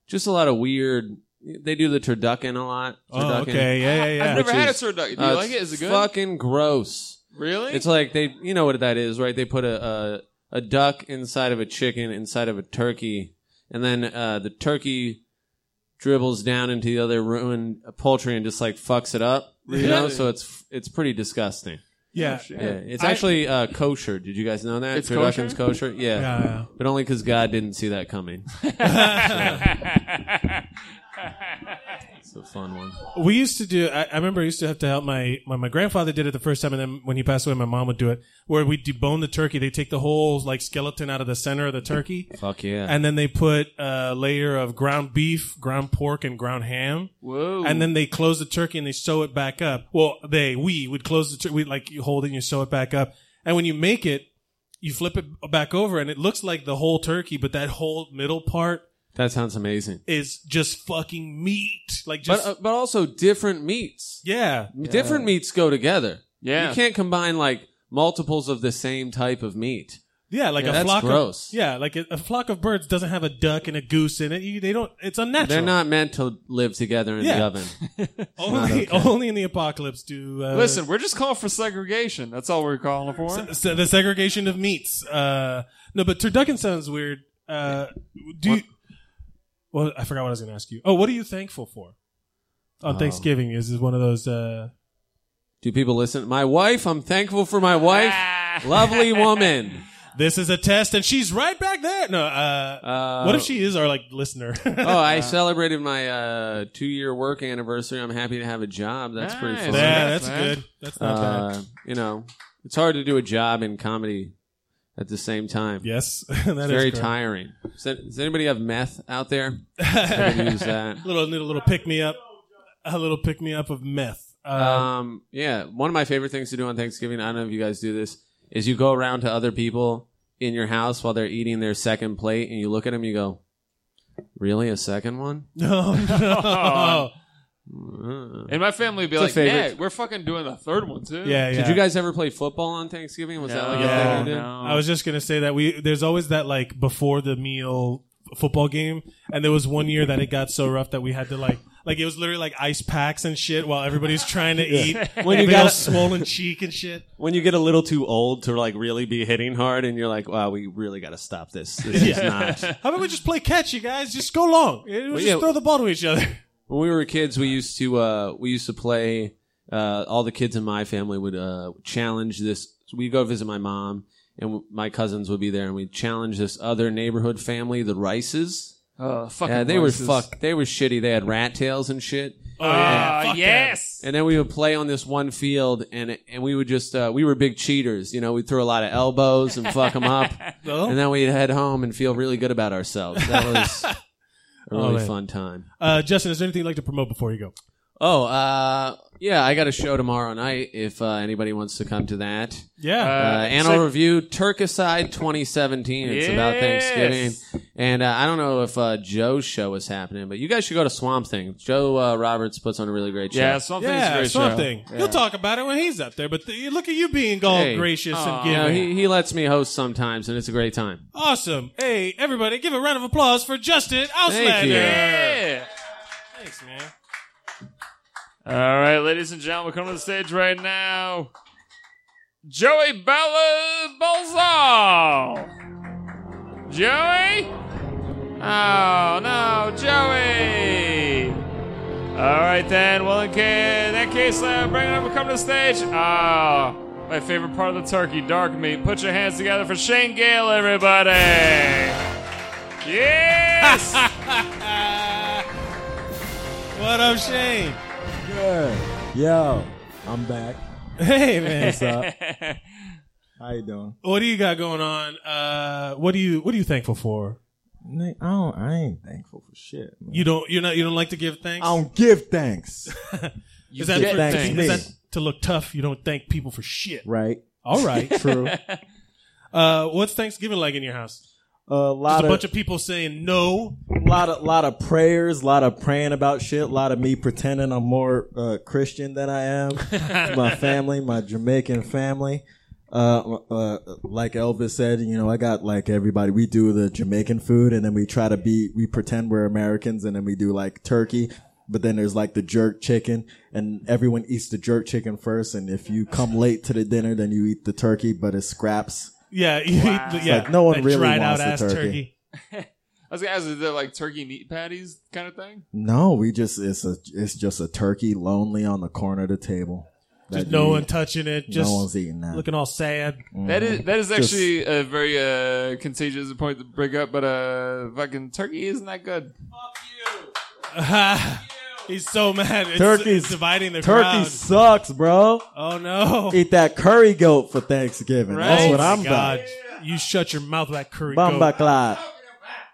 [SPEAKER 8] just a lot of weird. They do the turducken a lot.
[SPEAKER 1] Oh,
[SPEAKER 8] Turducken.
[SPEAKER 1] okay, yeah, yeah, yeah.
[SPEAKER 2] I've never
[SPEAKER 8] which
[SPEAKER 2] had
[SPEAKER 8] is-
[SPEAKER 2] a turducken. Do
[SPEAKER 8] Uh,
[SPEAKER 2] you like it? Is it
[SPEAKER 8] it's
[SPEAKER 2] good?
[SPEAKER 8] Fucking gross.
[SPEAKER 2] Really?
[SPEAKER 8] It's like they, you know what that is, right? They put a a, a duck inside of a chicken, inside of a turkey, and then uh, the turkey dribbles down into the other ruined poultry and just like fucks it up. You know,
[SPEAKER 2] Really? Oh,
[SPEAKER 8] so it's it's pretty disgusting.
[SPEAKER 1] yeah.
[SPEAKER 8] Yeah, it's actually uh, kosher. Did you guys know that?
[SPEAKER 2] It's
[SPEAKER 8] Turducken's kosher. Yeah.
[SPEAKER 1] Yeah, yeah.
[SPEAKER 8] but only because God didn't see
[SPEAKER 2] [LAUGHS]
[SPEAKER 8] that coming. It's a fun one.
[SPEAKER 1] We used to do. I, I remember I used to have to help my, my my grandfather did it the first time, and then when he passed away, my mom would do it. Where we debone the turkey, they take the whole like skeleton out of the center of the turkey,
[SPEAKER 8] Fuck yeah.
[SPEAKER 1] and then they put a layer of ground beef, ground pork, and ground ham.
[SPEAKER 2] Whoa.
[SPEAKER 1] and then they close the turkey and they sew it back up. Well, they we would close the turkey, we like you hold it and you sew it back up, and when you make it, you flip it back over and it looks like the whole turkey, but that whole middle part
[SPEAKER 8] that sounds amazing.
[SPEAKER 1] is just fucking meat, like just
[SPEAKER 8] but uh, but also different meats.
[SPEAKER 1] yeah,
[SPEAKER 8] Different meats go together.
[SPEAKER 2] yeah.
[SPEAKER 8] You can't combine like multiples of the same type of meat.
[SPEAKER 1] yeah, like
[SPEAKER 8] Yeah,
[SPEAKER 1] a
[SPEAKER 8] that's
[SPEAKER 1] flock.
[SPEAKER 8] gross.
[SPEAKER 1] Of, yeah, like a, a flock of birds doesn't have a duck and a goose in it. You, they don't. It's unnatural.
[SPEAKER 8] They're
[SPEAKER 1] [LAUGHS]
[SPEAKER 8] not meant to live together in the
[SPEAKER 1] Yeah.
[SPEAKER 8] oven. [LAUGHS]
[SPEAKER 1] only only in the apocalypse do [LAUGHS] uh,
[SPEAKER 2] Listen, we're just calling for segregation. That's all we're calling for.
[SPEAKER 1] se- the segregation of meats. Uh, no, but turducken sounds weird. Uh, do you, well, I forgot what I was going to ask you. Oh, what are you thankful for
[SPEAKER 8] Um,
[SPEAKER 1] on Thanksgiving? Is this one of those? Uh,
[SPEAKER 8] Do people listen? My wife, I'm thankful for my wife. Lovely woman.
[SPEAKER 1] [LAUGHS] this is a test, and she's right back there. No, uh,
[SPEAKER 8] Uh,
[SPEAKER 1] what if she is our like listener?
[SPEAKER 8] [LAUGHS] Oh,
[SPEAKER 1] [LAUGHS]
[SPEAKER 8] I celebrated my uh, two year work anniversary. I'm happy to have a job. That's pretty
[SPEAKER 2] Nice.
[SPEAKER 8] fun.
[SPEAKER 1] yeah,
[SPEAKER 2] that's
[SPEAKER 1] that's
[SPEAKER 2] bad.
[SPEAKER 1] good. That's not bad.
[SPEAKER 8] Uh, you know, it's hard to do a job in comedy at the same time.
[SPEAKER 1] Yes, [LAUGHS] that is
[SPEAKER 8] it's very
[SPEAKER 1] correct.
[SPEAKER 8] tiring. Does, that- does anybody have meth out there?
[SPEAKER 1] [LAUGHS]
[SPEAKER 8] I could use that.
[SPEAKER 1] Little need a little pick me up, a little pick me up of meth. [LAUGHS] Uh,
[SPEAKER 8] Um, yeah, one of my favorite things to do on Thanksgiving, I don't know if you guys do this, is you go around to other people in your house while they're eating their second plate and you look at them and you go, Really? A second one?
[SPEAKER 1] [LAUGHS] no, [LAUGHS] no.
[SPEAKER 8] Uh.
[SPEAKER 2] And [LAUGHS] my family would be
[SPEAKER 8] It's
[SPEAKER 2] like,
[SPEAKER 8] a
[SPEAKER 2] "Yeah,
[SPEAKER 8] favorite.
[SPEAKER 2] we're fucking doing the third one too."
[SPEAKER 1] yeah, yeah.
[SPEAKER 8] Did you guys ever play football on Thanksgiving? Was that like
[SPEAKER 1] No,
[SPEAKER 8] a thing you did?
[SPEAKER 2] no.
[SPEAKER 1] I was just gonna say that we there's always that like before the meal f- football game, and there was one year that it got so rough that we had to like like it was literally like ice packs and shit while everybody's trying to eat
[SPEAKER 8] [LAUGHS] When you
[SPEAKER 1] Big
[SPEAKER 8] got-
[SPEAKER 1] old swollen cheek
[SPEAKER 8] [LAUGHS]
[SPEAKER 1] and shit.
[SPEAKER 8] When you get a little too old to like really be hitting hard and you're like, wow, we really got to stop this. [LAUGHS] This is not.
[SPEAKER 1] How about we just play catch, you guys? Just go long. Eh, we'll just
[SPEAKER 8] yeah.
[SPEAKER 1] throw the ball to each other.
[SPEAKER 8] [LAUGHS] when we were kids, we used to uh, we used to play. Uh, all the kids in my family would uh, challenge this. We go visit my mom, and w- my cousins would be there, and we'd challenge this other neighborhood family, the Rices.
[SPEAKER 2] Oh, fucking
[SPEAKER 8] yeah, they were
[SPEAKER 2] voices.
[SPEAKER 8] fuck. They were shitty. They had rat tails and shit.
[SPEAKER 2] Oh,
[SPEAKER 8] yeah.
[SPEAKER 1] Fuck
[SPEAKER 2] yes.
[SPEAKER 8] And then we would play on this one field, and and we would just uh, we were big cheaters, you know. We'd throw a lot of elbows and fuck them up,
[SPEAKER 1] [LAUGHS] Well.
[SPEAKER 8] and then we'd head home and feel really good about ourselves.
[SPEAKER 1] [LAUGHS]
[SPEAKER 8] That was a
[SPEAKER 1] Oh,
[SPEAKER 8] really
[SPEAKER 1] man.
[SPEAKER 8] fun time.
[SPEAKER 1] Uh, Justin, is there anything you'd like to promote before you go?
[SPEAKER 8] Oh, uh, yeah, I got a show tomorrow night. If uh, anybody wants to come to that,
[SPEAKER 1] Yeah.
[SPEAKER 8] uh, Annual
[SPEAKER 2] so-
[SPEAKER 8] Review Turkicide 2017. It's about
[SPEAKER 2] Yes.
[SPEAKER 8] Thanksgiving, and uh, I don't know if uh, Joe's show is happening, but you guys should go to Swamp Thing. Joe uh, Roberts puts on a really great show.
[SPEAKER 2] yeah, something's
[SPEAKER 1] yeah,
[SPEAKER 2] great
[SPEAKER 1] something.
[SPEAKER 2] show.
[SPEAKER 1] He'll talk about it when he's up there. But th- look at you being all
[SPEAKER 8] Hey.
[SPEAKER 1] gracious
[SPEAKER 2] Aw.
[SPEAKER 1] and
[SPEAKER 8] You know,
[SPEAKER 1] giving.
[SPEAKER 8] he, he lets me host sometimes, and it's a great time.
[SPEAKER 1] awesome. Hey, everybody, give a round of applause for Justin Auslander.
[SPEAKER 8] you.
[SPEAKER 2] Yeah.
[SPEAKER 1] Thanks, man.
[SPEAKER 2] All right, ladies and gentlemen, come to the stage right now. Joey Bella Bolzal. Joey? Oh, no, Joey. All right, then. Well, in, ca- in that case, uh, bring it up and come to the stage. Ah, my favorite part of the turkey, dark meat. Put your hands together for Shane Gale,
[SPEAKER 1] [LAUGHS]
[SPEAKER 2] everybody. Yes!
[SPEAKER 1] What up, Shane?
[SPEAKER 9] Good. Yo, I'm back.
[SPEAKER 1] Hey, man.
[SPEAKER 9] What's up? [LAUGHS] How you doing?
[SPEAKER 1] what do you got going on? [LAUGHS] Uh, what do you What are you thankful for?
[SPEAKER 9] Nick, I don't. I ain't thankful for shit. man.
[SPEAKER 1] You don't. You're not. You don't like to give thanks.
[SPEAKER 9] I don't give thanks.
[SPEAKER 1] [LAUGHS] is that,
[SPEAKER 9] give
[SPEAKER 1] for-
[SPEAKER 9] thanks
[SPEAKER 1] is
[SPEAKER 9] to me.
[SPEAKER 1] that to look tough? You don't thank people for shit.
[SPEAKER 9] Right.
[SPEAKER 1] All right.
[SPEAKER 9] [LAUGHS] True.
[SPEAKER 1] [LAUGHS] Uh, what's Thanksgiving like in your house?
[SPEAKER 9] A lot
[SPEAKER 1] Just a
[SPEAKER 9] of
[SPEAKER 1] bunch of people saying no.
[SPEAKER 9] lot of lot of prayers, a lot of praying about shit, a lot of me pretending I'm more uh, Christian than I
[SPEAKER 1] [LAUGHS]
[SPEAKER 9] am. my family, my Jamaican family. Uh, uh, like Elvis said, you know, I got like everybody. We do the Jamaican food, and then we try to be, we pretend we're Americans, and then we do like turkey. But then there's like the jerk chicken, and everyone eats the jerk chicken first. And if you come late to the dinner, then you eat the turkey, but it's scraps.
[SPEAKER 1] Yeah, you eat the- yeah.
[SPEAKER 9] Like, no one
[SPEAKER 1] that
[SPEAKER 9] really
[SPEAKER 1] dried
[SPEAKER 9] wants
[SPEAKER 1] out
[SPEAKER 9] the
[SPEAKER 1] ass
[SPEAKER 9] turkey.
[SPEAKER 2] [LAUGHS] I was gonna ask, is there like turkey meat patties kind of thing?
[SPEAKER 9] No, we just it's a it's just a turkey lonely on the corner of the table.
[SPEAKER 1] Just
[SPEAKER 9] That
[SPEAKER 1] no
[SPEAKER 9] you-
[SPEAKER 1] one touching it. Just
[SPEAKER 9] no one's eating that. Mm.
[SPEAKER 1] looking all sad.
[SPEAKER 2] That is that is actually a very uh, contagious point to bring up, but uh, fucking turkey isn't that good.
[SPEAKER 1] [COUGHS] He's so mad. It's,
[SPEAKER 9] Turkeys.
[SPEAKER 1] it's dividing the
[SPEAKER 9] turkey
[SPEAKER 1] crowd.
[SPEAKER 9] sucks, bro.
[SPEAKER 1] Oh no!
[SPEAKER 9] Eat that curry goat for Thanksgiving. That's
[SPEAKER 2] Right?
[SPEAKER 9] what
[SPEAKER 1] Oh,
[SPEAKER 9] I'm
[SPEAKER 1] my
[SPEAKER 9] about.
[SPEAKER 1] You shut your mouth like curry
[SPEAKER 9] Bamba
[SPEAKER 1] goat.
[SPEAKER 9] clock.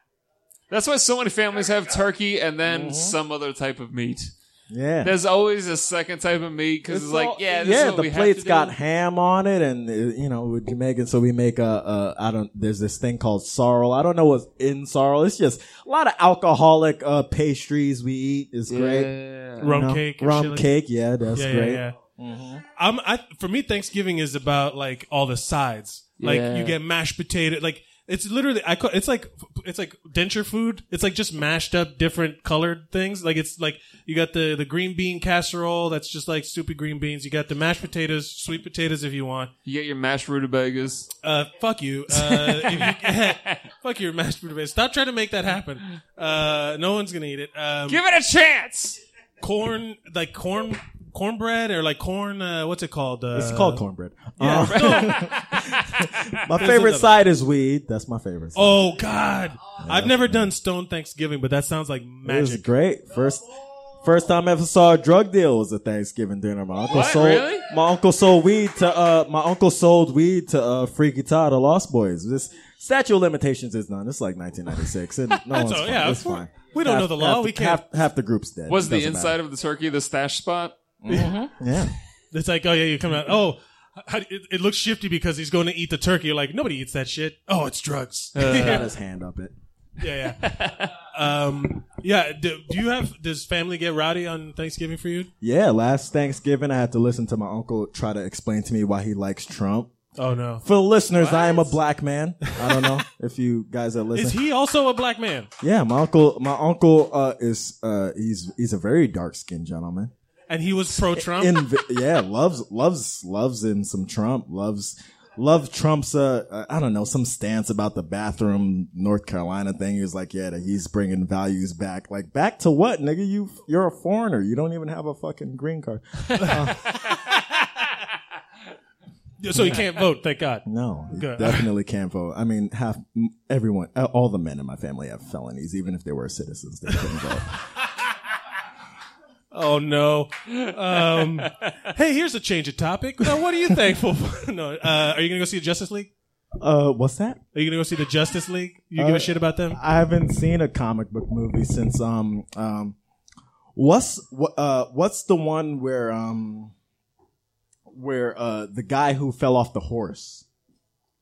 [SPEAKER 2] [LAUGHS] That's why so many families have turkey and then
[SPEAKER 1] Mm-hmm.
[SPEAKER 2] some other type of meat.
[SPEAKER 9] Yeah.
[SPEAKER 2] There's always a second type of meat because it's, like,
[SPEAKER 9] all-
[SPEAKER 2] yeah, this
[SPEAKER 9] yeah.
[SPEAKER 2] is what
[SPEAKER 9] the
[SPEAKER 2] we
[SPEAKER 9] plate's
[SPEAKER 2] have to
[SPEAKER 9] got
[SPEAKER 2] do.
[SPEAKER 9] ham on it, and uh, you know, with Jamaican, so we make a, a I don't. There's this thing called sorrel. I don't know what's in sorrel. It's just a lot of alcoholic uh, pastries we eat. Is great.
[SPEAKER 2] Yeah. Mm-hmm.
[SPEAKER 9] You
[SPEAKER 1] Rum
[SPEAKER 9] know,
[SPEAKER 1] cake and shit
[SPEAKER 9] Rum
[SPEAKER 1] like-
[SPEAKER 9] cake. Yeah, that's
[SPEAKER 1] Yeah, yeah,
[SPEAKER 9] great.
[SPEAKER 1] yeah. I'm, I, for me, Thanksgiving is about like all the sides. Like
[SPEAKER 2] Yeah.
[SPEAKER 1] you get mashed potato. Like it's literally, I call, it's like it's like denture food. It's like just mashed up different colored things. Like it's like you got the the green bean casserole. That's just like stupid green beans. You got the mashed potatoes, sweet potatoes if you want.
[SPEAKER 2] You get your mashed rutabagas.
[SPEAKER 1] Uh, fuck you. Uh, if you [LAUGHS] fuck your mashed potatoes. Stop trying to make that happen. Uh, no one's gonna eat it. Um,
[SPEAKER 2] Give it a chance.
[SPEAKER 1] corn, like corn, cornbread or like corn. Uh, what's it called? Uh,
[SPEAKER 9] It's called cornbread.
[SPEAKER 1] [LAUGHS]
[SPEAKER 9] Uh, [LAUGHS] my
[SPEAKER 1] another-
[SPEAKER 9] favorite side is weed. That's my favorite. Side.
[SPEAKER 1] Oh God, I've never done Stone Thanksgiving, but that sounds like
[SPEAKER 9] it was
[SPEAKER 1] magic.
[SPEAKER 9] great. First, first time I ever saw a drug deal was a Thanksgiving dinner. My uncle
[SPEAKER 2] What?
[SPEAKER 9] sold
[SPEAKER 2] Really?
[SPEAKER 9] my uncle sold weed to uh my uncle sold weed to uh Freaky Todd the Lost Boys. This statute of limitations is none. It's like 1996,
[SPEAKER 1] [LAUGHS]
[SPEAKER 9] and no one's
[SPEAKER 1] all-
[SPEAKER 9] fine.
[SPEAKER 1] yeah,
[SPEAKER 9] it's
[SPEAKER 1] of course.
[SPEAKER 9] fine.
[SPEAKER 1] We don't
[SPEAKER 9] Half-
[SPEAKER 1] know the law.
[SPEAKER 9] half
[SPEAKER 1] We can't-
[SPEAKER 9] Half, half the group's dead.
[SPEAKER 2] Was
[SPEAKER 9] It
[SPEAKER 2] the
[SPEAKER 9] doesn't
[SPEAKER 2] inside of the turkey the stash spot?
[SPEAKER 9] matter.
[SPEAKER 1] It's like, oh yeah, you come out. Oh, how, it, it looks shifty because he's going to eat the turkey. You're like, nobody eats that shit. Oh, it's drugs.
[SPEAKER 9] Yeah,
[SPEAKER 1] yeah, [LAUGHS]
[SPEAKER 9] got his hand up it.
[SPEAKER 1] yeah. Um, yeah. Do, do you have? Does family get rowdy on Thanksgiving for you?
[SPEAKER 9] Yeah, last Thanksgiving I had to listen to my uncle try to explain to me why he likes Trump.
[SPEAKER 1] Oh no.
[SPEAKER 9] For the listeners, I am a black man. I don't
[SPEAKER 1] [LAUGHS]
[SPEAKER 9] know if you guys are listening.
[SPEAKER 1] Is he also a black man?
[SPEAKER 9] Yeah, my uncle, my uncle uh, is uh, he's he's a very dark skinned gentleman.
[SPEAKER 1] And he was pro Trump.
[SPEAKER 9] In yeah, loves loves loves him some Trump. Loves love Trump's uh, uh, I don't know some stance about the bathroom North Carolina thing. He was like, yeah, that he's bringing values back. Like back to what, nigga? You you're a foreigner. You don't even have a fucking green card.
[SPEAKER 1] So he can't vote. Thank God.
[SPEAKER 9] No, you
[SPEAKER 1] Good.
[SPEAKER 9] definitely can't vote. I mean, half m- everyone, uh, all the men in my family have felonies, even if they were citizens, they couldn't
[SPEAKER 1] [LAUGHS]
[SPEAKER 9] vote.
[SPEAKER 1] Oh no. Um, hey, here's a change of topic. Now, what are you thankful for? [LAUGHS] No, uh, are you gonna go see the Justice League?
[SPEAKER 9] Uh, what's that?
[SPEAKER 1] Are you gonna go see the Justice League? You give
[SPEAKER 9] Uh,
[SPEAKER 1] a shit about them?
[SPEAKER 9] I haven't seen a comic book movie since um um what's what uh what's the one where um where uh the guy who fell off the horse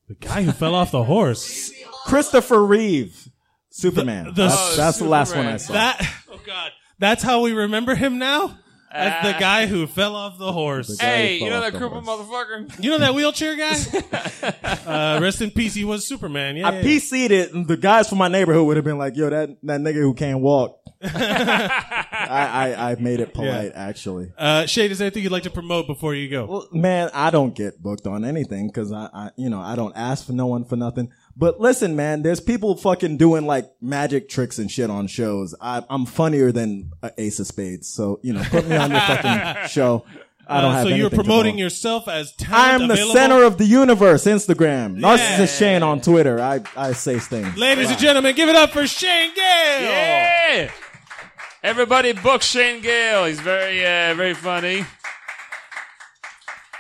[SPEAKER 1] The guy who fell off the horse.
[SPEAKER 9] Christopher Reeve Superman
[SPEAKER 1] the-
[SPEAKER 9] that's,
[SPEAKER 1] Oh,
[SPEAKER 9] that's the last one
[SPEAKER 2] Superman.
[SPEAKER 9] I saw
[SPEAKER 1] That. [LAUGHS] Oh God. That's how we remember him now. As the
[SPEAKER 2] Ah.
[SPEAKER 1] guy who fell off the horse.
[SPEAKER 9] guy
[SPEAKER 2] Hey,
[SPEAKER 9] fell
[SPEAKER 2] you know
[SPEAKER 9] off
[SPEAKER 2] that
[SPEAKER 9] the
[SPEAKER 2] crippled
[SPEAKER 9] horse.
[SPEAKER 2] motherfucker?
[SPEAKER 1] You know that wheelchair guy?
[SPEAKER 8] [LAUGHS]
[SPEAKER 1] uh, rest in peace. He was Superman. Yeah.
[SPEAKER 9] I PC'd it and the guys from my neighborhood would have been like yo that that nigga who can't walk I, I I
[SPEAKER 1] [LAUGHS]
[SPEAKER 9] made it polite actually
[SPEAKER 1] Uh, Shade, is there anything you'd like to promote before you go?
[SPEAKER 9] Well, man, I don't get booked on anything because I, I, you know, I don't ask for no one for nothing. But listen, man, there's people fucking doing like magic tricks and shit on shows. I, I'm funnier than uh, Ace of Spades, so you know, put me on your
[SPEAKER 1] [LAUGHS]
[SPEAKER 9] fucking show. I don't
[SPEAKER 1] Uh,
[SPEAKER 9] have.
[SPEAKER 1] so you're
[SPEAKER 9] anything to
[SPEAKER 1] promoting
[SPEAKER 9] promote.
[SPEAKER 1] yourself as talent.
[SPEAKER 9] I am the
[SPEAKER 1] available?
[SPEAKER 9] center of the universe. Instagram, narcissist Shane on Twitter. I, I say things.
[SPEAKER 1] Ladies and gentlemen, give it up for Shane Gale.
[SPEAKER 2] Yeah. Everybody book Shane Gale. He's very, uh, very funny,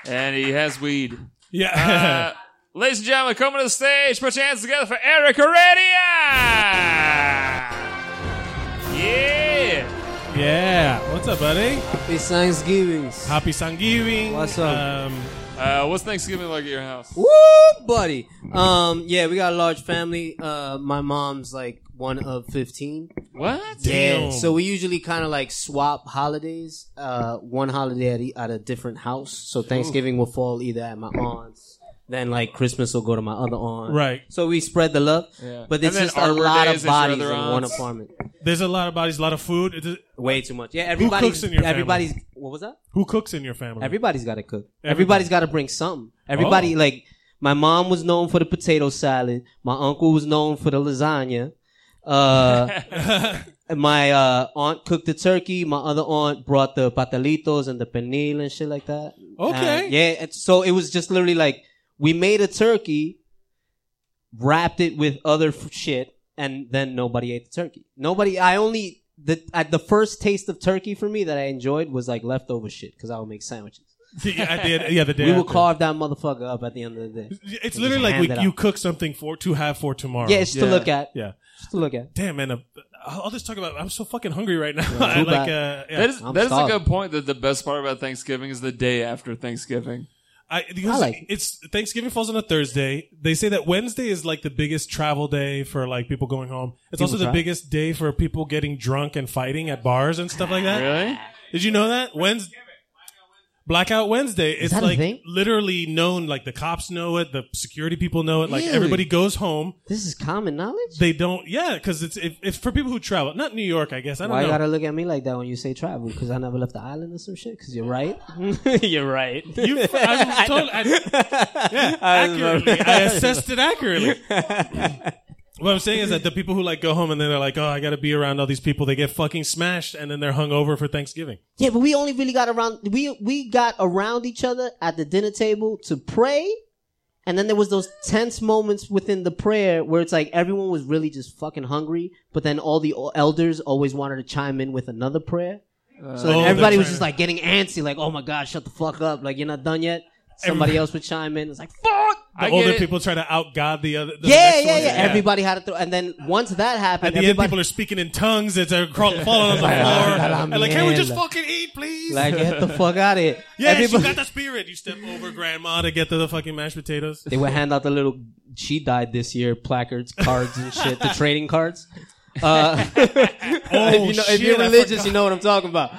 [SPEAKER 2] and he has weed.
[SPEAKER 1] Yeah.
[SPEAKER 2] Uh,
[SPEAKER 1] [LAUGHS]
[SPEAKER 2] ladies and gentlemen, coming to the stage, put your hands together for Eric Heredia. Yeah.
[SPEAKER 1] yeah. What's up, buddy?
[SPEAKER 3] Happy Thanksgivings.
[SPEAKER 1] Happy Thanksgiving.
[SPEAKER 3] What's up?
[SPEAKER 1] Um,
[SPEAKER 2] Uh, what's Thanksgiving like at your house?
[SPEAKER 5] Woo, buddy. Um, yeah, we got a large family. Uh, my mom's like one of fifteen.
[SPEAKER 2] What?
[SPEAKER 1] Damn.
[SPEAKER 5] Yeah, so we usually kind of like swap holidays. Uh, one holiday at, e- at a different house. So Thanksgiving will fall either at my aunt's, then like Christmas will go to my other aunt.
[SPEAKER 1] Right.
[SPEAKER 5] So we spread the love.
[SPEAKER 2] Yeah.
[SPEAKER 5] But there's
[SPEAKER 2] And then
[SPEAKER 5] just a
[SPEAKER 2] Arbor
[SPEAKER 5] lot
[SPEAKER 2] Days is
[SPEAKER 5] of
[SPEAKER 2] your
[SPEAKER 5] bodies in
[SPEAKER 2] other
[SPEAKER 5] one
[SPEAKER 2] aunt's?
[SPEAKER 5] apartment.
[SPEAKER 1] there's a lot of bodies, a lot of food. It-
[SPEAKER 5] Way too much. Yeah, everybody.
[SPEAKER 1] cooks in your family?
[SPEAKER 5] everybody's. What was that?
[SPEAKER 1] Who cooks in your family?
[SPEAKER 5] Everybody's got to cook.
[SPEAKER 1] Everybody. Oh.
[SPEAKER 5] Everybody's got to bring something. Everybody like my mom was known for the potato salad. My uncle was known for the lasagna. Uh, [LAUGHS] and my uh, aunt cooked the turkey. My other aunt brought the patalitos and the pernil and shit like that.
[SPEAKER 1] Okay.
[SPEAKER 5] Uh, yeah. and So it was just literally like we made a turkey, wrapped it with other f- shit, and then nobody ate the turkey. Nobody. I only the at the first taste of turkey for me that I enjoyed was like leftover shit because I would make sandwiches.
[SPEAKER 1] yeah, I did. Yeah, the day
[SPEAKER 5] We will
[SPEAKER 1] after.
[SPEAKER 5] carve that motherfucker up at the end of the day.
[SPEAKER 1] It's
[SPEAKER 5] Just
[SPEAKER 1] literally like
[SPEAKER 5] hand
[SPEAKER 1] we,
[SPEAKER 5] it
[SPEAKER 1] you
[SPEAKER 5] out.
[SPEAKER 1] cook something for to have for tomorrow.
[SPEAKER 5] Yeah, it's just to look at.
[SPEAKER 1] Yeah.
[SPEAKER 5] Just to look at.
[SPEAKER 1] Damn, man. uh, I'll I'll just talk about. I'm so fucking hungry right now. [LAUGHS] [LAUGHS] I
[SPEAKER 5] too
[SPEAKER 1] like. Uh,
[SPEAKER 5] bad.
[SPEAKER 1] yeah.
[SPEAKER 2] That is,
[SPEAKER 5] I'm
[SPEAKER 2] that is a
[SPEAKER 5] starved.
[SPEAKER 2] good point. That the best part about Thanksgiving is the day after Thanksgiving.
[SPEAKER 1] I,
[SPEAKER 5] I
[SPEAKER 1] because
[SPEAKER 5] like it.
[SPEAKER 1] it's Thanksgiving falls on a Thursday. They say that Wednesday is like the biggest travel day for like people going home. It's also the biggest day for people getting drunk and fighting at bars and stuff like that.
[SPEAKER 2] Really?
[SPEAKER 1] Did you know that Wednesday? Blackout Wednesday. It's
[SPEAKER 5] that a
[SPEAKER 1] like
[SPEAKER 5] thing?
[SPEAKER 1] literally known. Like the cops know it, the security people know it. Like
[SPEAKER 5] Really?
[SPEAKER 1] everybody goes home.
[SPEAKER 5] This is common knowledge?
[SPEAKER 1] They don't. Yeah, because it's if, if for people who travel, not New York, I guess. I don't
[SPEAKER 5] Why you
[SPEAKER 1] know.
[SPEAKER 5] gotta look at me like that when you say travel? Because I never left the island or some shit? Because you're
[SPEAKER 1] [LAUGHS]
[SPEAKER 5] right? [LAUGHS] you're right.
[SPEAKER 1] You,
[SPEAKER 5] [LAUGHS]
[SPEAKER 1] [LAUGHS] I'm totally, I, yeah, accurately. I assessed
[SPEAKER 5] [LAUGHS]
[SPEAKER 1] it accurately. what I'm saying is that the people who like go home and then they're like, oh, I got to be around all these people. They get fucking smashed and then they're hung over for Thanksgiving.
[SPEAKER 5] Yeah, but we only really got around, we, we got around each other at the dinner table to pray. And then there was those tense moments within the prayer where it's like everyone was really just fucking hungry, but then all the o- elders always wanted to chime in with another prayer. So then everybody
[SPEAKER 1] Oh, they're
[SPEAKER 5] was
[SPEAKER 1] trying
[SPEAKER 5] just
[SPEAKER 1] to-
[SPEAKER 5] like getting antsy, like, "Oh my god, shut the fuck up! Like you're not done yet." Somebody else would chime in. It's like, "Fuck!"
[SPEAKER 1] The
[SPEAKER 2] I get
[SPEAKER 1] older
[SPEAKER 2] it.
[SPEAKER 1] people try to out God the other. The
[SPEAKER 5] yeah,
[SPEAKER 1] next
[SPEAKER 5] yeah,
[SPEAKER 1] one.
[SPEAKER 5] yeah, Everybody had to throw. And then once that
[SPEAKER 1] At
[SPEAKER 5] happened,
[SPEAKER 1] the end,
[SPEAKER 5] everybody
[SPEAKER 1] people are speaking in tongues. It's uh, crawling, falling
[SPEAKER 5] [LAUGHS]
[SPEAKER 1] on the floor. and like, can we just
[SPEAKER 5] Calamela.
[SPEAKER 1] fucking eat, please?
[SPEAKER 5] like, "Get the fuck out of here!"
[SPEAKER 1] [LAUGHS] yes,
[SPEAKER 5] everybody,
[SPEAKER 1] you got the spirit. You step over grandma to get to the fucking mashed potatoes.
[SPEAKER 5] they would hand out the little "She died this year" placards, cards, and shit,
[SPEAKER 1] [LAUGHS]
[SPEAKER 5] the trading cards. Uh,
[SPEAKER 1] Oh,
[SPEAKER 5] you know,
[SPEAKER 1] shit,
[SPEAKER 5] if you're
[SPEAKER 1] I
[SPEAKER 5] religious,
[SPEAKER 1] forgot.
[SPEAKER 5] you know what I'm talking about.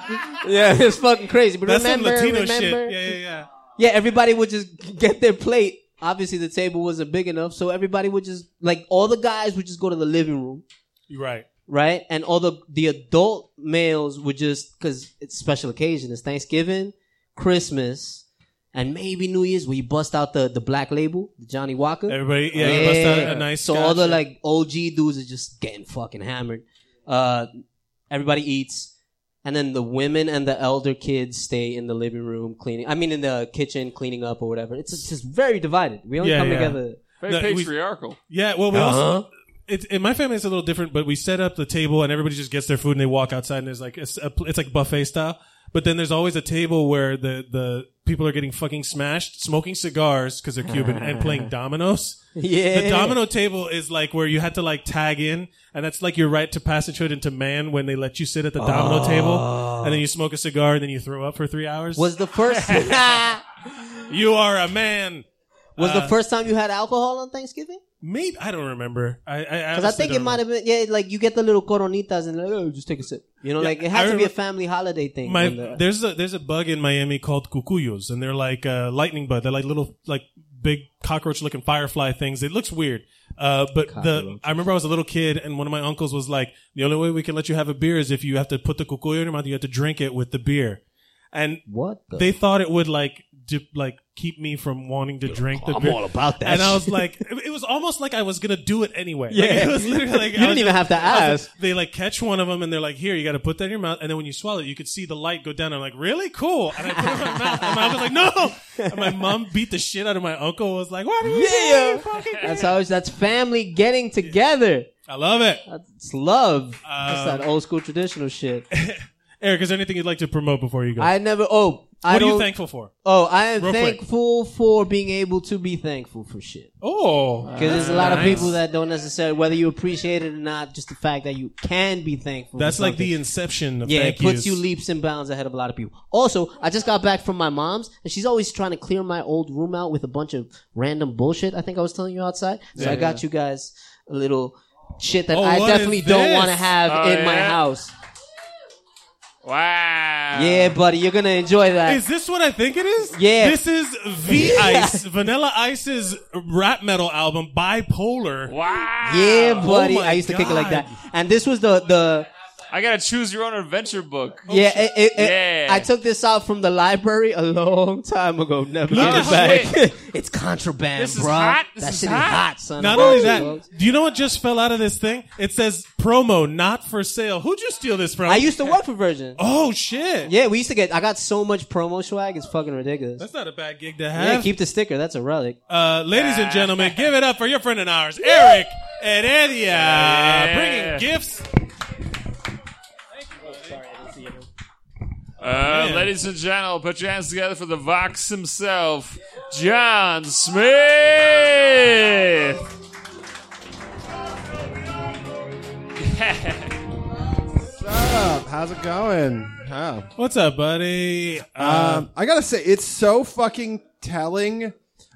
[SPEAKER 5] Yeah, [LAUGHS] it's fucking crazy. But
[SPEAKER 1] That's some
[SPEAKER 5] remember,
[SPEAKER 1] Latino
[SPEAKER 5] remember,
[SPEAKER 1] shit. Yeah, yeah, yeah.
[SPEAKER 5] Yeah, everybody would just [LAUGHS] get their plate. Obviously, the table wasn't big enough, so everybody would just like all the guys would just go to the living room,
[SPEAKER 1] You're right.
[SPEAKER 5] right? And all the the adult males would just because it's special occasion. It's Thanksgiving, Christmas, and maybe New Year's where you bust out the the black label, the Johnny Walker.
[SPEAKER 1] Everybody, yeah, you bust out a nice.
[SPEAKER 5] So all the
[SPEAKER 1] scotch.
[SPEAKER 5] like OG dudes are just getting fucking hammered. Uh, everybody eats, and then the women and the elder kids stay in the living room cleaning. I mean, in the kitchen cleaning up or whatever. It's it's just very divided. We only
[SPEAKER 1] Yeah,
[SPEAKER 5] come
[SPEAKER 1] yeah.
[SPEAKER 5] together.
[SPEAKER 2] Very
[SPEAKER 1] No, we-
[SPEAKER 2] patriarchal.
[SPEAKER 1] Yeah, well, we
[SPEAKER 6] Uh-huh.
[SPEAKER 1] also. It, in my family, it's a little different, but we set up the table and everybody just gets their food and they walk outside and there's like it's, a, pl- it's like buffet style. But then there's always a table where the the people are getting fucking smashed, smoking cigars because they're Cuban and
[SPEAKER 5] [LAUGHS]
[SPEAKER 1] playing dominoes.
[SPEAKER 5] Yeah.
[SPEAKER 1] the domino table is like where you had to like tag in, and that's like your right to passage hood into man when they let you sit at the
[SPEAKER 5] Oh.
[SPEAKER 1] domino table, and then you smoke a cigar and then you throw up for three hours.
[SPEAKER 5] Was the
[SPEAKER 1] [LAUGHS]
[SPEAKER 5] first was
[SPEAKER 1] you are a man? Uh,
[SPEAKER 5] the first time you had alcohol on Thanksgiving?
[SPEAKER 1] Maybe I don't remember. I I,
[SPEAKER 5] Because I think it might have been yeah, like you get the little coronitas and like, oh, just take a sip. You know,
[SPEAKER 1] Yeah,
[SPEAKER 5] like
[SPEAKER 1] I
[SPEAKER 5] it had to be a
[SPEAKER 1] remember-
[SPEAKER 5] family holiday thing. uh,
[SPEAKER 1] My,
[SPEAKER 5] when the-
[SPEAKER 1] there's a there's a bug in Miami called cucuyos, and they're like uh, lightning bug. They're like little like big cockroach looking firefly things. It looks weird, uh, but the I remember I was a little kid, and one of my uncles was like, "The only way we can let you have a beer is if you have to put the cucuyo in your mouth. You have to drink it with the beer." And
[SPEAKER 5] what the
[SPEAKER 1] they thought it would like dip, like keep me from wanting to drink the
[SPEAKER 6] I'm
[SPEAKER 1] beer.
[SPEAKER 6] all about that.
[SPEAKER 1] and I was
[SPEAKER 6] [LAUGHS]
[SPEAKER 1] like, it it was almost like I was gonna do it anyway. Like,
[SPEAKER 5] Yeah.
[SPEAKER 1] [LAUGHS] it was literally
[SPEAKER 5] [LAUGHS]
[SPEAKER 1] like
[SPEAKER 5] You
[SPEAKER 1] I
[SPEAKER 5] didn't
[SPEAKER 1] was
[SPEAKER 5] even have to
[SPEAKER 1] I was
[SPEAKER 5] ask.
[SPEAKER 1] like- they like catch one of them and they're like, "Here, you got to put that in your mouth." And then when you swallow it, you could see the light go down. I'm like, "Really cool." And I put it in my mouth. And my uncle's like, "No!" And my mom beat the shit out of my uncle. Was like, "What? Are you
[SPEAKER 5] Yeah.
[SPEAKER 1] doing, fucking idiot?"
[SPEAKER 5] That's how it's, that's family getting together.
[SPEAKER 1] I love it.
[SPEAKER 5] It's love.
[SPEAKER 1] Um,
[SPEAKER 5] that's that old school traditional shit.
[SPEAKER 1] [LAUGHS] Eric, is there anything you'd like to promote before you go?
[SPEAKER 5] I never. Oh, I
[SPEAKER 1] what are you
[SPEAKER 5] don't-
[SPEAKER 1] thankful for?
[SPEAKER 5] Oh, I am
[SPEAKER 1] Real quick.
[SPEAKER 5] thankful for being able to be thankful for shit.
[SPEAKER 1] Oh,
[SPEAKER 5] Because there's a lot of people that don't necessarily, whether you appreciate it or not, just the fact that you can be thankful. for
[SPEAKER 1] that's like
[SPEAKER 5] something.
[SPEAKER 1] the inception of
[SPEAKER 5] Yeah,
[SPEAKER 1] thank
[SPEAKER 5] it puts
[SPEAKER 1] yous.
[SPEAKER 5] you leaps and bounds ahead of a lot of people. Also, I just got back from my mom's, and she's always trying to clear my old room out with a bunch of random bullshit. I think I was telling you outside, so I got you guys a little shit that
[SPEAKER 1] Oh,
[SPEAKER 5] I
[SPEAKER 1] what is
[SPEAKER 5] definitely don't
[SPEAKER 1] this?
[SPEAKER 5] want to have
[SPEAKER 2] Oh,
[SPEAKER 5] in my
[SPEAKER 2] yeah?
[SPEAKER 5] house.
[SPEAKER 2] Wow.
[SPEAKER 5] Yeah, buddy, you're gonna enjoy that.
[SPEAKER 1] Is this what I think it is?
[SPEAKER 5] Yeah.
[SPEAKER 1] This is V Ice, Vanilla Ice's rap metal album, Bipolar. Oh
[SPEAKER 2] Wow.
[SPEAKER 5] yeah, buddy,
[SPEAKER 1] my
[SPEAKER 5] I used to kick it like
[SPEAKER 1] God.
[SPEAKER 5] that. And this was the the
[SPEAKER 2] I gotta choose your own adventure book.
[SPEAKER 1] Oh,
[SPEAKER 5] yeah, it, it, it-
[SPEAKER 2] Yeah.
[SPEAKER 5] I took this out from the library a long time ago. Never
[SPEAKER 1] Look
[SPEAKER 5] get
[SPEAKER 1] at
[SPEAKER 5] it [LAUGHS]
[SPEAKER 1] how
[SPEAKER 5] back. it's contraband,
[SPEAKER 2] This is
[SPEAKER 5] bro.
[SPEAKER 2] hot. This
[SPEAKER 5] that
[SPEAKER 2] is
[SPEAKER 5] shit
[SPEAKER 2] hot.
[SPEAKER 5] is hot, son.
[SPEAKER 1] Not
[SPEAKER 5] Fuck
[SPEAKER 1] only
[SPEAKER 5] you,
[SPEAKER 1] that,
[SPEAKER 5] folks.
[SPEAKER 1] do you know what just fell out of this thing? It says promo not for sale. Who'd you steal this from?
[SPEAKER 5] I used to work for Virgin.
[SPEAKER 1] oh shit.
[SPEAKER 5] Yeah, we used to get. I got so much promo swag. It's fucking ridiculous.
[SPEAKER 1] That's not a bad gig to
[SPEAKER 5] Yeah,
[SPEAKER 1] have.
[SPEAKER 5] keep the sticker. That's a relic.
[SPEAKER 1] uh, ladies
[SPEAKER 2] Ah. [LAUGHS]
[SPEAKER 1] and gentlemen, give it up for your friend and ours, Eric and Edia,
[SPEAKER 2] [LAUGHS]
[SPEAKER 1] bringing gifts.
[SPEAKER 2] Uh,
[SPEAKER 1] Man.
[SPEAKER 2] ladies and gentlemen, put your hands together for the Vox himself, John Smith.
[SPEAKER 10] up? How's it going? Oh.
[SPEAKER 1] What's up, buddy? Uh,
[SPEAKER 10] Um, I gotta say, it's so fucking telling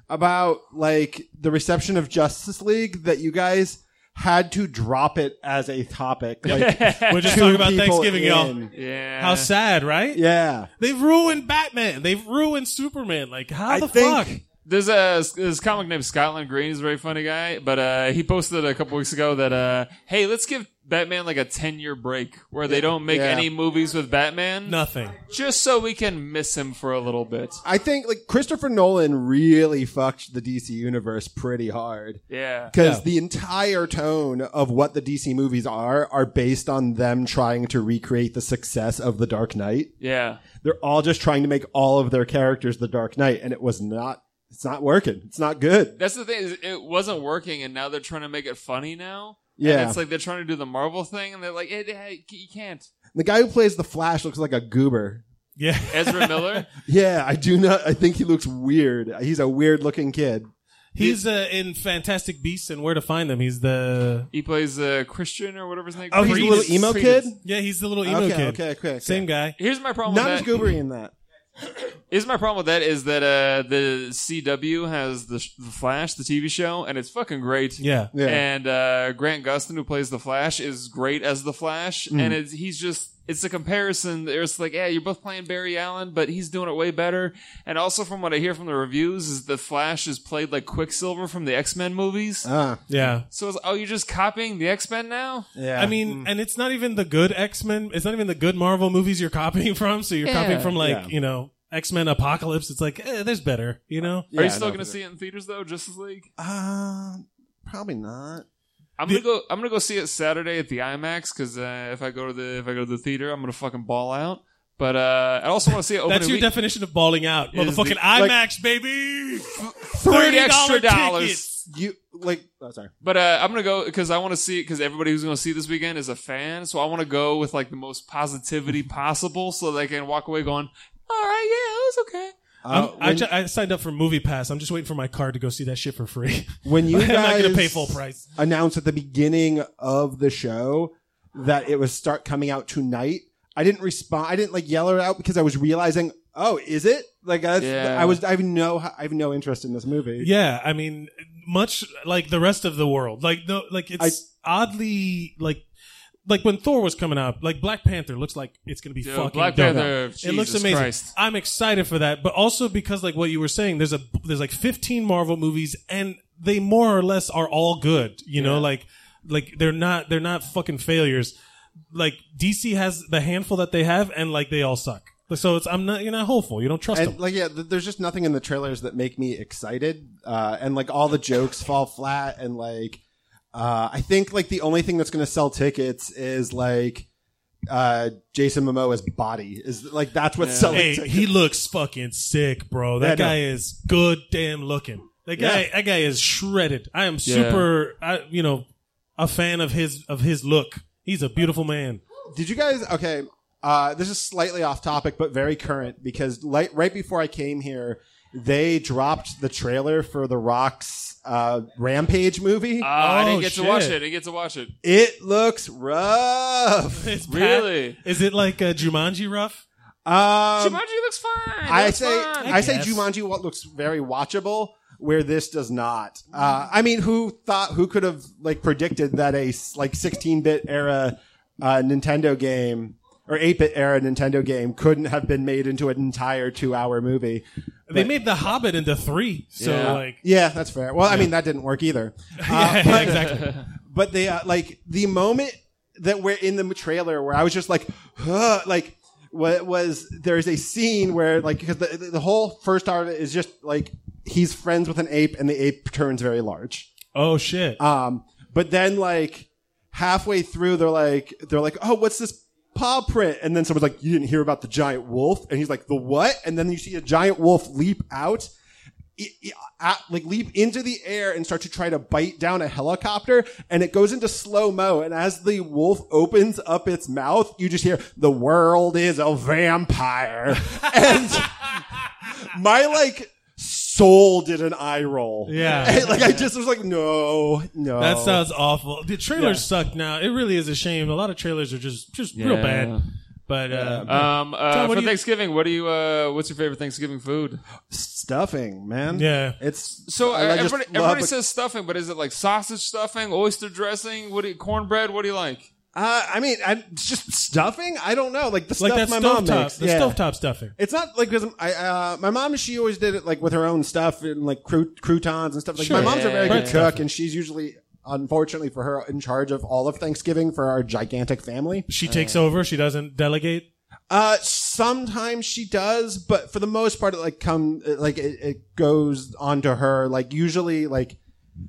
[SPEAKER 10] about like the reception of Justice League that you guys had to drop it as a
[SPEAKER 1] [LAUGHS]
[SPEAKER 10] topic. Like,
[SPEAKER 1] we're just
[SPEAKER 10] two
[SPEAKER 1] talking about
[SPEAKER 10] people
[SPEAKER 1] Thanksgiving, y'all.
[SPEAKER 10] in.
[SPEAKER 2] Yeah.
[SPEAKER 1] How sad, right?
[SPEAKER 10] Yeah,
[SPEAKER 1] They've ruined Batman. They've ruined Superman. Like, how
[SPEAKER 10] I
[SPEAKER 1] the
[SPEAKER 10] think
[SPEAKER 1] fuck?
[SPEAKER 2] [LAUGHS] There's a this comic named Scotland Green. He's a very funny guy, but uh, he posted a couple weeks ago that uh, hey, let's give Batman like a ten year break where they don't make
[SPEAKER 10] Yeah.
[SPEAKER 2] any movies with Batman,
[SPEAKER 1] Nothing.
[SPEAKER 2] just so we can miss him for a little bit.
[SPEAKER 10] I think like Christopher Nolan really fucked the DC universe pretty hard.
[SPEAKER 2] Yeah,
[SPEAKER 10] Because the entire tone of what the DC movies are are based on them trying to recreate the success of The Dark Knight.
[SPEAKER 2] yeah.
[SPEAKER 10] They're all just trying to make all of their characters the Dark Knight, and it was not. It's not working. It's not good.
[SPEAKER 2] That's the thing is it wasn't working, and now they're trying to make it funny now.
[SPEAKER 10] Yeah.
[SPEAKER 2] and it's like they're trying to do the Marvel thing, and they're like, hey, hey, you can't.
[SPEAKER 10] The guy who plays the Flash looks like a goober.
[SPEAKER 1] Yeah. [LAUGHS]
[SPEAKER 2] Ezra Miller.
[SPEAKER 10] Yeah, I do not. I think he looks weird. He's a weird looking kid.
[SPEAKER 1] He's uh, in Fantastic Beasts and Where to Find Them. He's the
[SPEAKER 2] He plays uh, Christian or whatever his name.
[SPEAKER 1] Oh,
[SPEAKER 10] He's a
[SPEAKER 1] Priest.
[SPEAKER 10] little emo
[SPEAKER 2] Priest.
[SPEAKER 10] kid.
[SPEAKER 1] yeah, he's the little emo
[SPEAKER 10] okay,
[SPEAKER 1] kid.
[SPEAKER 10] okay, okay, okay.
[SPEAKER 1] Same guy.
[SPEAKER 2] Here's my problem.
[SPEAKER 10] Not as
[SPEAKER 2] with that.
[SPEAKER 10] goobery in that.
[SPEAKER 2] Here's my problem with that is that uh, the CW has the, sh- the Flash, the TV show, and it's fucking great.
[SPEAKER 1] Yeah.
[SPEAKER 10] Yeah.
[SPEAKER 2] And uh, Grant Gustin, who plays the Flash, is great as the Flash,
[SPEAKER 10] Hmm.
[SPEAKER 2] and it's, he's just. It's a comparison. It's like, yeah, you're both playing Barry Allen, but he's doing it way better. And also, from what I hear from the reviews, is the Flash is played like Quicksilver from the X Men movies.
[SPEAKER 10] Ah,
[SPEAKER 1] Yeah.
[SPEAKER 2] so it's oh, you're just copying the X Men now?
[SPEAKER 10] yeah.
[SPEAKER 1] I
[SPEAKER 2] Hmm.
[SPEAKER 1] mean, and it's not even the good X Men. It's not even the good Marvel movies you're copying [LAUGHS] from. So you're copying from like
[SPEAKER 10] Yeah.
[SPEAKER 1] you know X Men Apocalypse. It's like eh, there's better. You know.
[SPEAKER 2] Are
[SPEAKER 10] Yeah,
[SPEAKER 2] you still
[SPEAKER 10] no,
[SPEAKER 2] going to
[SPEAKER 10] for
[SPEAKER 2] see it in theaters though? Justice League?
[SPEAKER 10] uh, probably not.
[SPEAKER 2] I'm gonna go. I'm gonna go see it Saturday at the IMAX because uh, if I go to the if I go to the theater, I'm gonna fucking ball out. But uh, I also
[SPEAKER 1] [LAUGHS]
[SPEAKER 2] want to see it. Opening
[SPEAKER 1] That's your
[SPEAKER 2] week.
[SPEAKER 1] definition of balling out,
[SPEAKER 2] Is the-
[SPEAKER 1] motherfucking
[SPEAKER 2] like-
[SPEAKER 1] IMAX, baby.
[SPEAKER 2] Thirty extra dollars.
[SPEAKER 1] tickets.
[SPEAKER 10] You like? Oh, sorry.
[SPEAKER 2] But uh, I'm gonna go because I want to see because everybody who's gonna see this weekend is a fan, so I want to go with like the most
[SPEAKER 1] [LAUGHS]
[SPEAKER 2] positivity possible, so they can walk away going, "Oh, "All right, yeah, it was okay."
[SPEAKER 1] I'm- I,
[SPEAKER 10] Uh, when-
[SPEAKER 1] ju- I signed up for Movie Pass. I'm just waiting for my card to go see that shit for free. [LAUGHS]
[SPEAKER 10] when you
[SPEAKER 1] I'm
[SPEAKER 10] guys
[SPEAKER 1] not gonna pay full price.
[SPEAKER 10] announce at the beginning of the show that it was start coming out tonight i didn't respond i didn't like yell it out because i was realizing oh is it like that's,
[SPEAKER 2] Yeah.
[SPEAKER 10] i was i have no i have no interest in this movie
[SPEAKER 1] Yeah, I mean, much like the rest of the world, like no, like it's oddly like. Like when Thor was coming out, like Black Panther looks like it's gonna be
[SPEAKER 2] Dude,
[SPEAKER 1] fucking
[SPEAKER 2] Black
[SPEAKER 1] dope.
[SPEAKER 2] Panther,
[SPEAKER 1] it looks
[SPEAKER 2] Jesus
[SPEAKER 1] amazing.
[SPEAKER 2] Christ.
[SPEAKER 1] I'm excited for that, but also because like what you were saying, there's a there's like 15 Marvel movies, and they more or less are all good. You know, like like they're not they're not fucking failures. Like DC has the handful that they have, and like they all suck. So it's I'm not you're not hopeful. You don't trust them.
[SPEAKER 10] and like yeah th- there's just nothing in the trailers that make me excited uh and like all the jokes fall flat and like uh i think like the only thing that's gonna sell tickets is like uh jason momoa's body is like that's what's selling
[SPEAKER 1] Hey,
[SPEAKER 10] tickets.
[SPEAKER 1] he looks fucking sick, bro. That
[SPEAKER 10] Yeah, I
[SPEAKER 1] guy is good damn looking. That guy, that guy is shredded. I am super, I, you know, a fan of his of his look. He's a beautiful man.
[SPEAKER 10] Did you guys? Okay, uh, this is slightly off topic, but very current because like right before I came here, they dropped the trailer for The Rock's uh, Rampage movie.
[SPEAKER 2] Uh, I didn't
[SPEAKER 1] Oh,
[SPEAKER 2] get to watch
[SPEAKER 1] shit.
[SPEAKER 2] it. I didn't get to watch it.
[SPEAKER 10] it looks rough.
[SPEAKER 1] It's bad.
[SPEAKER 2] Really?
[SPEAKER 1] Is it like a Jumanji rough?
[SPEAKER 10] Um,
[SPEAKER 2] Jumanji looks fine. It
[SPEAKER 10] I
[SPEAKER 2] looks
[SPEAKER 10] say
[SPEAKER 2] fine.
[SPEAKER 10] I, say
[SPEAKER 1] guess.
[SPEAKER 10] Jumanji what looks very watchable. Where this does not. Uh, I mean, who thought? Who could have like predicted that a s- like 16-bit era uh, Nintendo game or 8-bit era Nintendo game couldn't have been made into an entire two-hour movie?
[SPEAKER 1] They made The Hobbit into three, so
[SPEAKER 2] Yeah.
[SPEAKER 1] like,
[SPEAKER 10] Yeah, that's fair. Well, I mean that didn't work
[SPEAKER 1] [LAUGHS]
[SPEAKER 10] either. Uh,
[SPEAKER 1] yeah, exactly.
[SPEAKER 10] [LAUGHS] but they uh, like the moment that we're in the trailer where I was just like, huh, like what was there's a scene where like because the, the whole first part of it is just like he's friends with an ape and the ape turns very large.
[SPEAKER 1] Oh shit!
[SPEAKER 10] Um, but then like halfway through, they're like, they're like, oh, what's this paw print? And then someone's like, you didn't hear about the giant wolf? And he's like, the what? And then you see a giant wolf leap out. i- i- e, at- Like leap into the air and start to try to bite down a helicopter, and it goes into slow mo. And as the wolf opens up its mouth, you just hear "The world is a
[SPEAKER 1] [LAUGHS]
[SPEAKER 10] vampire," and my like soul did an eye roll. [LAUGHS]
[SPEAKER 1] Yeah.
[SPEAKER 10] like I just was like, no, no.
[SPEAKER 1] that sounds awful. The trailers suck now. It really is a shame. A lot of trailers are just just real
[SPEAKER 2] Yeah.
[SPEAKER 1] bad. But uh,
[SPEAKER 2] Um, uh,
[SPEAKER 1] John, what
[SPEAKER 2] for
[SPEAKER 1] do you-
[SPEAKER 2] Thanksgiving, what do you? Uh, what's your favorite Thanksgiving food?
[SPEAKER 10] stuffing, man.
[SPEAKER 1] Yeah.
[SPEAKER 10] it's
[SPEAKER 2] So uh,
[SPEAKER 10] I just
[SPEAKER 2] everybody,
[SPEAKER 10] love
[SPEAKER 2] everybody
[SPEAKER 10] a-
[SPEAKER 2] says stuffing, but is it like sausage stuffing, oyster dressing? What do you, cornbread? What do you like?
[SPEAKER 10] Uh, I mean, I, it's just stuffing. I don't know, like the
[SPEAKER 1] like
[SPEAKER 10] stuff
[SPEAKER 1] that
[SPEAKER 10] my mom
[SPEAKER 1] stovetop,
[SPEAKER 10] makes.
[SPEAKER 1] the
[SPEAKER 10] yeah.
[SPEAKER 1] stovetop stuffing.
[SPEAKER 10] It's not like because I, uh, my mom, she always did it like with her own stuff and like cru- croutons and stuff. Like
[SPEAKER 1] Sure.
[SPEAKER 10] my mom's a very
[SPEAKER 2] Yeah.
[SPEAKER 10] good cook, and she's usually, unfortunately for her, in charge of all of Thanksgiving for our gigantic family.
[SPEAKER 1] She takes over. She doesn't delegate.
[SPEAKER 10] Uh, sometimes she does, but for the most part, it like come it, like it, it goes onto her. Like usually, like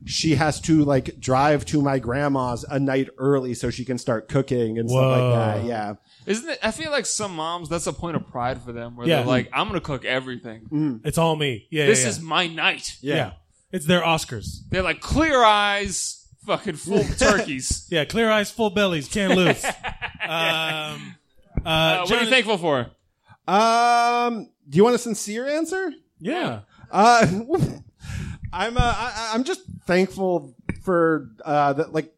[SPEAKER 10] she has to like drive to my grandma's a night early so she can start cooking and
[SPEAKER 1] Whoa.
[SPEAKER 10] stuff like that. Yeah,
[SPEAKER 2] Isn't it? I feel like some moms that's a point of pride for them, where
[SPEAKER 1] Yeah.
[SPEAKER 2] they're like, "I'm gonna cook everything.
[SPEAKER 10] Mm.
[SPEAKER 1] It's all me. Yeah,
[SPEAKER 2] This
[SPEAKER 1] yeah,
[SPEAKER 2] is my night."
[SPEAKER 1] yeah. Yeah. It's their Oscars.
[SPEAKER 2] They're like clear eyes, fucking full
[SPEAKER 10] [LAUGHS]
[SPEAKER 2] turkeys.
[SPEAKER 1] Yeah, clear eyes, full bellies, [LAUGHS]
[SPEAKER 2] [LAUGHS]
[SPEAKER 1] can't lose. um, uh,
[SPEAKER 2] Uh, what are
[SPEAKER 1] John-
[SPEAKER 2] you thankful for?
[SPEAKER 10] Um, do you want a sincere answer?
[SPEAKER 1] Yeah,
[SPEAKER 10] Uh, [LAUGHS] I'm uh, I, I'm just thankful for uh that like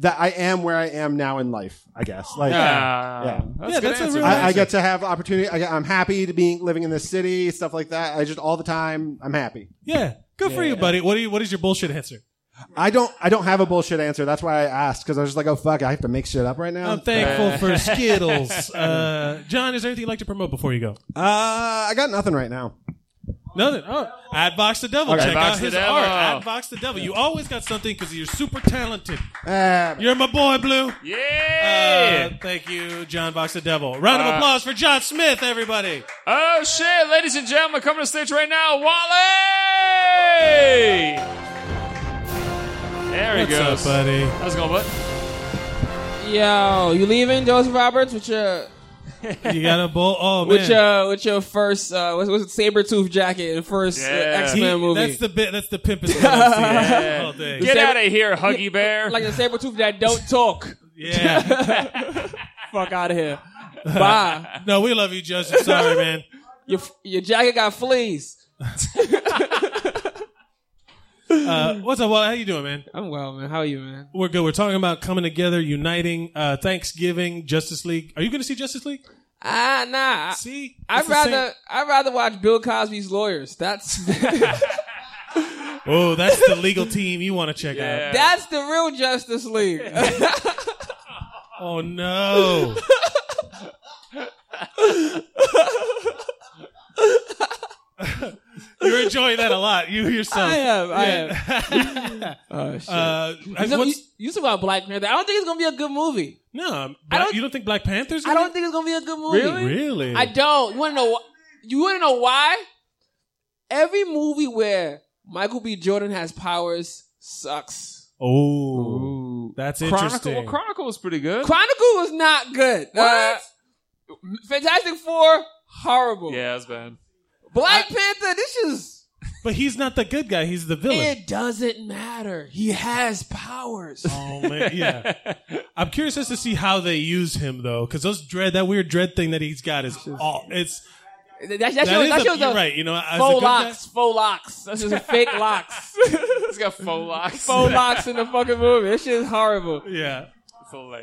[SPEAKER 10] that I am where I am now in life. I guess like
[SPEAKER 2] Yeah,
[SPEAKER 10] Yeah.
[SPEAKER 2] that's,
[SPEAKER 1] Yeah,
[SPEAKER 2] a good
[SPEAKER 1] that's a
[SPEAKER 2] answer.
[SPEAKER 1] real
[SPEAKER 10] I, I
[SPEAKER 1] answer.
[SPEAKER 10] get to have opportunity. I, I'm happy to be living in this city, stuff like that. I just all the time. I'm happy.
[SPEAKER 1] yeah. Good for you, buddy. What do you? What is your bullshit answer?
[SPEAKER 10] I don't. I don't have a bullshit answer. That's why I asked because I was just like, oh fuck, I have to make shit up right now.
[SPEAKER 1] I'm thankful
[SPEAKER 10] [LAUGHS]
[SPEAKER 1] [LAUGHS] for Skittles. Uh, John, is there anything you'd like to promote before you go?
[SPEAKER 10] uh, I got nothing right now.
[SPEAKER 1] Nothing. Oh, Adbox the Devil.
[SPEAKER 10] Okay.
[SPEAKER 1] Check
[SPEAKER 2] Adbox
[SPEAKER 1] out
[SPEAKER 2] the
[SPEAKER 1] his
[SPEAKER 2] Devil.
[SPEAKER 1] art. Adbox the Devil. You always got something because you're super talented.
[SPEAKER 6] Ah.
[SPEAKER 10] Uh,
[SPEAKER 1] You're my boy, Blue.
[SPEAKER 2] Yeah.
[SPEAKER 1] Uh, thank you, John Box the Devil. Round of
[SPEAKER 2] Uh, [LAUGHS]
[SPEAKER 1] applause for John Smith, everybody.
[SPEAKER 2] oh shit, ladies and gentlemen, coming to the stage right now, Wally. There he
[SPEAKER 1] What's up,
[SPEAKER 2] goes.
[SPEAKER 1] buddy?
[SPEAKER 2] How's it going, bud?
[SPEAKER 11] Yo, you leaving Joseph Roberts with your
[SPEAKER 1] [LAUGHS] You got a bull. Oh man,
[SPEAKER 11] [LAUGHS] with your with your first uh what's, what's it saber tooth jacket and first
[SPEAKER 1] Yeah.
[SPEAKER 11] X Men
[SPEAKER 1] He-
[SPEAKER 11] movie.
[SPEAKER 1] that's the bit. That's the
[SPEAKER 11] [LAUGHS]
[SPEAKER 1] pimpest. thing I've seen all day.
[SPEAKER 11] The saber- [LAUGHS]
[SPEAKER 2] Huggy Bear.
[SPEAKER 11] Like the saber tooth that don't talk.
[SPEAKER 1] Yeah.
[SPEAKER 11] [LAUGHS] Fuck out of here. Bye.
[SPEAKER 1] [LAUGHS] No, we love you, Justin.
[SPEAKER 11] [LAUGHS]
[SPEAKER 1] Sorry, man.
[SPEAKER 11] Your your jacket got fleas.
[SPEAKER 1] Uh, what's up, Wally? How you doing, man?
[SPEAKER 11] I'm well, man. How are you, man?
[SPEAKER 1] We're good. We're talking about coming together, uniting, uh, Thanksgiving, Justice League. Are you going to see Justice League?
[SPEAKER 11] Ah, nah.
[SPEAKER 1] See,
[SPEAKER 11] I'd
[SPEAKER 1] It's the same-
[SPEAKER 11] rather I'd rather watch Bill Cosby's Lawyers. That's
[SPEAKER 1] Oh, that's
[SPEAKER 11] [LAUGHS]
[SPEAKER 1] the legal team you want to check out.
[SPEAKER 11] that's the real
[SPEAKER 2] [LAUGHS]
[SPEAKER 11] Justice League.
[SPEAKER 1] oh no. [LAUGHS] You're enjoying that a lot. You yourself.
[SPEAKER 11] I am. I
[SPEAKER 1] Yeah. [LAUGHS]
[SPEAKER 11] am. oh shit.
[SPEAKER 1] Uh, I-
[SPEAKER 11] you, said-
[SPEAKER 1] what's-
[SPEAKER 11] you, you said about Black Panther. I don't think it's gonna be a good movie.
[SPEAKER 1] No, um,
[SPEAKER 11] I
[SPEAKER 1] Black- you don't think Black Panther's?
[SPEAKER 11] I
[SPEAKER 1] gonna-
[SPEAKER 11] don't think it's gonna be a good movie.
[SPEAKER 1] Really? Really?
[SPEAKER 11] I don't. You wanna know? Wh- you wanna know why? Every movie where Michael B. Jordan has powers sucks.
[SPEAKER 1] Oh, that's
[SPEAKER 2] Chronicle.
[SPEAKER 1] interesting.
[SPEAKER 2] Well, Chronicle was pretty good.
[SPEAKER 11] Chronicle was not good. Uh, Fantastic Four horrible.
[SPEAKER 2] yeah, it's bad.
[SPEAKER 11] Black Panther. This is.
[SPEAKER 1] But he's not the good guy. He's the villain.
[SPEAKER 11] It doesn't matter. He has powers.
[SPEAKER 1] Oh man, yeah. I'm curious as to see how they use him though, because those dread that weird dread thing that he's got is all it's.
[SPEAKER 11] [LAUGHS] That, that,
[SPEAKER 1] That
[SPEAKER 11] shows-
[SPEAKER 1] is
[SPEAKER 11] that
[SPEAKER 1] a-
[SPEAKER 11] shows
[SPEAKER 1] you're
[SPEAKER 11] a
[SPEAKER 1] right, you know, as a good
[SPEAKER 11] faux
[SPEAKER 1] guy-
[SPEAKER 11] locks, faux locks. That's just
[SPEAKER 1] [LAUGHS]
[SPEAKER 11] fake locks.
[SPEAKER 2] He's got faux locks.
[SPEAKER 11] Faux locks in the fucking movie. This shit is horrible.
[SPEAKER 1] Yeah.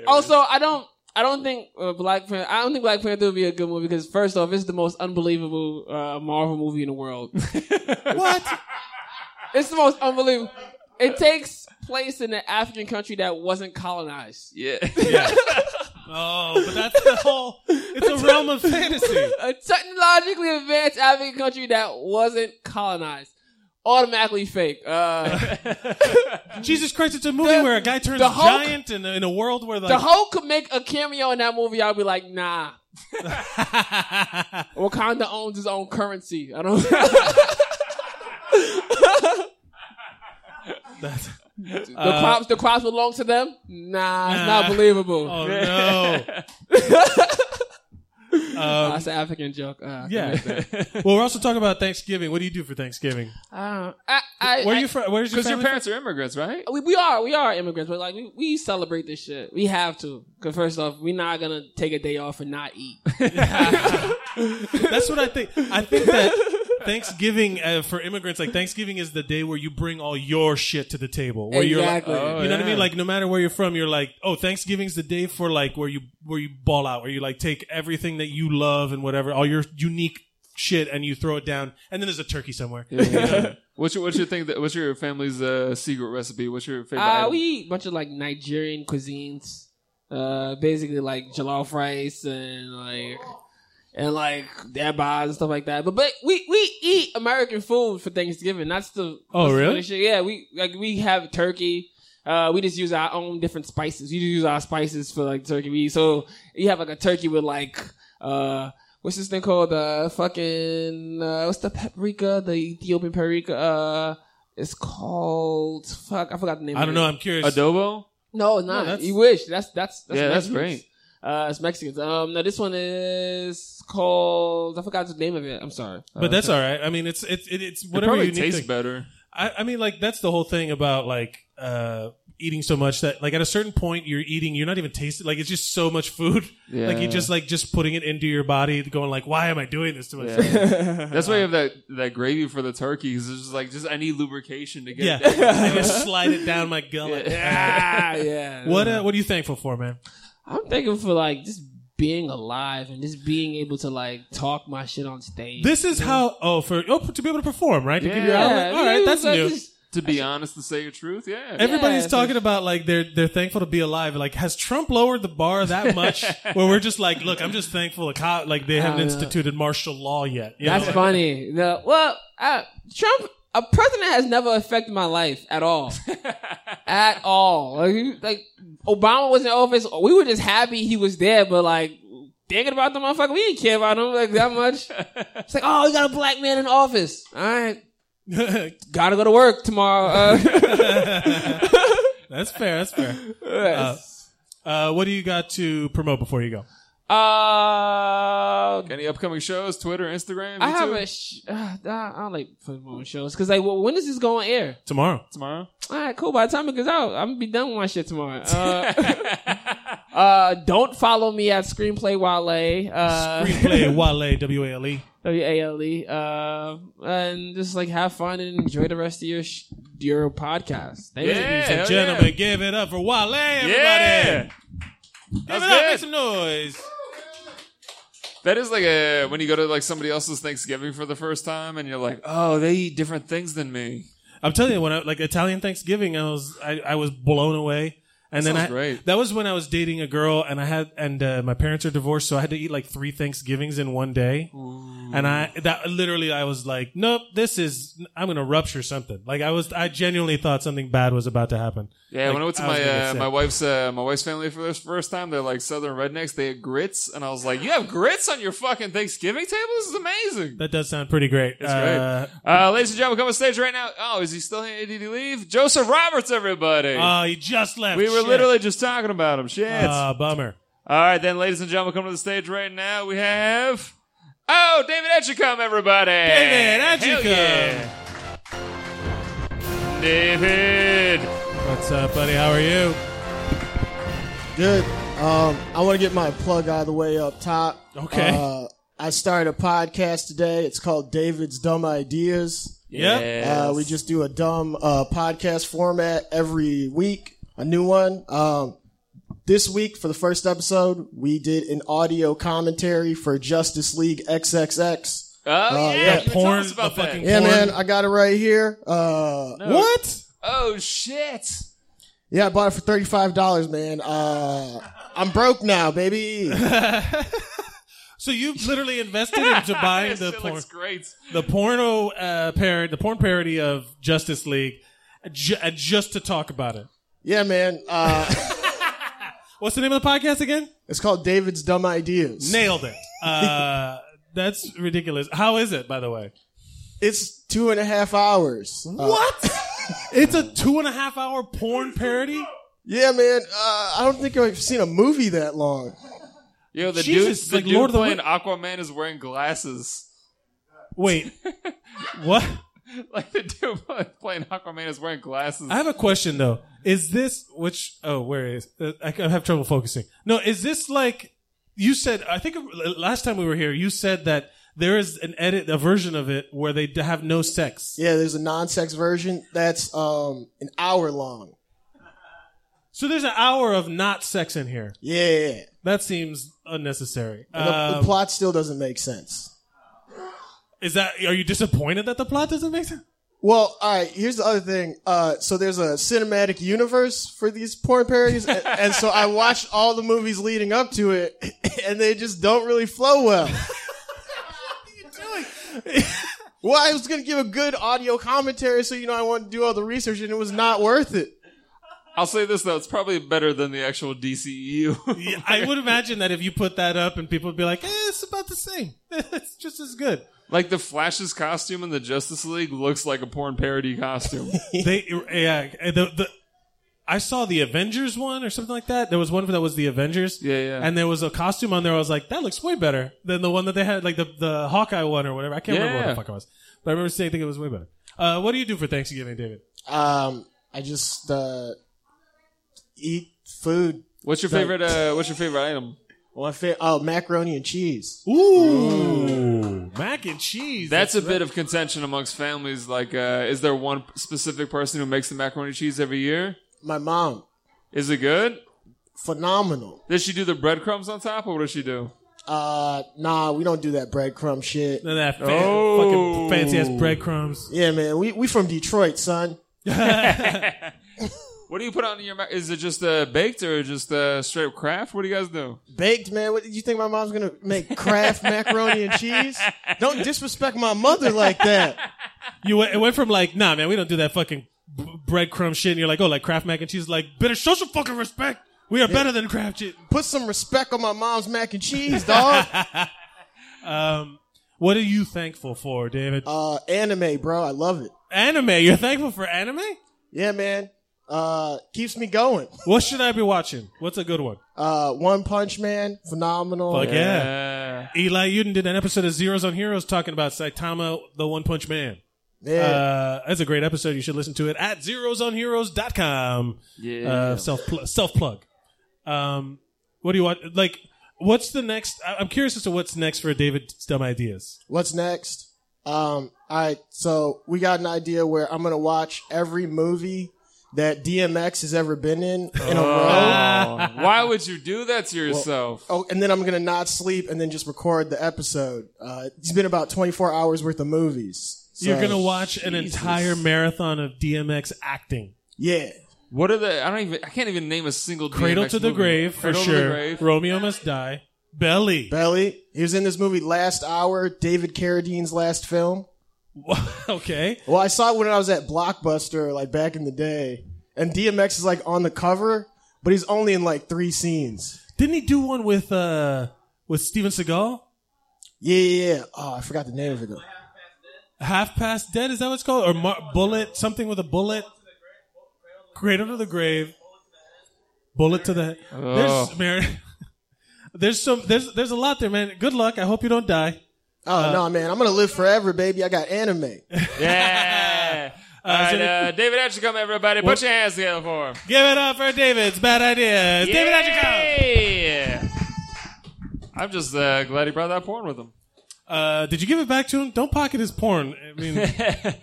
[SPEAKER 11] Also, I don't, I don't think uh, Black Panther. I don't think Black Panther would be a good movie because first off, it's the most unbelievable uh, Marvel movie in the
[SPEAKER 1] [LAUGHS]
[SPEAKER 11] world. what? It's the most unbelievable. It takes place in an African country that wasn't colonized.
[SPEAKER 2] Yeah.
[SPEAKER 1] [LAUGHS] Oh, but that's the whole. It's a realm of fantasy.
[SPEAKER 11] a technologically advanced African country that wasn't colonized. Automatically fake. Uh,
[SPEAKER 1] Jesus Christ, it's a movie where a guy turns
[SPEAKER 11] the Hulk-
[SPEAKER 1] giant in a, in a world where [LAUGHS] like
[SPEAKER 11] the Hulk could make a cameo in that movie. I'd be like,
[SPEAKER 1] [LAUGHS]
[SPEAKER 11] nah. Wakanda owns his own currency. I don't. [LAUGHS] the
[SPEAKER 1] Uh,
[SPEAKER 11] crops, the crops belong to them. Nah, it's
[SPEAKER 1] Nah.
[SPEAKER 11] not believable. [LAUGHS]
[SPEAKER 1] Oh, no. Um,
[SPEAKER 11] that's an African joke. Uh,
[SPEAKER 1] yeah.
[SPEAKER 11] I, like [LAUGHS] that.
[SPEAKER 1] [LAUGHS] well, we're also talking about Thanksgiving. What do you do for Thanksgiving?
[SPEAKER 11] I don't. I, I,
[SPEAKER 1] Where
[SPEAKER 11] I-
[SPEAKER 1] are you from? Where's your
[SPEAKER 2] Because your
[SPEAKER 1] family?
[SPEAKER 2] parents are immigrants, right?
[SPEAKER 11] we, we are we are immigrants, but like we, we celebrate this shit. We have to. Cause first off, we're not gonna take a day off and not
[SPEAKER 2] [LAUGHS]
[SPEAKER 11] eat.
[SPEAKER 1] [LAUGHS] That's what I think. I think that Thanksgiving uh, for immigrants, like Thanksgiving, is the day where you bring all your shit to the table. Where
[SPEAKER 11] Exactly.
[SPEAKER 1] You're like,
[SPEAKER 11] Oh,
[SPEAKER 1] you know what I
[SPEAKER 11] yeah.
[SPEAKER 1] mean? Like no matter where you're from, you're like, oh, Thanksgiving's the day for like where you where you ball out, where you like take everything that you love and whatever, all your unique shit, and you throw it down, and then there's a turkey somewhere. [LAUGHS] You know?
[SPEAKER 2] What's your What's your thing? That, what's your family's uh, secret recipe? What's your favorite?
[SPEAKER 11] Uh,
[SPEAKER 2] item?
[SPEAKER 11] we eat a bunch of like Nigerian cuisines, uh, basically like jollof rice and like and like dabas and stuff like that. But but we we eat American food for Thanksgiving. That's the
[SPEAKER 1] Oh,
[SPEAKER 11] that's the
[SPEAKER 1] really?
[SPEAKER 11] funny shit. Yeah, we like we have turkey. Uh, we just use our own different spices. We just use our spices for like turkey. We so you have like a turkey with like uh. What's this thing called? Uh, fucking uh, what's the paprika? The Ethiopian paprika. Uh, it's called fuck. I forgot the name.
[SPEAKER 1] I
[SPEAKER 11] of
[SPEAKER 1] don't
[SPEAKER 11] it.
[SPEAKER 1] know. I'm curious.
[SPEAKER 2] Adobo.
[SPEAKER 11] No, it's
[SPEAKER 1] No,
[SPEAKER 11] not.
[SPEAKER 1] that's-
[SPEAKER 11] you wish. That's that's, that's
[SPEAKER 2] Yeah, that's
[SPEAKER 11] Mexicans.
[SPEAKER 2] great.
[SPEAKER 11] Uh, it's Mexicans. Um, now this one is called. I forgot the name of it. I'm sorry. Uh,
[SPEAKER 1] But that's all right. I mean, it's it's it, it's whatever
[SPEAKER 2] probably
[SPEAKER 1] you need.
[SPEAKER 2] tastes
[SPEAKER 1] to-
[SPEAKER 2] better.
[SPEAKER 1] I, I mean, like that's the whole thing about like uh eating so much that like at a certain point you're eating, you're not even tasting. Like it's just so much food. [LAUGHS] Like you
[SPEAKER 2] Yeah.
[SPEAKER 1] just like just putting it into your body, going like, why am I doing this to myself?
[SPEAKER 2] Yeah. [LAUGHS] That's
[SPEAKER 1] [LAUGHS]
[SPEAKER 2] why you have that, that gravy for the turkeys. It's just like just I need lubrication to get.
[SPEAKER 1] Yeah,
[SPEAKER 2] It
[SPEAKER 1] [LAUGHS]
[SPEAKER 2] down.
[SPEAKER 1] I just slide it down my gullet.
[SPEAKER 11] Yeah, [LAUGHS] yeah.
[SPEAKER 1] What uh, what are you thankful for, man?
[SPEAKER 11] I'm thinking for like just being alive and just being able to like talk my shit on stage.
[SPEAKER 1] This is how oh for oh to be able to perform right to give your
[SPEAKER 11] Yeah.
[SPEAKER 1] outlet. All right,
[SPEAKER 11] Yeah,
[SPEAKER 1] that's
[SPEAKER 11] like
[SPEAKER 1] new.
[SPEAKER 11] just-
[SPEAKER 2] To be honest, to say your truth, yeah.
[SPEAKER 1] [LAUGHS] Everybody's
[SPEAKER 11] Yeah.
[SPEAKER 1] talking about like they're they're thankful to be alive. Like, has Trump lowered the bar
[SPEAKER 11] [LAUGHS]
[SPEAKER 1] that much? where we're just like, look, I'm just thankful. to co- Like they haven't
[SPEAKER 11] Oh, yeah.
[SPEAKER 1] instituted martial law yet. You
[SPEAKER 11] That's
[SPEAKER 1] know?
[SPEAKER 11] funny. The, well, uh, Trump, a president has never affected my life at
[SPEAKER 2] [LAUGHS]
[SPEAKER 11] all. at all. Like, you- like, Obama was in office. We were just happy he was there, but like, thinking about the motherfucker, we didn't care about him like that
[SPEAKER 2] [LAUGHS]
[SPEAKER 11] much. It's like, oh, we got a black man in office. All right. Gotta go to work tomorrow. Uh,
[SPEAKER 1] [LAUGHS] That's fair. That's fair.
[SPEAKER 2] Yes.
[SPEAKER 1] Uh, uh, what do you got to promote before you go?
[SPEAKER 2] [LAUGHS]
[SPEAKER 11] Uh,
[SPEAKER 2] Any upcoming shows? Twitter, Instagram?
[SPEAKER 11] I have
[SPEAKER 2] YouTube?
[SPEAKER 11] a. Sh- uh, I don't like promoting shows because like, well, when is this going to air?
[SPEAKER 1] Tomorrow.
[SPEAKER 2] Tomorrow.
[SPEAKER 11] All right, cool. By the time it goes out, I'm gonna be done with my shit tomorrow. Uh, [LAUGHS] uh, don't follow me at Screenplay Wale. Uh,
[SPEAKER 1] Replay
[SPEAKER 11] [LAUGHS]
[SPEAKER 1] Wale W A L E.
[SPEAKER 11] W A L E. Uh, and just like have fun and enjoy the rest of your sh- your podcast. Thank
[SPEAKER 1] Ladies
[SPEAKER 11] you.
[SPEAKER 1] and gentlemen, give it up for Wale, everybody.
[SPEAKER 2] Yeah.
[SPEAKER 1] Give
[SPEAKER 2] That's
[SPEAKER 1] it up.
[SPEAKER 2] good.
[SPEAKER 1] Make some noise.
[SPEAKER 2] That is like a when you go to like somebody else's Thanksgiving for the first time and you're like, oh, they eat different things than me.
[SPEAKER 1] I'm telling you, when I like Italian Thanksgiving, I was I, I was blown away. And
[SPEAKER 2] That
[SPEAKER 1] then
[SPEAKER 2] sounds
[SPEAKER 1] I,
[SPEAKER 2] great.
[SPEAKER 1] that was when I was dating a girl, and I had and uh, my parents are divorced, so I had to eat like three Thanksgivings in one day. And I that literally I was like, nope, this is I'm gonna rupture something. Like I was I genuinely thought something bad was about to happen.
[SPEAKER 2] Yeah,
[SPEAKER 1] Like,
[SPEAKER 2] when I went to
[SPEAKER 1] was
[SPEAKER 2] my
[SPEAKER 1] gonna get
[SPEAKER 2] uh,
[SPEAKER 1] sick.
[SPEAKER 2] my wife's uh, my wife's family for the first time, they're like Southern rednecks. They had grits, and I was like, "You have grits on your fucking Thanksgiving table? This is amazing."
[SPEAKER 1] that does sound pretty great.
[SPEAKER 2] It's
[SPEAKER 1] Uh,
[SPEAKER 2] great. Uh, ladies and gentlemen, come on stage right now. Oh, is he still here? Did he leave? Joseph Roberts, everybody.
[SPEAKER 1] Oh, he just left.
[SPEAKER 2] we were
[SPEAKER 1] Shit.
[SPEAKER 2] literally just talking about him. Shit.
[SPEAKER 1] Ah, bummer.
[SPEAKER 2] All right, then, ladies and gentlemen, come to the stage right now. We have oh, David Etchicum, everybody.
[SPEAKER 1] David
[SPEAKER 2] Hell
[SPEAKER 1] Etchicum.
[SPEAKER 2] yeah. David.
[SPEAKER 1] What's up, buddy? How are you?
[SPEAKER 12] Good. Um, I want to get my plug out of the way up top.
[SPEAKER 1] Okay.
[SPEAKER 12] Uh, I started a podcast today. It's called David's Dumb Ideas.
[SPEAKER 1] Yep.
[SPEAKER 12] Uh, we just do a dumb uh, podcast format every week, a new one. Um, this week, for the first episode, we did an audio commentary for Justice League XXX.
[SPEAKER 2] Oh yeah,
[SPEAKER 12] Uh, yeah.
[SPEAKER 2] you were
[SPEAKER 1] Porn,
[SPEAKER 2] telling us about
[SPEAKER 1] the
[SPEAKER 2] that.
[SPEAKER 1] fucking
[SPEAKER 12] Yeah,
[SPEAKER 1] porn.
[SPEAKER 12] man, I got it right here. Uh,
[SPEAKER 2] No.
[SPEAKER 12] What?
[SPEAKER 2] Oh shit.
[SPEAKER 12] Yeah, I bought it for thirty five dollars, man. Uh, I'm broke now,
[SPEAKER 1] [LAUGHS]
[SPEAKER 12] baby.
[SPEAKER 1] So you've literally invested
[SPEAKER 2] [LAUGHS]
[SPEAKER 1] into buying
[SPEAKER 2] This
[SPEAKER 1] the
[SPEAKER 2] shit
[SPEAKER 1] porn,
[SPEAKER 2] looks great.
[SPEAKER 1] the porno uh, parody, the porn parody of Justice League, ju- uh, just to talk about it.
[SPEAKER 12] yeah, man. Uh,
[SPEAKER 1] [LAUGHS] What's the name of the podcast again?
[SPEAKER 12] it's called David's Dumb Ideas.
[SPEAKER 1] Nailed it. Uh, [LAUGHS] that's ridiculous. How is it, by the way?
[SPEAKER 12] It's two and a half hours. Uh, [LAUGHS]
[SPEAKER 1] What? it's a two and a half hour porn parody.
[SPEAKER 12] yeah, man. Uh, I don't think I've seen a movie that long.
[SPEAKER 2] Yo, the
[SPEAKER 1] Jesus,
[SPEAKER 2] dude, the
[SPEAKER 1] like
[SPEAKER 2] dude
[SPEAKER 1] Lord of the
[SPEAKER 2] playing Aquaman is wearing glasses. [LAUGHS]
[SPEAKER 1] Wait, what?
[SPEAKER 2] Like the dude [LAUGHS] playing Aquaman is wearing glasses.
[SPEAKER 1] I have a question though. Is this which? Oh, where is? Uh, I I have trouble focusing. No, is this like you said? I think last time we were here, you said that there is an edit, a version of it where they d- have no sex.
[SPEAKER 12] Yeah, there's a non-sex version that's um an hour long.
[SPEAKER 1] So there's an hour of not sex in here.
[SPEAKER 12] Yeah,
[SPEAKER 1] That seems unnecessary.
[SPEAKER 12] And the, the
[SPEAKER 1] Um,
[SPEAKER 12] plot still doesn't make sense.
[SPEAKER 1] is that? Are you disappointed that the plot doesn't make sense?
[SPEAKER 12] Well, all right. Here's the other thing. Uh, so there's a cinematic universe for these porn parodies, and,
[SPEAKER 1] [LAUGHS]
[SPEAKER 12] and so I watched all the movies leading up to it, [LAUGHS] and they just don't really flow
[SPEAKER 1] [LAUGHS]
[SPEAKER 12] well. [LAUGHS] well, I was gonna give a good audio commentary, so you know I wanted to do all the research, and it was not worth it.
[SPEAKER 2] I'll say this though, it's probably better than the actual E DCEU.
[SPEAKER 1] Yeah, I would imagine that if you put that up and people would be like, [LAUGHS] eh, it's about the same. [LAUGHS] it's just as good.
[SPEAKER 2] like the Flash's costume in the Justice League looks like a porn parody
[SPEAKER 1] [LAUGHS]
[SPEAKER 2] costume.
[SPEAKER 1] [LAUGHS] they yeah the, the I saw the Avengers one or something like that. There was one that was the Avengers.
[SPEAKER 2] Yeah, yeah.
[SPEAKER 1] And there was a costume on there. I was like, that looks way better than the one that they had, like the, the Hawkeye one or whatever. I can't remember what
[SPEAKER 2] Yeah.
[SPEAKER 1] the fuck it was, but I remember saying, I think it was way better. Uh, what do you do for Thanksgiving, David?
[SPEAKER 12] Um, I just uh, eat food.
[SPEAKER 2] What's your
[SPEAKER 12] Like-
[SPEAKER 2] favorite? Uh, what's your favorite item?
[SPEAKER 12] Well, I fa- oh, macaroni and cheese.
[SPEAKER 2] Mm.
[SPEAKER 1] Ooh, mac and cheese.
[SPEAKER 2] That's a bit of contention amongst families. Like, uh, is there one specific person who makes the macaroni and cheese every year?
[SPEAKER 12] My mom,
[SPEAKER 2] Is it good?
[SPEAKER 12] phenomenal.
[SPEAKER 2] Does she do the breadcrumbs on top, or what does she do?
[SPEAKER 12] Uh, nah, we don't do that breadcrumb shit.
[SPEAKER 1] None of that fan,
[SPEAKER 2] Oh.
[SPEAKER 1] fucking fancy ass breadcrumbs.
[SPEAKER 12] Yeah, man, we we from Detroit, son.
[SPEAKER 2] [LAUGHS] What do you put on your? Ma- is it just uh, baked or just uh, straight up craft? What do you guys do?
[SPEAKER 12] Baked, man. What you think my mom's gonna make
[SPEAKER 1] [LAUGHS]
[SPEAKER 12] Kraft macaroni and cheese? Don't disrespect my mother like that.
[SPEAKER 1] [LAUGHS] You went, it went from like, nah, man, we don't do that fucking b- breadcrumb shit. And you're like, oh, like Kraft mac and cheese. Like, better show some fucking respect. We are better than Kraft shit.
[SPEAKER 12] Put some respect on my mom's mac and cheese, [LAUGHS] dog.
[SPEAKER 1] Um, what are you thankful for, David?
[SPEAKER 12] Uh, anime, bro. I love it.
[SPEAKER 1] anime. You're thankful for anime?
[SPEAKER 12] Yeah, man. Uh, keeps me going.
[SPEAKER 1] What should I be watching? What's a good one?
[SPEAKER 12] Uh, One Punch Man, phenomenal.
[SPEAKER 1] Fuck yeah. Eli Uden did an episode of Zeros on Heroes talking about Saitama, the One Punch Man.
[SPEAKER 12] Yeah.
[SPEAKER 1] Uh, that's a great episode. You should listen to it at zerosonheroes.com.
[SPEAKER 2] Yeah.
[SPEAKER 1] Uh, self pl- self plug. Um, what do you want? Like, what's the next? I- I'm curious as to what's next for David's dumb ideas.
[SPEAKER 12] What's next? Um, I so we got an idea where I'm gonna watch every movie that DMX has ever been in in a
[SPEAKER 1] Oh.
[SPEAKER 12] row.
[SPEAKER 2] Why would you do that to yourself?
[SPEAKER 12] Oh, and then I'm gonna not sleep and then just record the episode. Uh, it's been about 24 hours worth of movies. So-
[SPEAKER 1] You're gonna watch an entire marathon of DMX acting.
[SPEAKER 12] Yeah.
[SPEAKER 2] What are the? I don't even. I can't even name a single.
[SPEAKER 1] Cradle
[SPEAKER 2] DMX
[SPEAKER 1] to the
[SPEAKER 2] movie.
[SPEAKER 1] grave for
[SPEAKER 2] Cradle to the
[SPEAKER 1] sure.
[SPEAKER 2] Grave.
[SPEAKER 1] Romeo must die. Belly.
[SPEAKER 12] Belly. He was in this movie last hour, David Carradine's last film.
[SPEAKER 1] [LAUGHS] okay.
[SPEAKER 12] Well, I saw it when I was at Blockbuster, like back in the day, and DMX is like on the cover, but he's only in like three scenes.
[SPEAKER 1] Didn't he do one with uh with Steven Seagal?
[SPEAKER 12] Yeah, yeah, yeah. Oh, I forgot the name of it though.
[SPEAKER 1] Half past dead is that what it's called? Or mar- bullet something with a bullet? Cradle to the grave. Bullet to the.
[SPEAKER 2] Oh.
[SPEAKER 1] There's Mary. There's some. There's there's a lot there, man. Good luck. I hope you don't die. Uh,
[SPEAKER 12] Oh no, man! I'm gonna live forever, baby. I got anime.
[SPEAKER 1] [LAUGHS]
[SPEAKER 2] Yeah. All
[SPEAKER 1] Uh,
[SPEAKER 2] right,
[SPEAKER 1] so-
[SPEAKER 2] uh, David Atchison, everybody, put
[SPEAKER 1] What-
[SPEAKER 2] your hands together for him.
[SPEAKER 1] [LAUGHS] Give it up for David's bad ideas. Uh, David Atchison.
[SPEAKER 2] Atchison. I'm just uh, glad he brought that porn with him.
[SPEAKER 1] Uh, did you give it back to him? Don't pocket his porn. I
[SPEAKER 2] [LAUGHS]
[SPEAKER 1] mean,
[SPEAKER 2] Ladies and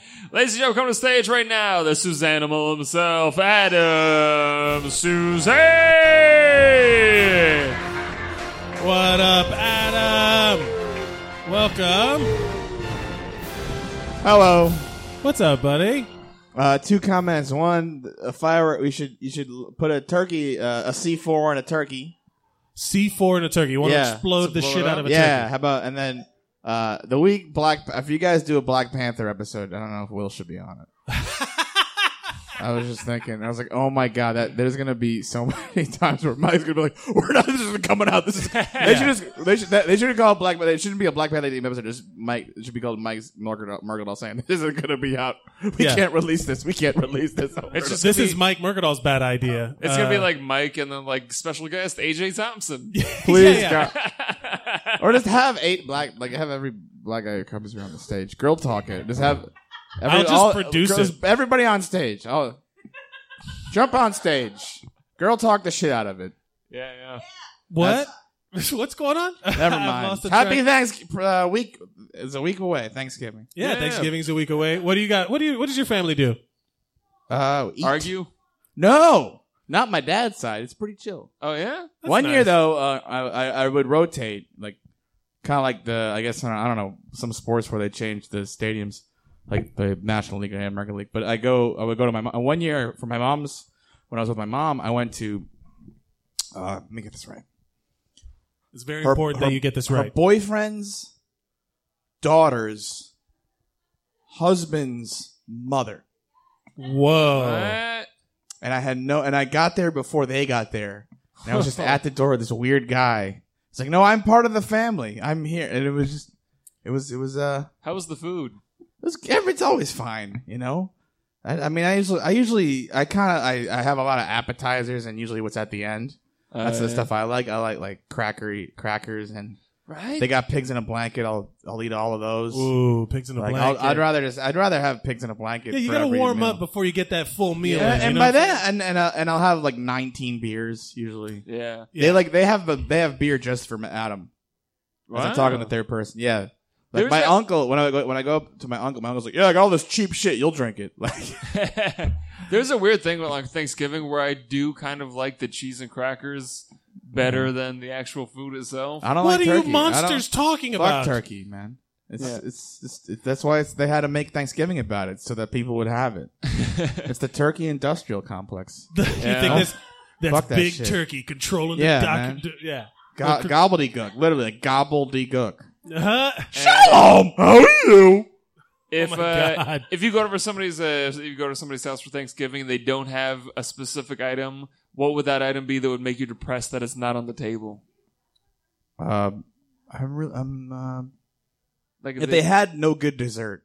[SPEAKER 2] gentlemen, come to the stage right now. The Suzanimal himself, Adam Suzanne.
[SPEAKER 1] what up, Adam? Welcome.
[SPEAKER 13] Hello.
[SPEAKER 1] What's up, buddy?
[SPEAKER 13] Uh, two comments. One, a firework. We should you should l- put a turkey, uh, a C four on a turkey.
[SPEAKER 1] C four in a turkey. You want to explode the shit out of a
[SPEAKER 13] yeah.
[SPEAKER 1] turkey?
[SPEAKER 13] How about and then uh, the week Black. If you guys do a Black Panther episode, I don't know if Will should be on
[SPEAKER 1] [LAUGHS]
[SPEAKER 13] it. I was just thinking. I was like, oh my god, that there's gonna be so [LAUGHS] many times where Mike's gonna be like, we're not. This isn't coming out.
[SPEAKER 1] [LAUGHS]
[SPEAKER 13] This is. They should just. They should. that- They should call it Black. But it shouldn't be a Black Panther theme episode. Just Mike. It should be called Mike's Margaret. Margaret saying [LAUGHS] this isn't gonna be out. We
[SPEAKER 1] Yeah.
[SPEAKER 13] can't release this. We can't release this.
[SPEAKER 2] [LAUGHS] It's just
[SPEAKER 1] This
[SPEAKER 2] gonna
[SPEAKER 1] is
[SPEAKER 2] be-
[SPEAKER 1] Mike Murgadal's bad idea.
[SPEAKER 2] It's gonna be
[SPEAKER 1] Uh,
[SPEAKER 2] like Mike and then like special guest AJ Thompson.
[SPEAKER 13] Please,
[SPEAKER 1] [LAUGHS] yeah.
[SPEAKER 13] God. or just have eight black, like have every black guy who comes around the stage girl talk it. Just have. Every,
[SPEAKER 1] I'll just produce
[SPEAKER 13] girls-
[SPEAKER 1] it.
[SPEAKER 13] Everybody on stage. I'll jump on stage. Girl talk the shit out of it.
[SPEAKER 2] yeah,
[SPEAKER 1] What? What's going on?
[SPEAKER 13] Never
[SPEAKER 1] I've
[SPEAKER 13] mind.
[SPEAKER 1] lost the track.
[SPEAKER 13] Happy Thanksgiving uh, week. It's a week away. Thanksgiving.
[SPEAKER 1] Yeah,
[SPEAKER 2] Yeah.
[SPEAKER 1] Thanksgiving's a week away. What do you got? What do you? What does your family do?
[SPEAKER 13] Oh,
[SPEAKER 2] yeah. Argue?
[SPEAKER 13] no, not my dad's side. It's pretty chill.
[SPEAKER 2] Oh yeah.
[SPEAKER 1] That's
[SPEAKER 13] One year
[SPEAKER 1] nice.
[SPEAKER 13] though, uh, I, I I would rotate like kind of like the I guess I don't, I don't know some sports where they change the stadiums, like the National League and American League. But I go I would go to my mom. One year for my mom's when I was with my mom, I went to. Uh, let me get this right.
[SPEAKER 1] It's very
[SPEAKER 13] Her-
[SPEAKER 1] important
[SPEAKER 13] her-
[SPEAKER 1] that you get this
[SPEAKER 13] her
[SPEAKER 1] right.
[SPEAKER 13] boyfriend's daughter's husband's mother,
[SPEAKER 1] Whoa.
[SPEAKER 2] What?
[SPEAKER 13] and I had no, and I got there before they got there. And I
[SPEAKER 1] [LAUGHS]
[SPEAKER 13] was just at the door. This weird guy. It's like, no, I'm part of the family. I'm here, and it was just, it was, it was, uh,
[SPEAKER 2] How was the food?
[SPEAKER 13] it was, it's always fine, you know. I, I mean, I usually, I usually, I kind of, I, I have a lot of appetizers, and usually what's at the end. That's
[SPEAKER 2] Uh,
[SPEAKER 13] the stuff I like. I like like crackery crackers, and
[SPEAKER 2] Right.
[SPEAKER 13] they got pigs in a blanket. I'll, I'll eat all of those.
[SPEAKER 1] Ooh, pigs in a
[SPEAKER 13] Like, I'll,
[SPEAKER 1] blanket.
[SPEAKER 13] I'd rather just, I'd rather have pigs in a blanket.
[SPEAKER 1] yeah, you
[SPEAKER 13] for
[SPEAKER 1] gotta
[SPEAKER 13] every
[SPEAKER 1] warm
[SPEAKER 13] meal.
[SPEAKER 1] up before you get that full meal.
[SPEAKER 13] Yeah,
[SPEAKER 1] in, you
[SPEAKER 13] and
[SPEAKER 1] know
[SPEAKER 13] by
[SPEAKER 1] what I'm
[SPEAKER 13] then, and and, uh, and I'll have like 19 beers usually.
[SPEAKER 2] yeah.
[SPEAKER 1] Yeah.
[SPEAKER 13] They like they have the, they have beer just for Adam. As I'm talking
[SPEAKER 2] Wow.
[SPEAKER 13] to third person, yeah.
[SPEAKER 2] There's
[SPEAKER 13] Like my
[SPEAKER 2] that-
[SPEAKER 13] uncle, when I go, when I go up to my uncle, my uncle's like, "Yeah, I got all this cheap shit. You'll drink it." [LAUGHS] Like,
[SPEAKER 2] There's a weird thing with like Thanksgiving where I do kind of like the cheese and crackers better than the actual food itself.
[SPEAKER 13] Mm-hmm. I don't
[SPEAKER 1] What
[SPEAKER 13] like
[SPEAKER 1] are you
[SPEAKER 13] turkey. I don't-
[SPEAKER 1] monsters talking about?
[SPEAKER 13] Fuck turkey, man. It's, it's, it's, it- that's why it's, they had to make Thanksgiving about it so that people would have
[SPEAKER 1] [LAUGHS]
[SPEAKER 13] it. it's the turkey industrial complex.
[SPEAKER 1] you think
[SPEAKER 2] Yeah.
[SPEAKER 1] this? That's
[SPEAKER 13] Fuck that
[SPEAKER 1] big
[SPEAKER 13] shit.
[SPEAKER 1] turkey controlling
[SPEAKER 13] Yeah,
[SPEAKER 1] the
[SPEAKER 13] man.
[SPEAKER 1] doc. d- Yeah.
[SPEAKER 13] Go- gobbledygook, literally gobbledygook.
[SPEAKER 1] Uh-huh.
[SPEAKER 13] Shalom, how are you?
[SPEAKER 2] If
[SPEAKER 1] Oh my
[SPEAKER 2] uh,
[SPEAKER 1] God.
[SPEAKER 2] if you go over somebody's uh, if you go to somebody's house for Thanksgiving and they don't have a specific item, what would that item be that would make you depressed that it's not on the table?
[SPEAKER 13] Um, I'm really, I'm. Uh,
[SPEAKER 2] Like
[SPEAKER 13] if they had no good dessert,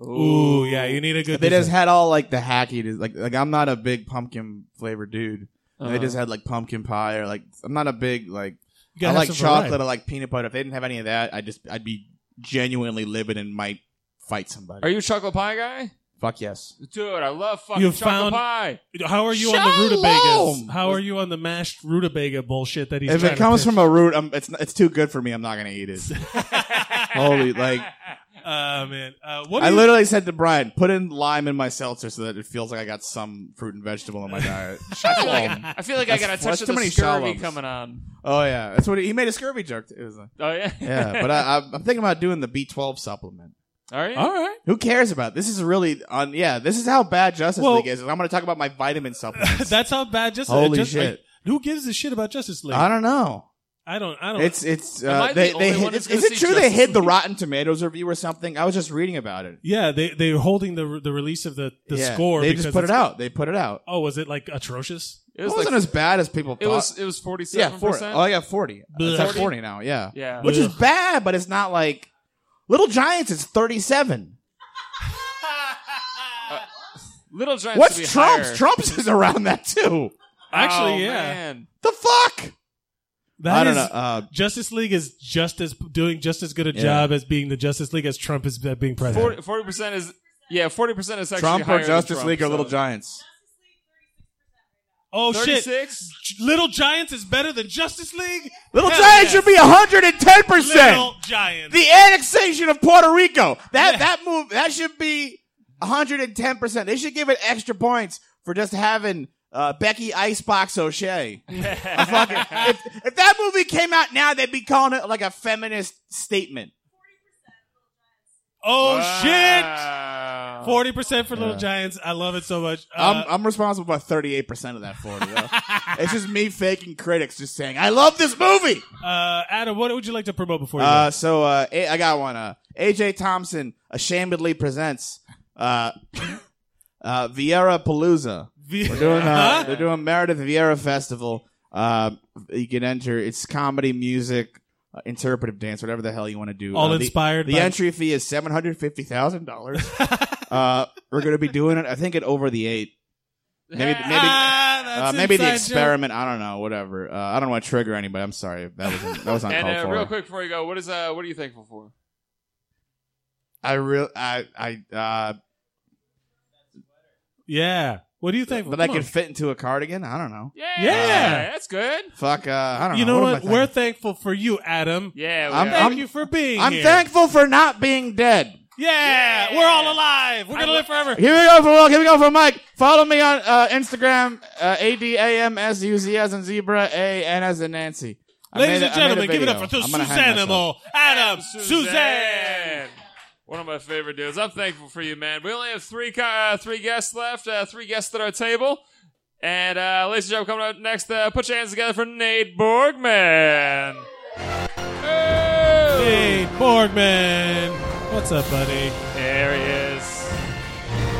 [SPEAKER 1] Ooh, yeah, you need a good.
[SPEAKER 13] They just had all like the hacky, like like I'm not a big pumpkin flavored dude. And They
[SPEAKER 1] Uh-huh.
[SPEAKER 13] just had like pumpkin pie or like I'm not a big like
[SPEAKER 1] You gotta
[SPEAKER 13] I
[SPEAKER 1] have
[SPEAKER 13] like
[SPEAKER 1] some
[SPEAKER 13] chocolate.
[SPEAKER 1] variety.
[SPEAKER 13] I like peanut butter. If they didn't have any of that, I just I'd be genuinely livid and might fight somebody.
[SPEAKER 2] Are you a chocolate pie guy?
[SPEAKER 13] Fuck yes.
[SPEAKER 2] Dude, I love fucking
[SPEAKER 1] You
[SPEAKER 2] chocolate
[SPEAKER 1] found-
[SPEAKER 2] pie.
[SPEAKER 1] How are you on the rutabagas? How are you on the mashed rutabaga bullshit that he's?
[SPEAKER 13] if
[SPEAKER 1] trying
[SPEAKER 13] it comes
[SPEAKER 1] to
[SPEAKER 13] from a root, I'm, it's it's too good for me. I'm not gonna
[SPEAKER 1] [LAUGHS]
[SPEAKER 13] eat it. Holy like
[SPEAKER 1] pitch? Uh, man, uh, what?
[SPEAKER 13] I
[SPEAKER 1] do you-
[SPEAKER 13] literally said to Brian, put in lime in my seltzer so that it feels like I got some fruit and vegetable in my
[SPEAKER 1] [LAUGHS]
[SPEAKER 13] diet.
[SPEAKER 2] I feel like-
[SPEAKER 13] Um,
[SPEAKER 2] I feel like I
[SPEAKER 13] that's-
[SPEAKER 2] got a touch
[SPEAKER 13] that's
[SPEAKER 2] of
[SPEAKER 13] too
[SPEAKER 2] the
[SPEAKER 13] many
[SPEAKER 2] scurvy
[SPEAKER 13] shalloms.
[SPEAKER 2] coming on.
[SPEAKER 13] Oh yeah, that's what he, he made a scurvy joke. It was like,
[SPEAKER 2] Oh, yeah?
[SPEAKER 13] [LAUGHS] yeah. But I, I'm- I'm thinking about doing the B12 supplement.
[SPEAKER 2] All right,
[SPEAKER 1] all right.
[SPEAKER 13] Who cares about this? Is really on. Yeah, this is how bad Justice
[SPEAKER 1] Well-
[SPEAKER 13] League is. And I'm going to talk about my vitamin
[SPEAKER 1] [LAUGHS]
[SPEAKER 13] supplement.
[SPEAKER 1] That's how bad. Just
[SPEAKER 13] Holy
[SPEAKER 1] just, like,
[SPEAKER 13] shit.
[SPEAKER 1] who gives a shit about Justice League?
[SPEAKER 13] I don't know.
[SPEAKER 1] I don't. I don't.
[SPEAKER 13] It's it's
[SPEAKER 1] Am I
[SPEAKER 13] uh,
[SPEAKER 1] the
[SPEAKER 13] they
[SPEAKER 1] only
[SPEAKER 13] they
[SPEAKER 1] one
[SPEAKER 13] hid,
[SPEAKER 1] that's
[SPEAKER 13] is,
[SPEAKER 1] gonna
[SPEAKER 13] it
[SPEAKER 1] see
[SPEAKER 13] true they
[SPEAKER 1] Justice
[SPEAKER 13] hid the
[SPEAKER 1] League?
[SPEAKER 13] Rotten Tomatoes review or something? I was just reading about it.
[SPEAKER 1] Yeah, they they're holding the the release of the the
[SPEAKER 13] Yeah,
[SPEAKER 1] score.
[SPEAKER 13] They
[SPEAKER 1] because
[SPEAKER 13] just put it
[SPEAKER 1] it's-
[SPEAKER 13] out. They put it out.
[SPEAKER 1] Oh, was it like atrocious?
[SPEAKER 13] It, was not as bad as people
[SPEAKER 1] It
[SPEAKER 13] thought.
[SPEAKER 1] was- it was 47%?
[SPEAKER 13] Yeah, 40. Oh, I got 40. It's at
[SPEAKER 1] 40?
[SPEAKER 13] 40 now, yeah.
[SPEAKER 1] Yeah.
[SPEAKER 13] Which is
[SPEAKER 1] Ugh.
[SPEAKER 13] bad, but it's not like Little Giants is 37.
[SPEAKER 2] Little Giants.
[SPEAKER 13] What's
[SPEAKER 2] should be
[SPEAKER 13] Trump's?
[SPEAKER 2] higher.
[SPEAKER 13] Trump's is around that too.
[SPEAKER 1] Actually,
[SPEAKER 2] Oh,
[SPEAKER 1] yeah.
[SPEAKER 2] man.
[SPEAKER 13] The fuck?
[SPEAKER 1] That
[SPEAKER 13] I don't
[SPEAKER 1] is-
[SPEAKER 13] know, uh,
[SPEAKER 1] Justice League is just as doing just as good a
[SPEAKER 13] Yeah.
[SPEAKER 1] job as being the Justice League as Trump is at being president.
[SPEAKER 2] Forty percent is yeah. Forty percent is actually
[SPEAKER 13] Trump
[SPEAKER 2] higher
[SPEAKER 13] or
[SPEAKER 2] than
[SPEAKER 13] Justice
[SPEAKER 2] Trump,
[SPEAKER 13] League or
[SPEAKER 2] so-
[SPEAKER 13] Little Giants?
[SPEAKER 1] Oh
[SPEAKER 2] shit!
[SPEAKER 1] J- Little Giants is better than Justice League.
[SPEAKER 13] Little
[SPEAKER 1] Hell
[SPEAKER 13] Giants
[SPEAKER 1] yes.
[SPEAKER 13] should be 110
[SPEAKER 1] Little
[SPEAKER 13] percent.
[SPEAKER 1] Giants.
[SPEAKER 13] The annexation of Puerto Rico. That that move that should be 110 percent. They should give it extra points for just having uh, Becky Icebox [LAUGHS] O'Shea.
[SPEAKER 2] [LAUGHS]
[SPEAKER 13] A fucking- if, if that movie came out now, they'd be calling it like a feminist statement.
[SPEAKER 1] Oh
[SPEAKER 13] shit!
[SPEAKER 1] Forty percent for Little
[SPEAKER 13] Yeah.
[SPEAKER 1] Giants. I love it so much.
[SPEAKER 13] I'm,
[SPEAKER 1] Uh,
[SPEAKER 13] I'm responsible for thirty eight percent of that forty. though.
[SPEAKER 1] [LAUGHS]
[SPEAKER 13] it's just me faking critics, just saying I love this movie.
[SPEAKER 1] uh, Adam, what would you like to promote before you? go?
[SPEAKER 13] Uh, so uh, A- I got one. Uh, AJ Thompson ashamedly presents uh, [LAUGHS] uh, Vieira Palooza.
[SPEAKER 1] Vie-
[SPEAKER 13] We're doing uh,
[SPEAKER 1] Huh?
[SPEAKER 13] they're doing Meredith Vieira Festival. Uh, you can enter. It's comedy, music, uh, interpretive dance, whatever the hell you want to do.
[SPEAKER 1] All
[SPEAKER 13] Uh, the-
[SPEAKER 1] inspired
[SPEAKER 13] The,
[SPEAKER 1] by-
[SPEAKER 13] entry fee is seven hundred fifty thousand dollars.
[SPEAKER 2] [LAUGHS]
[SPEAKER 13] uh, we're gonna be doing it. I think at over the eight. Maybe maybe
[SPEAKER 1] Ah,
[SPEAKER 13] uh,
[SPEAKER 1] that's
[SPEAKER 13] maybe the
[SPEAKER 1] inside
[SPEAKER 13] experiment. I don't know. Whatever. Uh, I don't want to trigger anybody. I'm sorry. That was
[SPEAKER 2] [LAUGHS]
[SPEAKER 13] that was uncalled
[SPEAKER 2] And uh,
[SPEAKER 13] for.
[SPEAKER 2] real quick before you go, what is uh, what are you thankful for?
[SPEAKER 13] I real I I uh
[SPEAKER 1] Yeah. What do you think?
[SPEAKER 13] that I could fit into a cardigan? I don't know.
[SPEAKER 2] Yeah,
[SPEAKER 1] Yeah.
[SPEAKER 2] that's good.
[SPEAKER 13] Fuck uh I don't
[SPEAKER 1] you know
[SPEAKER 13] know.
[SPEAKER 1] what?
[SPEAKER 13] am I
[SPEAKER 1] We're thankful for you, Adam.
[SPEAKER 2] Yeah,
[SPEAKER 13] we I'm- are.
[SPEAKER 1] thank
[SPEAKER 13] I'm-
[SPEAKER 1] you for being.
[SPEAKER 13] thinking? I'm
[SPEAKER 1] here.
[SPEAKER 13] thankful for not being dead.
[SPEAKER 1] Yeah, we're all alive. We're gonna live forever.
[SPEAKER 13] Here we go for here we go for Mike. Follow me on uh Instagram uh A D A M S U Z as in zebra A N as in Nancy. I
[SPEAKER 1] Ladies
[SPEAKER 13] made a-
[SPEAKER 1] and
[SPEAKER 13] I made a
[SPEAKER 1] gentlemen, give it up for
[SPEAKER 13] video.
[SPEAKER 1] the
[SPEAKER 13] I'm gonna hang myself.
[SPEAKER 1] Susanimal, Adam
[SPEAKER 2] Suzanne. One of my favorite dudes. I'm thankful for you, man. We only have three co- uh, three guests left. Uh, three guests at our table. And uh, ladies and gentlemen, coming up next, uh, put your hands together for Nate Borgman.
[SPEAKER 1] Hey, Borgman. What's up, buddy?
[SPEAKER 2] There he is.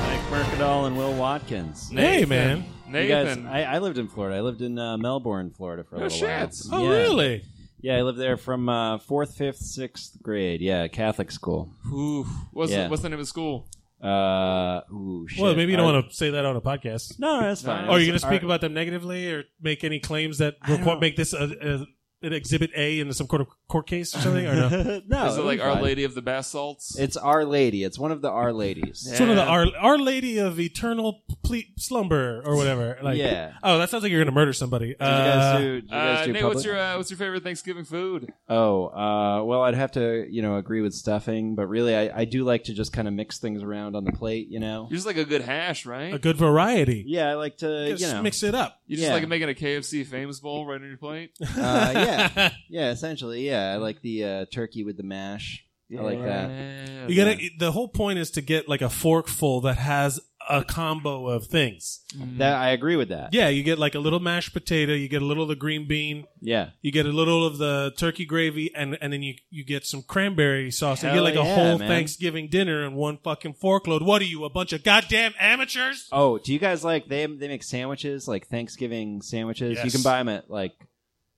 [SPEAKER 14] Mike Mercadal and Will Watkins.
[SPEAKER 1] Hey, man.
[SPEAKER 14] You guys,
[SPEAKER 1] Nathan.
[SPEAKER 14] I, I lived in Florida. I lived in uh, Melbourne, Florida for a
[SPEAKER 1] No
[SPEAKER 14] little
[SPEAKER 1] shit.
[SPEAKER 14] while.
[SPEAKER 1] Oh, really?
[SPEAKER 14] Yeah, I lived there from uh, fourth, fifth, sixth grade. Yeah, Catholic school.
[SPEAKER 2] Ooh, what's,
[SPEAKER 14] Yeah.
[SPEAKER 2] the, what's the name of the school?
[SPEAKER 14] Uh, ooh, shit.
[SPEAKER 1] Well, maybe you don't
[SPEAKER 14] I-
[SPEAKER 1] want to say that on a podcast.
[SPEAKER 14] No, that's fine.
[SPEAKER 1] Or are you going to
[SPEAKER 14] It's-
[SPEAKER 1] speak
[SPEAKER 14] our-
[SPEAKER 1] about them negatively or make any claims that record, make this a, a, an exhibit A in some court, of, court case or something? Or no?
[SPEAKER 14] [LAUGHS] No,
[SPEAKER 2] Is it
[SPEAKER 14] it'll
[SPEAKER 2] like
[SPEAKER 14] be
[SPEAKER 2] Our
[SPEAKER 14] fine.
[SPEAKER 2] Lady of the Basalts?
[SPEAKER 14] It's Our Lady. It's one of the Our Ladies.
[SPEAKER 1] It's one of the Our, Our Lady of Eternal Ple- Slumber or whatever. Like,
[SPEAKER 14] Yeah.
[SPEAKER 1] Oh, that sounds like you're going to murder somebody. Did
[SPEAKER 14] guys do- did you guys
[SPEAKER 2] Uh,
[SPEAKER 14] do
[SPEAKER 2] Nate, what's
[SPEAKER 14] public?
[SPEAKER 2] your uh, what's your favorite Thanksgiving food?
[SPEAKER 14] Oh, uh, well, I'd have to, you know, agree with stuffing, but really, I, I do like to just kind of mix things around on the plate, you know?
[SPEAKER 2] You're just like a good hash, right?
[SPEAKER 1] a good variety.
[SPEAKER 14] Yeah, I like to,
[SPEAKER 2] Just
[SPEAKER 14] you know.
[SPEAKER 1] mix it up.
[SPEAKER 2] You just
[SPEAKER 14] Yeah.
[SPEAKER 2] like making a KFC famous bowl right on your
[SPEAKER 1] [LAUGHS]
[SPEAKER 2] plate.
[SPEAKER 14] Uh,
[SPEAKER 2] [LAUGHS]
[SPEAKER 14] yeah, yeah, essentially, yeah. I like the uh, turkey with the mash. I like
[SPEAKER 2] Yeah.
[SPEAKER 14] that.
[SPEAKER 1] You gotta. The whole point is to get like a forkful that has a combo of things.
[SPEAKER 14] Mm-hmm. That I agree with that.
[SPEAKER 1] Yeah, you get like a little mashed potato, you get a little of the green bean,
[SPEAKER 14] Yeah.
[SPEAKER 1] you get a little of the turkey gravy, and and then you you get some cranberry sauce. you
[SPEAKER 14] Hell
[SPEAKER 1] get like a
[SPEAKER 14] yeah,
[SPEAKER 1] whole
[SPEAKER 14] man.
[SPEAKER 1] Thanksgiving dinner in one fucking forkload. What are you, a bunch of goddamn amateurs?
[SPEAKER 14] Oh, do you guys like they they make sandwiches like Thanksgiving sandwiches? You
[SPEAKER 1] Yes.
[SPEAKER 14] can buy them at like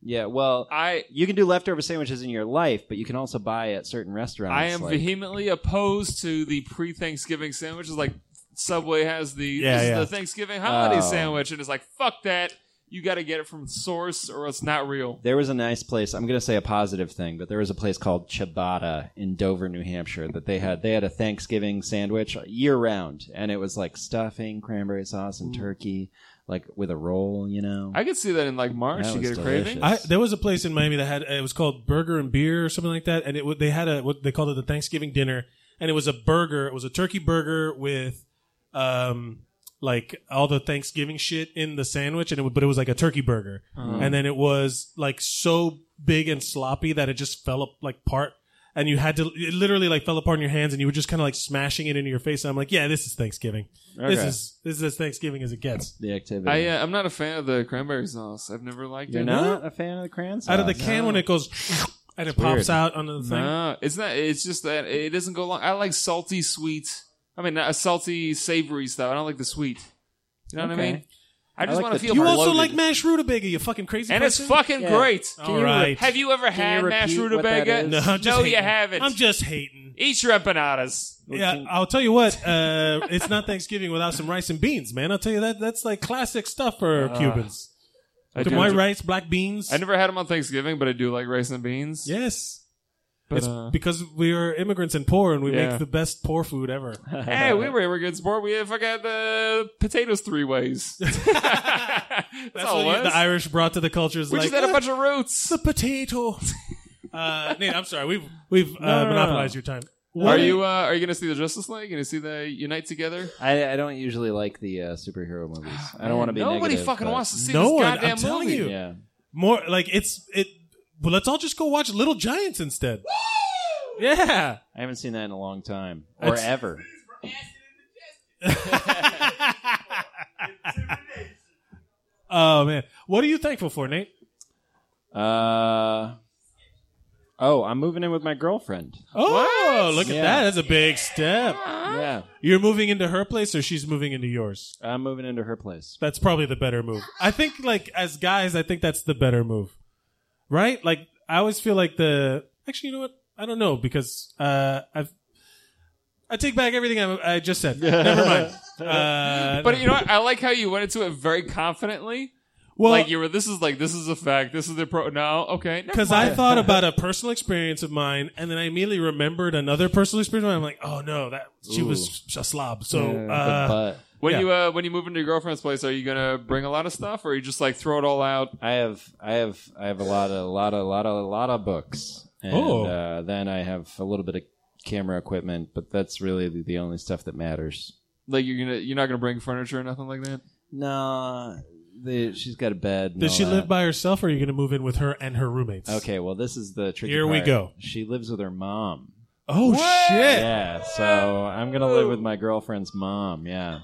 [SPEAKER 14] Yeah, well,
[SPEAKER 2] I
[SPEAKER 14] you can do leftover sandwiches in your life, but you can also buy at certain restaurants.
[SPEAKER 2] I am
[SPEAKER 14] like-
[SPEAKER 2] vehemently opposed to the pre-Thanksgiving sandwiches. Like Subway has the
[SPEAKER 14] Yeah,
[SPEAKER 2] this
[SPEAKER 14] yeah.
[SPEAKER 2] is the Thanksgiving holiday
[SPEAKER 14] Oh.
[SPEAKER 2] sandwich, and it's like fuck that. You got to get it from source, or it's not real.
[SPEAKER 14] There was a nice place. I'm going to say a positive thing, but there was a place called Ciabatta in Dover, New Hampshire that they had they had a Thanksgiving sandwich year round, and it was like stuffing, cranberry sauce,
[SPEAKER 2] Mm.
[SPEAKER 14] and turkey, like with a roll. You know,
[SPEAKER 2] I could see that in like March.
[SPEAKER 14] That
[SPEAKER 2] you
[SPEAKER 14] was
[SPEAKER 2] get a
[SPEAKER 14] delicious.
[SPEAKER 2] craving.
[SPEAKER 1] I, there was a place in Miami that had it was called Burger and Beer or something like that, and it wa- they had a what they called it the Thanksgiving dinner, and it was a burger. It was a turkey burger with, um, like all the Thanksgiving shit in the sandwich, and it, wa- but it was like a turkey burger,
[SPEAKER 8] Oh.
[SPEAKER 1] and then it was like so big and sloppy that it just fell up like part. And you had to, it literally like fell apart in your hands, and you were just kind of like smashing it into your face. And I'm like, yeah, this is Thanksgiving. This
[SPEAKER 14] Okay.
[SPEAKER 1] is this is as Thanksgiving as it gets.
[SPEAKER 14] The activity.
[SPEAKER 2] I uh, I'm not a fan of the cranberry sauce. I've never liked
[SPEAKER 14] You're
[SPEAKER 2] it.
[SPEAKER 14] not a fan of the cran sauce?
[SPEAKER 1] out of the can
[SPEAKER 14] No.
[SPEAKER 1] when it goes [LAUGHS] and it
[SPEAKER 14] It's
[SPEAKER 1] pops
[SPEAKER 14] weird.
[SPEAKER 1] out onto the thing.
[SPEAKER 2] No, it's not. It's just that it doesn't go long. I like salty, sweet. I mean, not salty, savory stuff. I don't like the sweet. You know what I
[SPEAKER 1] Okay.
[SPEAKER 2] mean? I
[SPEAKER 1] I
[SPEAKER 2] just
[SPEAKER 1] like
[SPEAKER 2] want to
[SPEAKER 1] the-
[SPEAKER 2] feel.
[SPEAKER 1] You also
[SPEAKER 2] bloated.
[SPEAKER 1] like mashed rutabaga, you fucking crazy
[SPEAKER 2] and it's
[SPEAKER 1] person.
[SPEAKER 2] fucking great.
[SPEAKER 1] All right.
[SPEAKER 2] Have you ever had mashed rutabaga?
[SPEAKER 1] No, I'm just
[SPEAKER 2] you
[SPEAKER 1] hating.
[SPEAKER 2] haven't.
[SPEAKER 1] I'm just hating.
[SPEAKER 2] Eat your empanadas.
[SPEAKER 1] Yeah, I'll tell
[SPEAKER 2] [LAUGHS]
[SPEAKER 1] you what. Uh, it's not Thanksgiving without some rice and beans, man. I'll tell you that. That's like classic stuff for
[SPEAKER 2] Ah.
[SPEAKER 1] Cubans.
[SPEAKER 2] I
[SPEAKER 1] Some
[SPEAKER 2] do
[SPEAKER 1] white
[SPEAKER 2] enjoy-
[SPEAKER 1] rice, black beans.
[SPEAKER 2] I never had them on Thanksgiving, but I do like rice and beans.
[SPEAKER 1] Yes.
[SPEAKER 2] But,
[SPEAKER 1] it's
[SPEAKER 2] uh,
[SPEAKER 1] because we are immigrants and poor, and we
[SPEAKER 2] Yeah.
[SPEAKER 1] make the best poor food ever.
[SPEAKER 2] [LAUGHS] [LAUGHS] hey, we were immigrants, sport. We forgot the potatoes three
[SPEAKER 1] [LAUGHS]
[SPEAKER 2] ways. That's,
[SPEAKER 1] That's
[SPEAKER 2] all it
[SPEAKER 1] what you-
[SPEAKER 2] was.
[SPEAKER 1] the Irish brought to the culture. Is
[SPEAKER 2] We
[SPEAKER 1] like,
[SPEAKER 2] just had a
[SPEAKER 1] "Eh,
[SPEAKER 2] bunch of roots.
[SPEAKER 1] The potato.
[SPEAKER 2] [LAUGHS]
[SPEAKER 1] uh, Nate, I'm sorry. We've we've
[SPEAKER 2] No,
[SPEAKER 1] uh,
[SPEAKER 2] no, no, no.
[SPEAKER 1] monopolized your time.
[SPEAKER 2] Are you uh, are you gonna see the Justice League? Gonna see the Unite Together?
[SPEAKER 14] I, I don't usually like the uh, superhero movies. I don't want to be.
[SPEAKER 2] Nobody
[SPEAKER 14] negative,
[SPEAKER 2] fucking
[SPEAKER 14] but-
[SPEAKER 2] wants to see
[SPEAKER 1] no
[SPEAKER 2] this
[SPEAKER 1] one.
[SPEAKER 2] goddamn
[SPEAKER 1] I'm telling
[SPEAKER 2] movie.
[SPEAKER 1] you.
[SPEAKER 14] Yeah.
[SPEAKER 1] More like it's it. Well, let's all just go watch Little Giants instead. yeah.
[SPEAKER 14] I haven't seen that in a long time or
[SPEAKER 1] That's-
[SPEAKER 14] ever.
[SPEAKER 1] [LAUGHS] Oh man, what are you thankful for, Nate?
[SPEAKER 14] Uh, oh, I'm moving in with my girlfriend.
[SPEAKER 1] Oh, look at
[SPEAKER 14] Yeah.
[SPEAKER 1] that. That's a big step.
[SPEAKER 14] Yeah.
[SPEAKER 1] You're moving into her place or she's moving into yours?
[SPEAKER 14] I'm moving into her place.
[SPEAKER 1] That's probably the better move. I think like as guys, I think that's the better move. Right? Like I always feel like the actually, you know what? I don't know because uh I've I take back everything I, I just
[SPEAKER 14] [LAUGHS]
[SPEAKER 1] said. [LAUGHS] Never mind. Uh,
[SPEAKER 2] but you know what? I like how you went into it very confidently.
[SPEAKER 1] Well-
[SPEAKER 2] like you were. This is like this is a fact. This is the pro. No, okay. never
[SPEAKER 1] Because I
[SPEAKER 14] [LAUGHS]
[SPEAKER 2] mind. [LAUGHS]
[SPEAKER 1] thought about a personal experience of mine, and then I immediately remembered another personal experience. And I'm like, oh no, that she was a slob. So,
[SPEAKER 14] Yeah,
[SPEAKER 1] uh,
[SPEAKER 2] when
[SPEAKER 1] yeah.
[SPEAKER 2] you uh, when you move into your girlfriend's place, are you gonna bring a lot of stuff, or you just like throw it all out?
[SPEAKER 14] I have I have I have a lot of a lot of a lot of a lot of books. And
[SPEAKER 1] Oh.
[SPEAKER 14] uh, then I have a little bit of camera equipment, but that's really the, the only stuff that matters.
[SPEAKER 2] Like you're gonna you're not gonna bring furniture or nothing like that.
[SPEAKER 14] No, the, she's got a bed. and
[SPEAKER 1] does
[SPEAKER 14] all
[SPEAKER 1] she
[SPEAKER 14] that.
[SPEAKER 1] live by herself, or are you going to move in with her and her roommates?
[SPEAKER 14] Okay, well this is the tricky
[SPEAKER 1] Here we
[SPEAKER 14] part.
[SPEAKER 1] go.
[SPEAKER 14] She lives with her mom.
[SPEAKER 1] Oh shit!
[SPEAKER 14] Yeah, so I'm gonna live with my girlfriend's mom. Yeah,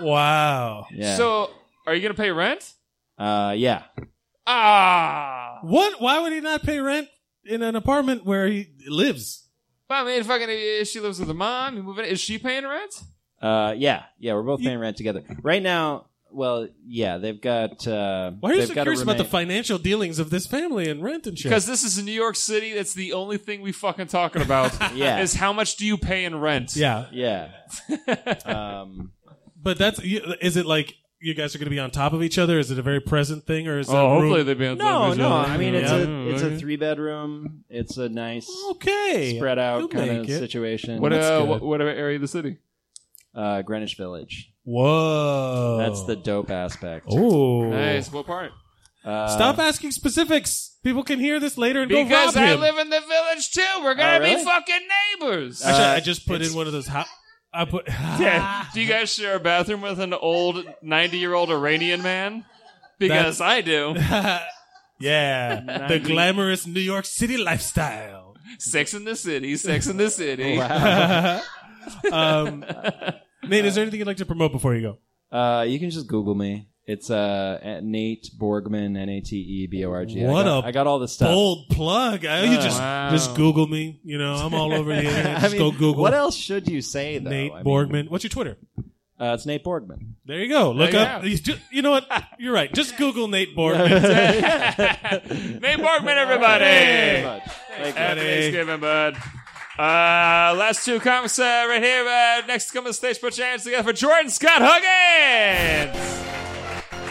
[SPEAKER 1] Wow.
[SPEAKER 14] yeah,
[SPEAKER 2] So are you gonna pay rent?
[SPEAKER 14] uh, yeah.
[SPEAKER 2] Ah.
[SPEAKER 1] What? Why would he not pay rent in an apartment where he lives?
[SPEAKER 2] Well, I mean, fucking, if she lives with her mom. You move in. Is she paying rent?
[SPEAKER 14] Uh, yeah, yeah, we're both paying rent together right now. Well, yeah, they've got. Uh,
[SPEAKER 1] Why are you
[SPEAKER 14] they've
[SPEAKER 1] so
[SPEAKER 14] got a
[SPEAKER 1] curious about the
[SPEAKER 14] roommate-
[SPEAKER 1] financial dealings of this family and rent and shit?
[SPEAKER 2] Because this is New York City. That's the only thing we fucking talking about.
[SPEAKER 14] [LAUGHS] Yeah.
[SPEAKER 2] Is how much do you pay in rent?
[SPEAKER 1] yeah,
[SPEAKER 2] [LAUGHS]
[SPEAKER 14] Yeah. um,
[SPEAKER 1] but that's you- is it like you guys are going to be on top of each other? Is it a very present thing, or is
[SPEAKER 2] Oh,
[SPEAKER 1] it a room-
[SPEAKER 2] hopefully they'd be on top
[SPEAKER 14] no,
[SPEAKER 2] of each
[SPEAKER 14] no.
[SPEAKER 2] other.
[SPEAKER 14] I mean, it's
[SPEAKER 2] Yeah.
[SPEAKER 14] a it's a three bedroom. It's a nice
[SPEAKER 1] okay
[SPEAKER 14] spread
[SPEAKER 1] You'll
[SPEAKER 14] out kind
[SPEAKER 1] make
[SPEAKER 14] of
[SPEAKER 1] it.
[SPEAKER 14] situation.
[SPEAKER 2] What
[SPEAKER 14] That's
[SPEAKER 2] uh,
[SPEAKER 14] good.
[SPEAKER 2] what, what area of the city?
[SPEAKER 14] Uh, Greenwich Village.
[SPEAKER 1] Whoa,
[SPEAKER 14] That's the dope aspect.
[SPEAKER 1] oh.
[SPEAKER 2] Nice. What part?
[SPEAKER 14] Uh,
[SPEAKER 1] Stop asking specifics. People can hear this later and go rob
[SPEAKER 2] Because I
[SPEAKER 1] him.
[SPEAKER 2] live in the village too. We're gonna
[SPEAKER 14] Oh, really?
[SPEAKER 2] be fucking neighbors.
[SPEAKER 1] Actually,
[SPEAKER 14] Uh,
[SPEAKER 1] I just put in one of those. Ho- I put. [LAUGHS]
[SPEAKER 2] Yeah. Do you guys share a bathroom with an old ninety-year-old Iranian man? Because I do.
[SPEAKER 1] yeah, the glamorous New York City lifestyle.
[SPEAKER 2] Sex in the city. Sex in the city.
[SPEAKER 1] [LAUGHS] um, Nate, is there anything you'd like to promote before you go?
[SPEAKER 14] Uh, you can just Google me. It's uh at Nate Borgman, N A T E B O R G.
[SPEAKER 1] What
[SPEAKER 14] I got,
[SPEAKER 1] a
[SPEAKER 14] I got all the stuff.
[SPEAKER 1] Bold plug. I, you just
[SPEAKER 2] Wow.
[SPEAKER 1] just Google me.
[SPEAKER 14] [LAUGHS]
[SPEAKER 1] You know, I'm all over the internet.
[SPEAKER 14] I
[SPEAKER 1] Just
[SPEAKER 14] mean,
[SPEAKER 1] go Google
[SPEAKER 14] What else should you say though?
[SPEAKER 1] Nate
[SPEAKER 14] I mean,
[SPEAKER 1] Borgman. What's your Twitter?
[SPEAKER 14] Uh, it's Nate Borgman.
[SPEAKER 1] There you go. Look
[SPEAKER 14] There you
[SPEAKER 1] up.
[SPEAKER 14] go.
[SPEAKER 1] You, ju- you know what? You're right. Just Google Nate
[SPEAKER 14] [LAUGHS]
[SPEAKER 1] Borgman.
[SPEAKER 2] [LAUGHS] Nate Borgman, everybody.
[SPEAKER 1] Hey, bud.
[SPEAKER 2] Thanks,
[SPEAKER 1] Thank
[SPEAKER 2] Happy
[SPEAKER 1] you.
[SPEAKER 2] Thanksgiving, bud. Uh, last two comics uh, right here. Uh, next, come on the stage, put your hands together for Jordan Scott Huggins.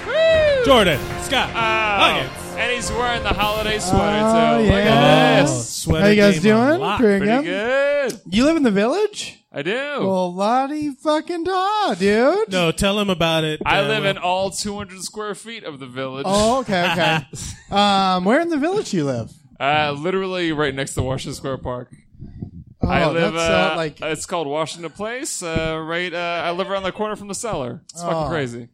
[SPEAKER 2] Woo!
[SPEAKER 1] Jordan Scott
[SPEAKER 2] Huggins. Uh, And he's wearing the holiday sweater,
[SPEAKER 15] Oh,
[SPEAKER 2] too.
[SPEAKER 1] Oh
[SPEAKER 2] Look at this.
[SPEAKER 15] How you guys doing? Pretty,
[SPEAKER 2] Pretty
[SPEAKER 15] good. You live in the village?
[SPEAKER 2] I do.
[SPEAKER 15] Well, lottie fucking da, dude.
[SPEAKER 1] No, tell him about it.
[SPEAKER 2] I
[SPEAKER 1] Uh,
[SPEAKER 2] live in all 200 square feet of the village.
[SPEAKER 15] Oh, okay,
[SPEAKER 1] [LAUGHS]
[SPEAKER 15] okay.
[SPEAKER 2] [LAUGHS]
[SPEAKER 15] um, where in the village you live?
[SPEAKER 2] Uh, literally right next to Washington Square Park.
[SPEAKER 15] Oh,
[SPEAKER 2] I live
[SPEAKER 15] that's,
[SPEAKER 2] uh,
[SPEAKER 15] uh,
[SPEAKER 2] like it's called Washington Place. Uh, right, uh, I live around the corner from the cellar. It's
[SPEAKER 15] Oh.
[SPEAKER 2] fucking crazy.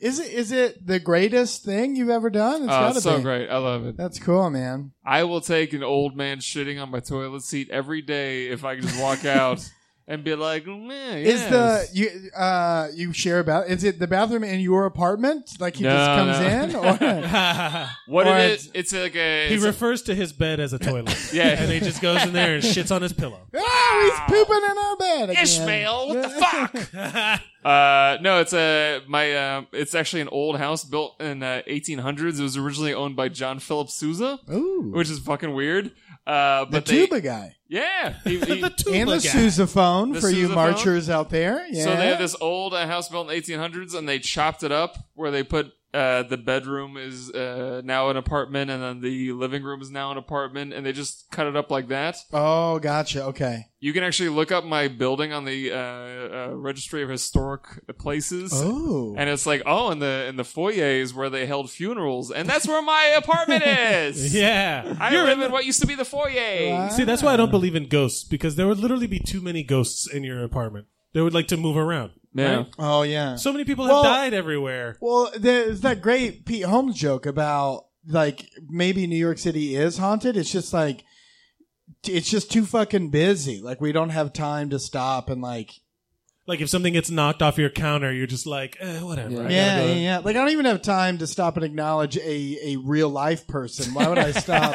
[SPEAKER 15] Is it is it the greatest thing you've ever done? It's
[SPEAKER 2] Uh,
[SPEAKER 15] gotta
[SPEAKER 2] it's so
[SPEAKER 15] be.
[SPEAKER 2] great. I love it.
[SPEAKER 15] That's cool, man.
[SPEAKER 2] I will take an old man shitting on my toilet seat every day if I can just
[SPEAKER 15] [LAUGHS]
[SPEAKER 2] walk out and be like, "Mm, man,
[SPEAKER 15] Is the you uh you share about? Is it the bathroom in your apartment? Like [LAUGHS] he just comes in,
[SPEAKER 2] [LAUGHS]
[SPEAKER 15] or
[SPEAKER 2] what
[SPEAKER 15] or
[SPEAKER 2] it is? It's like a
[SPEAKER 1] He
[SPEAKER 2] it's a-
[SPEAKER 1] refers to his bed as a toilet.
[SPEAKER 2] [LAUGHS] Yeah.
[SPEAKER 1] and he just goes in there and shits on his pillow.
[SPEAKER 15] oh, he's pooping in our bed again.
[SPEAKER 2] Ishmael,
[SPEAKER 15] [LAUGHS]
[SPEAKER 2] what
[SPEAKER 15] the
[SPEAKER 2] fuck? Uh, no, it's a my. Uh, it's actually an old house built in uh, 1800s. It was originally owned by John Philip Sousa,
[SPEAKER 15] Ooh.
[SPEAKER 2] which is fucking weird. Uh,
[SPEAKER 15] the
[SPEAKER 2] but they-
[SPEAKER 15] tuba guy
[SPEAKER 2] yeah, he, he,
[SPEAKER 15] and the sousaphone
[SPEAKER 2] The
[SPEAKER 15] for you
[SPEAKER 2] sousaphone.
[SPEAKER 15] marchers out there. Yeah.
[SPEAKER 2] So they have this old uh, house built in the 1800s, and they chopped it up where they put uh, the bedroom is uh, now an apartment, and then the living room is now an apartment, and they just cut it up like that.
[SPEAKER 15] oh, gotcha. Okay.
[SPEAKER 2] You can actually look up my building on the uh, uh, Registry of Historic Places.
[SPEAKER 15] Oh.
[SPEAKER 2] and it's like, oh, in the in the foyer is where they held funerals, and that's where my apartment
[SPEAKER 15] [LAUGHS]
[SPEAKER 2] is.
[SPEAKER 1] [LAUGHS] Yeah.
[SPEAKER 2] I
[SPEAKER 1] You're
[SPEAKER 2] live
[SPEAKER 1] in
[SPEAKER 2] in what used to be the foyer.
[SPEAKER 1] See, that's why I don't believe in ghosts because there would literally be too many ghosts in your apartment. They would like to move around.
[SPEAKER 2] Yeah.
[SPEAKER 1] right?
[SPEAKER 15] Oh yeah.
[SPEAKER 1] So many people have
[SPEAKER 15] Well-
[SPEAKER 1] died everywhere.
[SPEAKER 15] Well, there's that great Pete Holmes joke about like maybe New York City is haunted. It's just like it's just too fucking busy. Like we don't have time to stop and like
[SPEAKER 1] Like if something gets knocked off your counter, you're just like, eh, whatever. I gotta
[SPEAKER 15] yeah,
[SPEAKER 1] go.
[SPEAKER 15] yeah, yeah. Like I don't even have time to stop and acknowledge a a real life person. Why would I
[SPEAKER 1] [LAUGHS]
[SPEAKER 15] stop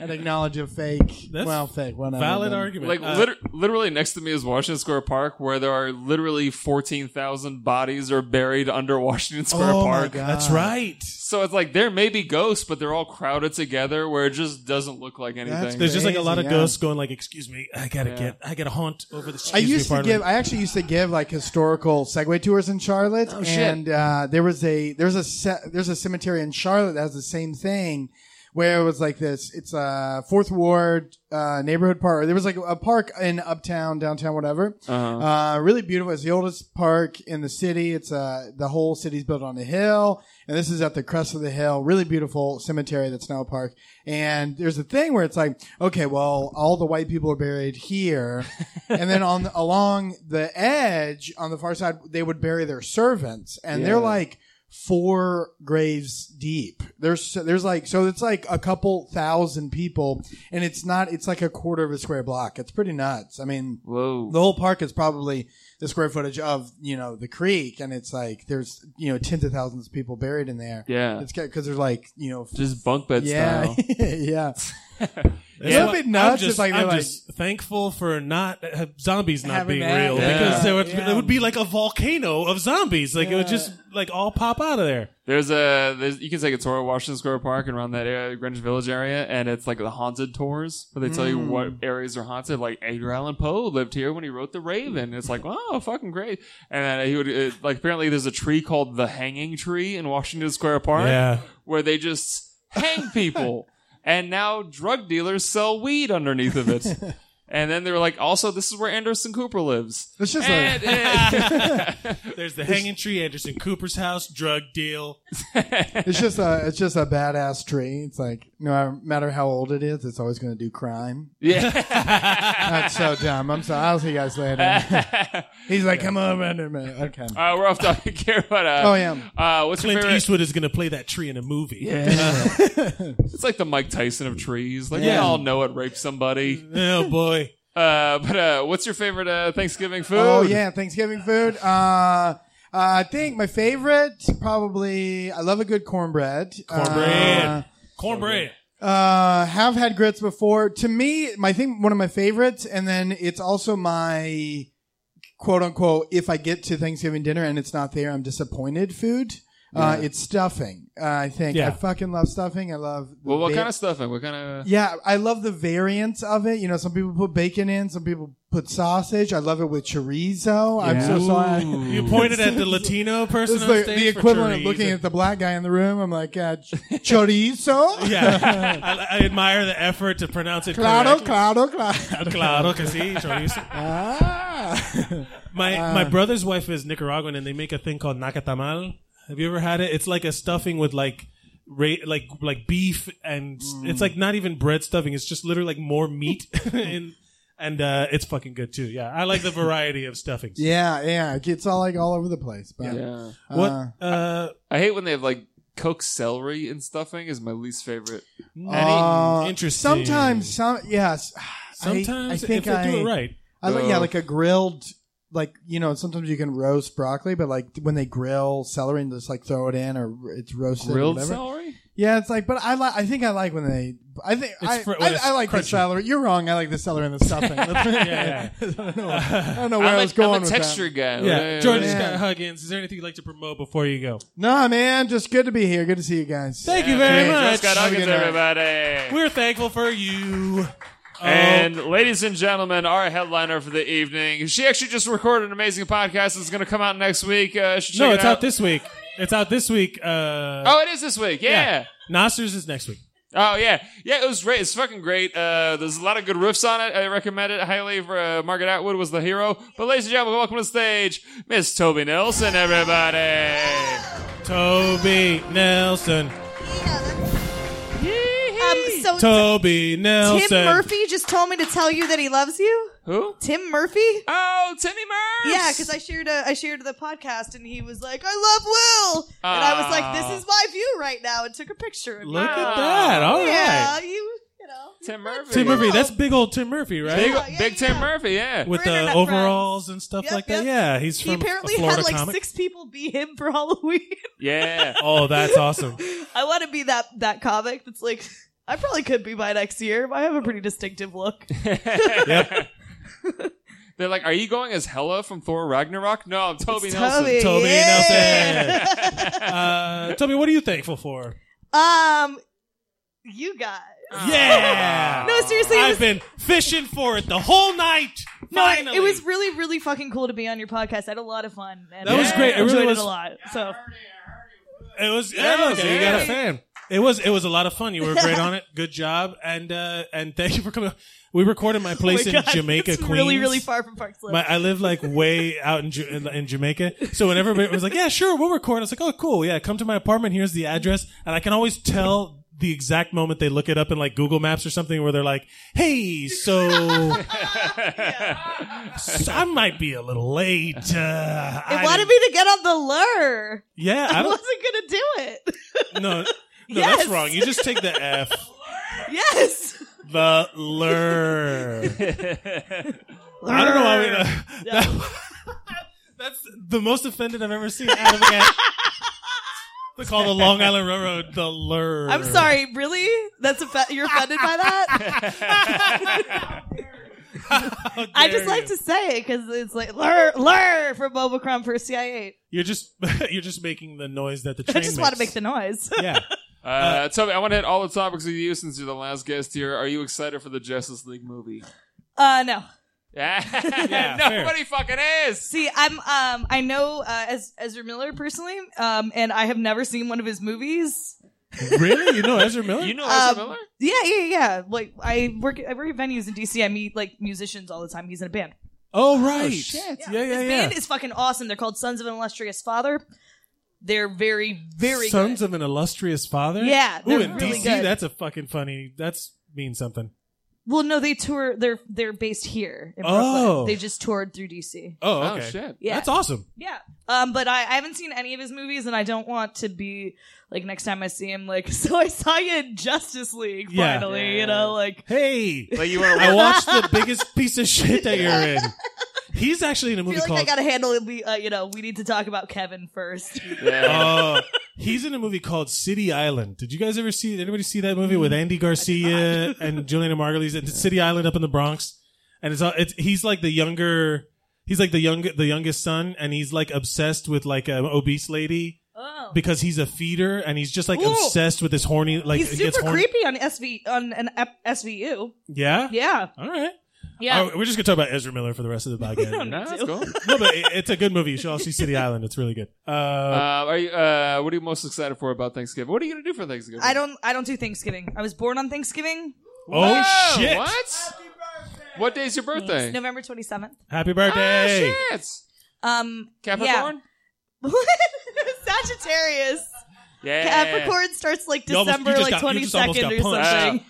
[SPEAKER 15] and acknowledge a fake?
[SPEAKER 1] That's
[SPEAKER 15] well, fake. Whatever.
[SPEAKER 1] valid
[SPEAKER 15] then.
[SPEAKER 1] argument. Uh,
[SPEAKER 2] Like liter- literally next to me is Washington Square Park, where there are literally fourteen thousand bodies are buried under Washington Square
[SPEAKER 15] Oh my
[SPEAKER 2] Park.
[SPEAKER 15] God. That's right.
[SPEAKER 2] So it's like there may be ghosts, but they're all crowded together, where it just doesn't look like anything.
[SPEAKER 1] There's just like a lot of ghosts going like, "Excuse me, I gotta get, I gotta haunt over the."
[SPEAKER 15] I
[SPEAKER 1] excuse me,
[SPEAKER 15] used to
[SPEAKER 1] pardon
[SPEAKER 15] give.
[SPEAKER 1] me."
[SPEAKER 15] I actually used to give like historical Segway tours in Charlotte,
[SPEAKER 1] Oh, shit.
[SPEAKER 15] and uh, there was a there's a ce- there's a cemetery in Charlotte that has the same thing, where it was like this. It's a Fourth Ward uh, neighborhood park. There was like a park in uptown, downtown, whatever.
[SPEAKER 2] Uh-huh.
[SPEAKER 15] Uh, really beautiful. It's the oldest park in the city. It's uh, the whole city's built on a hill, and this is at the crest of the hill. Really beautiful cemetery that's now a park. And there's a thing where it's like, okay, well, all the white people are buried here, and then
[SPEAKER 2] [LAUGHS]
[SPEAKER 15] on the, along the edge on the far side, they would bury their servants, and they're
[SPEAKER 12] Yeah.
[SPEAKER 15] like four graves deep. There's there's like so it's like a couple thousand people, and it's not it's like a quarter of a square block. It's pretty nuts. I mean,
[SPEAKER 2] whoa,
[SPEAKER 15] the whole park is probably the square footage of you know the creek, and it's like there's you know tens of thousands of people buried in there.
[SPEAKER 2] Yeah.
[SPEAKER 15] it's because there's like you know
[SPEAKER 2] Just bunk bed
[SPEAKER 15] yeah,
[SPEAKER 2] style.
[SPEAKER 15] [LAUGHS] yeah.
[SPEAKER 2] [LAUGHS]
[SPEAKER 1] That's
[SPEAKER 15] Wouldn't
[SPEAKER 1] why
[SPEAKER 15] it be nuts
[SPEAKER 1] I'm just,
[SPEAKER 15] if, like, they're
[SPEAKER 1] I'm
[SPEAKER 15] like-
[SPEAKER 1] just thankful for not uh, zombies not
[SPEAKER 15] Having
[SPEAKER 1] being
[SPEAKER 15] that.
[SPEAKER 1] real
[SPEAKER 2] Yeah.
[SPEAKER 1] because there would
[SPEAKER 15] Yeah.
[SPEAKER 1] it would be like a volcano of zombies. Like it would just like all pop out of there.
[SPEAKER 2] There's a there's, you can take a tour of Washington Square Park and around that area, Greenwich Village area, and it's like the haunted tours where they tell you
[SPEAKER 15] Mm.
[SPEAKER 2] what areas are haunted. Like Edgar Allan Poe lived here when he wrote The
[SPEAKER 15] [LAUGHS]
[SPEAKER 2] Raven. It's like oh fucking great. And then he would uh like apparently there's a tree called the Hanging Tree in Washington Square Park
[SPEAKER 1] Yeah.
[SPEAKER 2] where they just hang
[SPEAKER 15] [LAUGHS]
[SPEAKER 2] people, and now drug dealers sell weed underneath
[SPEAKER 15] [LAUGHS]
[SPEAKER 2] of it. And then they were like, also, this is where Anderson Cooper lives.
[SPEAKER 15] It's just
[SPEAKER 2] and, [LAUGHS]
[SPEAKER 1] like- There's the hanging tree, Anderson Cooper's house, drug
[SPEAKER 2] [LAUGHS]
[SPEAKER 1] deal.
[SPEAKER 15] it's just a it's just a badass tree. It's like no matter how old it is, it's always going to do crime.
[SPEAKER 2] Yeah.
[SPEAKER 15] [LAUGHS] that's so dumb. I'm sorry. I'll see you guys
[SPEAKER 2] [LAUGHS]
[SPEAKER 15] later. [LAUGHS] He's like, come over in a minute. Okay.
[SPEAKER 2] Uh, we're off topic [LAUGHS] here, but uh,
[SPEAKER 15] Oh, yeah.
[SPEAKER 2] Uh, what's your
[SPEAKER 1] Clint
[SPEAKER 2] favorite?
[SPEAKER 1] Eastwood is going to play that tree in a movie. [LAUGHS]
[SPEAKER 2] It's like the Mike Tyson of trees. Like we
[SPEAKER 1] Yeah.
[SPEAKER 2] all know it raped somebody.
[SPEAKER 1] oh boy.
[SPEAKER 2] [LAUGHS] Uh, but uh, what's your favorite uh, Thanksgiving food?
[SPEAKER 15] Oh yeah, Thanksgiving food. Uh, I think my favorite probably I love a good cornbread. [LAUGHS]
[SPEAKER 1] Cornbread.
[SPEAKER 15] Uh,
[SPEAKER 1] Cornbread.
[SPEAKER 15] Uh, have had grits before. To me, my thing, one of my favorites, and then it's also my quote unquote, if I get to Thanksgiving dinner and it's not there, I'm disappointed food. Uh,
[SPEAKER 2] Yeah.
[SPEAKER 15] it's stuffing. Uh, I think I
[SPEAKER 2] Yeah.
[SPEAKER 15] fucking love stuffing. I love. the
[SPEAKER 2] Well, what
[SPEAKER 15] ba-
[SPEAKER 2] kind of stuffing? What kind of?
[SPEAKER 15] yeah, I love the variants of it. You know, some people put bacon in, some people put sausage. I love it with chorizo. I'm so
[SPEAKER 1] Yeah.
[SPEAKER 15] sorry.
[SPEAKER 1] Ooh. You pointed at the Latino person
[SPEAKER 15] It's
[SPEAKER 1] on
[SPEAKER 15] the,
[SPEAKER 1] stage
[SPEAKER 15] the
[SPEAKER 1] for
[SPEAKER 15] equivalent of
[SPEAKER 1] chorizo.
[SPEAKER 15] looking at the black guy in the room. I'm like, uh, ch- chorizo.
[SPEAKER 1] [LAUGHS] [LAUGHS] Yeah, I, I admire the effort to pronounce it
[SPEAKER 15] Claro,
[SPEAKER 1] correctly.
[SPEAKER 15] claro, claro.
[SPEAKER 1] [LAUGHS] Claro que sí, chorizo. [LAUGHS]
[SPEAKER 15] [LAUGHS]
[SPEAKER 1] My my
[SPEAKER 15] Uh,
[SPEAKER 1] brother's wife is Nicaraguan, and they make a thing called nacatamal. Have you ever had it? It's like a stuffing with like. Ra- like like beef and s-
[SPEAKER 15] Mm.
[SPEAKER 1] it's like not even bread stuffing it's just literally like more meat [LAUGHS] and and uh it's fucking good too yeah i like the variety of stuffings [LAUGHS]
[SPEAKER 15] Yeah, yeah. It gets all like all over the place. But uh,
[SPEAKER 1] Uh,
[SPEAKER 2] I, I hate when they have like cooked celery and stuffing. Is my least favorite.
[SPEAKER 1] Mm,
[SPEAKER 15] Uh, Sometimes, some yes. I-
[SPEAKER 1] Sometimes, if they do it right.
[SPEAKER 15] I like yeah,
[SPEAKER 2] Uh,
[SPEAKER 15] like a grilled, like you know, sometimes you can roast broccoli, but like when they grill celery and just like throw it in or it's roasted. or
[SPEAKER 2] Grilled
[SPEAKER 15] whatever.
[SPEAKER 2] celery?
[SPEAKER 15] Yeah, it's like, but I like. I think I like when they. I think
[SPEAKER 1] It's
[SPEAKER 15] I,
[SPEAKER 1] fr- when
[SPEAKER 15] I,
[SPEAKER 1] it's
[SPEAKER 15] I like the
[SPEAKER 1] crunchy.
[SPEAKER 15] celery. You're wrong. I like the celery and the stuffing.
[SPEAKER 1] [LAUGHS] Yeah,
[SPEAKER 15] [LAUGHS] I don't know. I don't know
[SPEAKER 1] I'm
[SPEAKER 15] where I
[SPEAKER 1] a-
[SPEAKER 15] was going
[SPEAKER 1] I'm a
[SPEAKER 15] with
[SPEAKER 1] texture
[SPEAKER 15] that.
[SPEAKER 1] guy. Yeah. George Scott Huggins, is there anything you'd like to promote before you go?
[SPEAKER 15] No, man, just good to be here. Good to see you guys.
[SPEAKER 1] Thank you very much.
[SPEAKER 2] everybody.
[SPEAKER 1] We're thankful for you. Uh,
[SPEAKER 2] And ladies and gentlemen, our headliner for the evening. She actually just recorded an amazing podcast that's going to come out next week. Uh, you should
[SPEAKER 1] no,
[SPEAKER 2] check it
[SPEAKER 1] it's out. this week. It's out this week. Uh,
[SPEAKER 2] Oh, it is this week. Yeah.
[SPEAKER 1] Nosters is next week.
[SPEAKER 2] Oh yeah, yeah. It was great. It's fucking great. Uh, there's a lot of good riffs on it. I recommend it highly. For uh, Margaret Atwood was the hero. But ladies and gentlemen, welcome to the stage, Miss Toby Nelson. Everybody.
[SPEAKER 1] Toby Nelson.
[SPEAKER 16] Um, so
[SPEAKER 1] Toby Nelson.
[SPEAKER 16] Tim Murphy just told me to tell you that he loves you.
[SPEAKER 2] Who?
[SPEAKER 16] Tim Murphy?
[SPEAKER 2] Oh, Timmy Murphy.
[SPEAKER 16] Yeah, because I shared a, I shared the podcast and he was like, "I love Will," and I was like,
[SPEAKER 2] Ah.
[SPEAKER 16] "This is my view right now," and took a picture. of
[SPEAKER 1] Look
[SPEAKER 16] me.
[SPEAKER 1] at that. All
[SPEAKER 16] Yeah,
[SPEAKER 1] right.
[SPEAKER 16] you.
[SPEAKER 2] Tim Murphy.
[SPEAKER 1] Tim Murphy. That's big old Tim Murphy, right?
[SPEAKER 2] Oh. Big, big Tim Murphy. Yeah.
[SPEAKER 1] With the overalls and stuff like that. Yeah, he's from
[SPEAKER 16] He apparently
[SPEAKER 1] a Florida
[SPEAKER 16] had like
[SPEAKER 1] comic.
[SPEAKER 16] six people be him for [LAUGHS] Halloween.
[SPEAKER 2] Yeah.
[SPEAKER 1] [LAUGHS] oh, that's awesome.
[SPEAKER 16] I want to be that that comic that's like, I probably could be by next year. I have a pretty distinctive look.
[SPEAKER 2] They're like, "Are you going as Hella from Thor Ragnarok?" No, I'm Toby
[SPEAKER 16] It's
[SPEAKER 2] Nelson.
[SPEAKER 16] Toby,
[SPEAKER 1] Toby
[SPEAKER 16] yeah.
[SPEAKER 2] [LAUGHS]
[SPEAKER 1] Nelson. uh, Toby, what are you thankful for?
[SPEAKER 16] Um, you guys.
[SPEAKER 1] Oh. Yeah.
[SPEAKER 16] No, seriously, it
[SPEAKER 1] I've
[SPEAKER 16] was-
[SPEAKER 1] been fishing for it the whole night.
[SPEAKER 16] No, it-
[SPEAKER 1] Finally.
[SPEAKER 16] it was really, really fucking cool to be on your podcast. I had a lot of fun. And
[SPEAKER 1] That was
[SPEAKER 16] I
[SPEAKER 1] great. It really
[SPEAKER 16] enjoyed
[SPEAKER 1] was-
[SPEAKER 16] a lot. So
[SPEAKER 1] It was
[SPEAKER 16] Yeah,
[SPEAKER 1] yeah,
[SPEAKER 16] it was
[SPEAKER 1] okay, you got a
[SPEAKER 16] great.
[SPEAKER 1] fan. It was it was a lot of fun. You were great on it. Good job, and uh, and thank you for coming. We recorded my place
[SPEAKER 16] Oh my
[SPEAKER 1] in
[SPEAKER 16] God,
[SPEAKER 1] Jamaica,
[SPEAKER 16] it's
[SPEAKER 1] Queens.
[SPEAKER 16] really, really far from Park Slope.
[SPEAKER 1] My, I live like way out in, Ja- in, in Jamaica, so when everybody was like, "Yeah, sure, we'll record," I was like, "Oh, cool, yeah, come to my apartment. Here's the address," and I can always tell the exact moment they look it up in like Google Maps or something, where they're like, "Hey, so, so I might be a little late." Uh,
[SPEAKER 16] It
[SPEAKER 1] I
[SPEAKER 16] wanted
[SPEAKER 1] didn't-
[SPEAKER 16] me to get on the lure.
[SPEAKER 1] Yeah,
[SPEAKER 16] I,
[SPEAKER 1] I
[SPEAKER 16] [LAUGHS]
[SPEAKER 1] don't-
[SPEAKER 16] wasn't gonna do it.
[SPEAKER 1] no, no,
[SPEAKER 16] Yes.
[SPEAKER 1] that's wrong. You just take the F.
[SPEAKER 16] Yes.
[SPEAKER 1] The lure. I don't know why we. [LAUGHS] that- that's the most offended I've ever seen out of
[SPEAKER 16] [LAUGHS]
[SPEAKER 1] a guy. They call the Long Island Railroad the lure.
[SPEAKER 16] I'm sorry. Really? That's offe- you're offended by that? I just
[SPEAKER 1] dare
[SPEAKER 16] like to say it because it's like lure, lure from Boba Crumb for CIA.
[SPEAKER 1] You're just [LAUGHS] you're just making the noise that the
[SPEAKER 16] I
[SPEAKER 1] train
[SPEAKER 16] just
[SPEAKER 1] makes.
[SPEAKER 16] want to make the noise.
[SPEAKER 1] Yeah.
[SPEAKER 2] Uh, Toby, I want to hit all the topics with you since you're the last guest here. Are you excited for the Justice League movie?
[SPEAKER 16] [LAUGHS] Uh, no.
[SPEAKER 2] [LAUGHS] Yeah, [LAUGHS]
[SPEAKER 16] fair.
[SPEAKER 2] nobody fucking is.
[SPEAKER 16] See, I'm um I know uh, Ez- Ezra Miller personally, um, and I have never seen one of his movies.
[SPEAKER 1] [LAUGHS] really? You know Ezra Miller?
[SPEAKER 2] You know Ezra
[SPEAKER 16] Um,
[SPEAKER 2] Miller?
[SPEAKER 16] Yeah, yeah, yeah. Like I work, I work at venues in DC. I meet like musicians all the time. He's in a band.
[SPEAKER 1] Oh right.
[SPEAKER 16] Yeah,
[SPEAKER 1] yeah, yeah.
[SPEAKER 16] His
[SPEAKER 1] yeah.
[SPEAKER 16] band is fucking awesome. They're called Sons of an Illustrious Father. They're very, very good.
[SPEAKER 1] Sons of an illustrious father.
[SPEAKER 16] Yeah,
[SPEAKER 1] Ooh,
[SPEAKER 16] they're
[SPEAKER 1] in
[SPEAKER 16] really
[SPEAKER 1] DC,
[SPEAKER 16] good.
[SPEAKER 1] that's a fucking funny. That's means something.
[SPEAKER 16] Well, no, they tour. They're they're based here in
[SPEAKER 1] Oh.
[SPEAKER 16] Brooklyn. They just toured through DC.
[SPEAKER 1] Oh, okay.
[SPEAKER 16] Yeah.
[SPEAKER 1] That's awesome.
[SPEAKER 16] Yeah. Um, but I, I haven't seen any of his movies, and I don't want to be like next time I see him, like, [LAUGHS] so I saw you in Justice League
[SPEAKER 1] Yeah.
[SPEAKER 16] finally, you know, like.
[SPEAKER 1] Hey,
[SPEAKER 2] like
[SPEAKER 16] you wanna-
[SPEAKER 1] I watched the biggest piece of shit that
[SPEAKER 16] [LAUGHS]
[SPEAKER 1] you're in. He's actually in a
[SPEAKER 16] I
[SPEAKER 1] movie
[SPEAKER 16] feel like
[SPEAKER 1] called.
[SPEAKER 16] I gotta handle it. We, uh, you know, we need to talk about Kevin
[SPEAKER 2] [LAUGHS]
[SPEAKER 16] first.
[SPEAKER 1] Oh, he's in a movie called City Island. Did you guys ever see? Did anybody see that movie with Andy [LAUGHS] Garcia and Juliana Margulies? It's City Island up in the Bronx, and it's all- it's he's like the younger. He's like the young the youngest son, and he's like obsessed with like an obese lady.
[SPEAKER 16] Oh.
[SPEAKER 1] Because he's a feeder, and he's just like
[SPEAKER 16] Ooh.
[SPEAKER 1] obsessed with this horny. Like
[SPEAKER 16] He's
[SPEAKER 1] it gets
[SPEAKER 16] super
[SPEAKER 1] horny.
[SPEAKER 16] creepy on SV on an ep- SVU.
[SPEAKER 1] Yeah.
[SPEAKER 16] Yeah.
[SPEAKER 1] All right.
[SPEAKER 16] Yeah.
[SPEAKER 1] Oh, we're just gonna talk about Ezra Miller for the rest
[SPEAKER 16] [LAUGHS]
[SPEAKER 1] of the
[SPEAKER 16] We don't
[SPEAKER 1] podcast.
[SPEAKER 16] No, need that's to. cool.
[SPEAKER 1] no, but it, it's a good movie. You should all see City Island. It's really good. Uh,
[SPEAKER 2] Uh, are you, uh, what are you most excited for about Thanksgiving? What are you gonna do for Thanksgiving?
[SPEAKER 16] I don't. I don't do Thanksgiving. I was born on Thanksgiving.
[SPEAKER 2] Oh,
[SPEAKER 16] Whoa,
[SPEAKER 2] shit.
[SPEAKER 16] What?
[SPEAKER 2] What day's your birthday?
[SPEAKER 16] It's November twenty seventh.
[SPEAKER 1] Happy birthday!
[SPEAKER 2] Ah, shit.
[SPEAKER 16] Um.
[SPEAKER 2] Capricorn?
[SPEAKER 16] Yeah. [LAUGHS] Sagittarius.
[SPEAKER 2] Yeah.
[SPEAKER 16] Capricorn starts like
[SPEAKER 2] You almost- you
[SPEAKER 16] December,
[SPEAKER 2] just
[SPEAKER 16] like
[SPEAKER 2] got- you
[SPEAKER 16] twenty
[SPEAKER 2] just almost
[SPEAKER 16] second or
[SPEAKER 2] got punched.
[SPEAKER 16] something.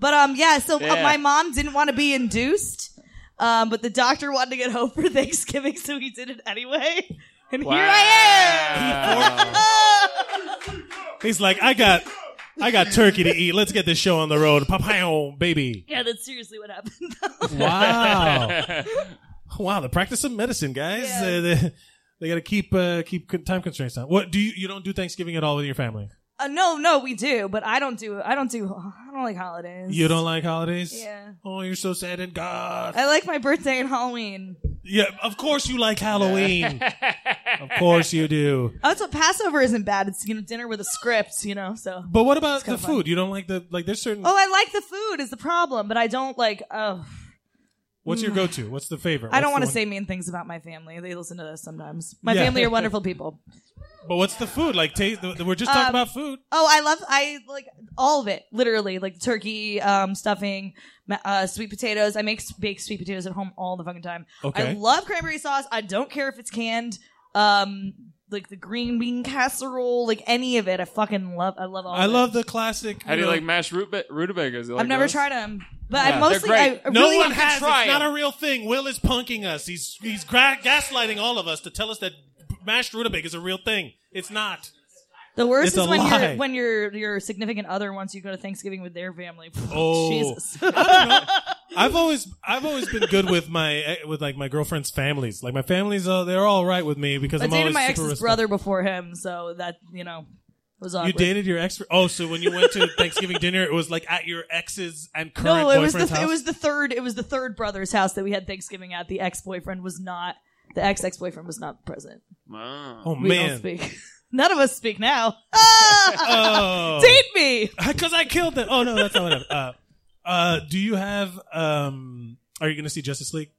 [SPEAKER 16] But um, yeah. So uh,
[SPEAKER 2] Yeah.
[SPEAKER 16] my mom didn't want to be induced, um, but the doctor wanted to get home for Thanksgiving, so he did it anyway. And here I am.
[SPEAKER 1] He's like, I got, I got turkey to eat. Let's get this show on the road, Papao, baby.
[SPEAKER 16] [LAUGHS] yeah, that's seriously what happened. though.
[SPEAKER 1] Wow, wow, the practice of medicine, guys. Uh, they, they got to keep uh, keep con- time constraints down. What do you? You don't do Thanksgiving at all with your family.
[SPEAKER 16] [LAUGHS] Uh, no, no, we do, but I don't do. I don't do. I don't like holidays.
[SPEAKER 1] You don't like holidays.
[SPEAKER 16] Yeah.
[SPEAKER 1] Oh, you're so sad and God.
[SPEAKER 16] I like my birthday and Halloween.
[SPEAKER 1] Yeah, of course you like Halloween. of course you do.
[SPEAKER 16] [LAUGHS] Also, Passover isn't bad. It's you know dinner with a script, you know. So,
[SPEAKER 1] But what about the food? You don't like the like? There's certain.
[SPEAKER 16] oh, I like the food is the problem, but I don't like. Oh, Mm.
[SPEAKER 1] What's your go-to? What's the favorite?
[SPEAKER 16] I don't want
[SPEAKER 1] What's
[SPEAKER 16] to
[SPEAKER 1] the
[SPEAKER 16] say mean things about my family. They listen to this sometimes. My
[SPEAKER 1] Yeah.
[SPEAKER 16] family
[SPEAKER 1] [LAUGHS]
[SPEAKER 16] are wonderful people.
[SPEAKER 1] one- But what's the food like? Taste. th- We're just talking
[SPEAKER 16] Um,
[SPEAKER 1] about food.
[SPEAKER 16] Oh, I love I like all of it, literally like turkey, um, stuffing, ma- uh, sweet potatoes. I make s- baked sweet potatoes at home all the fucking time.
[SPEAKER 17] Okay.
[SPEAKER 16] I love cranberry sauce. I don't care if it's canned. Um, like the green bean casserole, like any of it. I fucking love. I love all.
[SPEAKER 1] I
[SPEAKER 16] of it.
[SPEAKER 1] love the classic.
[SPEAKER 2] How do you
[SPEAKER 1] know-
[SPEAKER 2] like mashed rutabaga? rutabagas? You like
[SPEAKER 16] I've never
[SPEAKER 2] those?
[SPEAKER 16] tried them, but
[SPEAKER 2] Yeah.
[SPEAKER 16] I
[SPEAKER 2] They're
[SPEAKER 16] mostly I
[SPEAKER 2] great.
[SPEAKER 16] really
[SPEAKER 1] no one has.
[SPEAKER 16] Try
[SPEAKER 1] it's not
[SPEAKER 16] it.
[SPEAKER 1] a real thing. Will is punking us. He's he's gra- gaslighting all of us to tell us that mashed rutabaga is a real thing. It's not.
[SPEAKER 16] The worst
[SPEAKER 1] It's
[SPEAKER 16] is
[SPEAKER 1] a
[SPEAKER 16] when
[SPEAKER 1] lie.
[SPEAKER 16] your when your your significant other wants you to go to Thanksgiving with their family. [LAUGHS]
[SPEAKER 1] Oh.
[SPEAKER 16] Jesus. [LAUGHS]
[SPEAKER 1] I've always I've always been good with my eh, with like my girlfriend's families. Like my family's uh, they're all right with me because
[SPEAKER 16] I
[SPEAKER 1] I'm
[SPEAKER 16] dated
[SPEAKER 1] always
[SPEAKER 16] my
[SPEAKER 1] super
[SPEAKER 16] ex's
[SPEAKER 1] respect-
[SPEAKER 16] brother before him, so that you know was awkward.
[SPEAKER 1] You dated your ex? Oh, so when you
[SPEAKER 16] [LAUGHS]
[SPEAKER 1] went to Thanksgiving dinner, it was like at your ex's and current
[SPEAKER 16] No, it was
[SPEAKER 1] boyfriend's
[SPEAKER 16] the
[SPEAKER 1] house.
[SPEAKER 16] it was the third it was the third brother's house that we had Thanksgiving at. The ex boyfriend was not the ex ex boyfriend was not present.
[SPEAKER 1] Oh,
[SPEAKER 16] we
[SPEAKER 1] man.
[SPEAKER 16] don't speak. [LAUGHS] None of us speak now. [LAUGHS]
[SPEAKER 1] Oh.
[SPEAKER 16] Date
[SPEAKER 1] [LAUGHS]
[SPEAKER 16] me
[SPEAKER 1] because I killed them. Oh no, that's not what happened. Uh, uh, do you have? Um, are you going to see Justice League?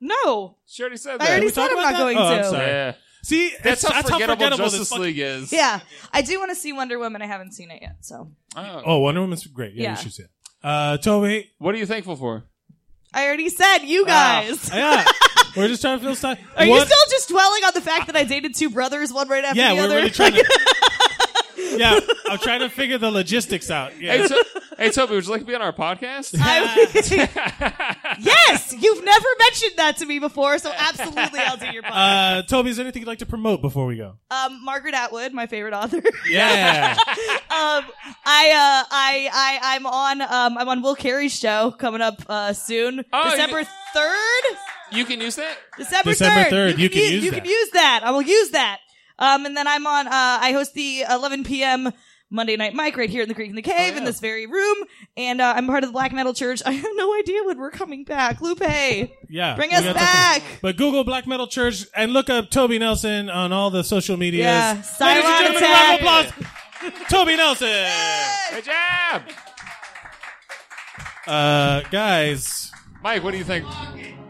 [SPEAKER 16] No,
[SPEAKER 2] she already said
[SPEAKER 16] I
[SPEAKER 2] that.
[SPEAKER 16] already
[SPEAKER 2] Can we
[SPEAKER 16] said
[SPEAKER 2] talk
[SPEAKER 16] I'm
[SPEAKER 2] about
[SPEAKER 16] not
[SPEAKER 2] that?
[SPEAKER 16] going
[SPEAKER 1] Oh, I'm
[SPEAKER 16] to.
[SPEAKER 1] sorry.
[SPEAKER 2] Yeah.
[SPEAKER 1] See,
[SPEAKER 2] That's how
[SPEAKER 1] it's- that's
[SPEAKER 2] forgettable
[SPEAKER 1] this
[SPEAKER 2] Justice
[SPEAKER 1] fuck-
[SPEAKER 2] League is.
[SPEAKER 16] Yeah, I do want to see Wonder Woman. I haven't seen it yet, so
[SPEAKER 1] Oh, Wonder Woman's great. Yeah,
[SPEAKER 16] Yeah.
[SPEAKER 1] you should see it. Uh, Toby,
[SPEAKER 2] what are you thankful for?
[SPEAKER 16] I already said
[SPEAKER 2] Ah.
[SPEAKER 16] you guys.
[SPEAKER 1] Ah, yeah,
[SPEAKER 16] [LAUGHS]
[SPEAKER 1] we're just trying to fill time.
[SPEAKER 16] Are you
[SPEAKER 1] What-
[SPEAKER 16] still just dwelling on the fact that I dated two brothers, one right after
[SPEAKER 1] Yeah,
[SPEAKER 16] the
[SPEAKER 1] we're
[SPEAKER 16] other?
[SPEAKER 1] really trying to. [LAUGHS] yeah, I'm trying to figure the logistics out. Yeah.
[SPEAKER 2] Hey, To- hey, Toby, would you like to be on
[SPEAKER 16] [LAUGHS]
[SPEAKER 2] our podcast?
[SPEAKER 16] [LAUGHS] yes, you've never mentioned that to me before,
[SPEAKER 2] [LAUGHS]
[SPEAKER 16] so absolutely I'll do your podcast.
[SPEAKER 1] Uh, Toby, is there anything you'd like to promote before we go?
[SPEAKER 16] Um, Margaret Atwood, my favorite
[SPEAKER 2] [LAUGHS]
[SPEAKER 16] author.
[SPEAKER 1] Yeah.
[SPEAKER 16] [LAUGHS] um, I, uh, I, I, I'm on, um, I'm on Will Carey's show coming up uh, soon,
[SPEAKER 2] Oh, you
[SPEAKER 16] December
[SPEAKER 2] did-
[SPEAKER 16] third.
[SPEAKER 2] You can use that?
[SPEAKER 16] December
[SPEAKER 1] December 3rd,
[SPEAKER 16] third.
[SPEAKER 1] you can
[SPEAKER 16] u-
[SPEAKER 1] use
[SPEAKER 16] you
[SPEAKER 1] that.
[SPEAKER 16] can use that. I will use that. Um, and then I'm on. Uh, I host the 11 p.m. Monday Night Mike right here in the Creek in the
[SPEAKER 2] Oh,
[SPEAKER 16] Cave in this very room, and uh, I'm part of the Black Metal Church. [LAUGHS] I have no idea when we're coming back. Lupe,
[SPEAKER 1] Yeah,
[SPEAKER 16] bring
[SPEAKER 1] we
[SPEAKER 16] us
[SPEAKER 1] got
[SPEAKER 16] back.
[SPEAKER 1] something. But Google Black Metal Church and look up Toby Nelson on all the social medias.
[SPEAKER 16] Yeah,
[SPEAKER 1] Ladies and
[SPEAKER 16] Cylon
[SPEAKER 1] gentlemen, a round of applause. Toby Nelson.
[SPEAKER 2] Good job.
[SPEAKER 1] Uh, guys,
[SPEAKER 2] Mike, what do you think?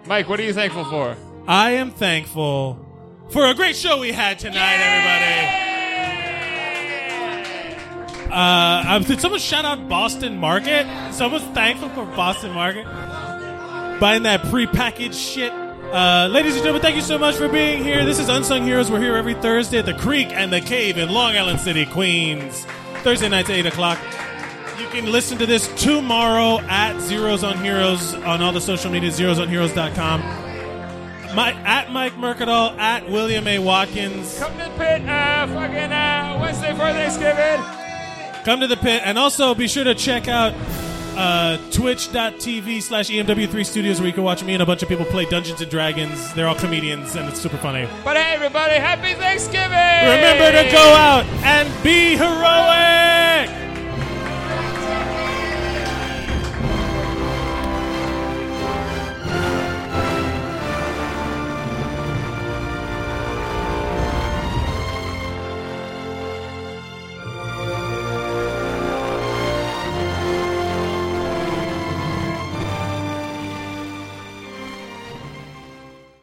[SPEAKER 2] Mike, what are you thankful for?
[SPEAKER 1] I am thankful for a great show we had tonight, everybody. Uh, um, did someone shout out Boston Market? Someone's thankful for Boston Market. Buying that prepackaged shit. Uh, ladies and gentlemen, thank you so much for being here. This is Unsung Heroes. We're here every Thursday at the Creek and the Cave in Long Island City, Queens. Thursday nights at 8 o'clock. You can listen to this tomorrow at Zeros on Heroes on all the social media, zerosonheroes.com. My, at Mike Mercadal, at William A. Watkins.
[SPEAKER 2] Come to the pit uh, fucking uh, Wednesday for Thanksgiving.
[SPEAKER 1] Come to the pit. And also be sure to check out uh, twitch.tv slash E EMW3 Studios where you can watch me and a bunch of people play Dungeons and Dragons. They're all comedians and it's super funny.
[SPEAKER 2] But hey, everybody, happy Thanksgiving!
[SPEAKER 1] Remember to go out and be heroic!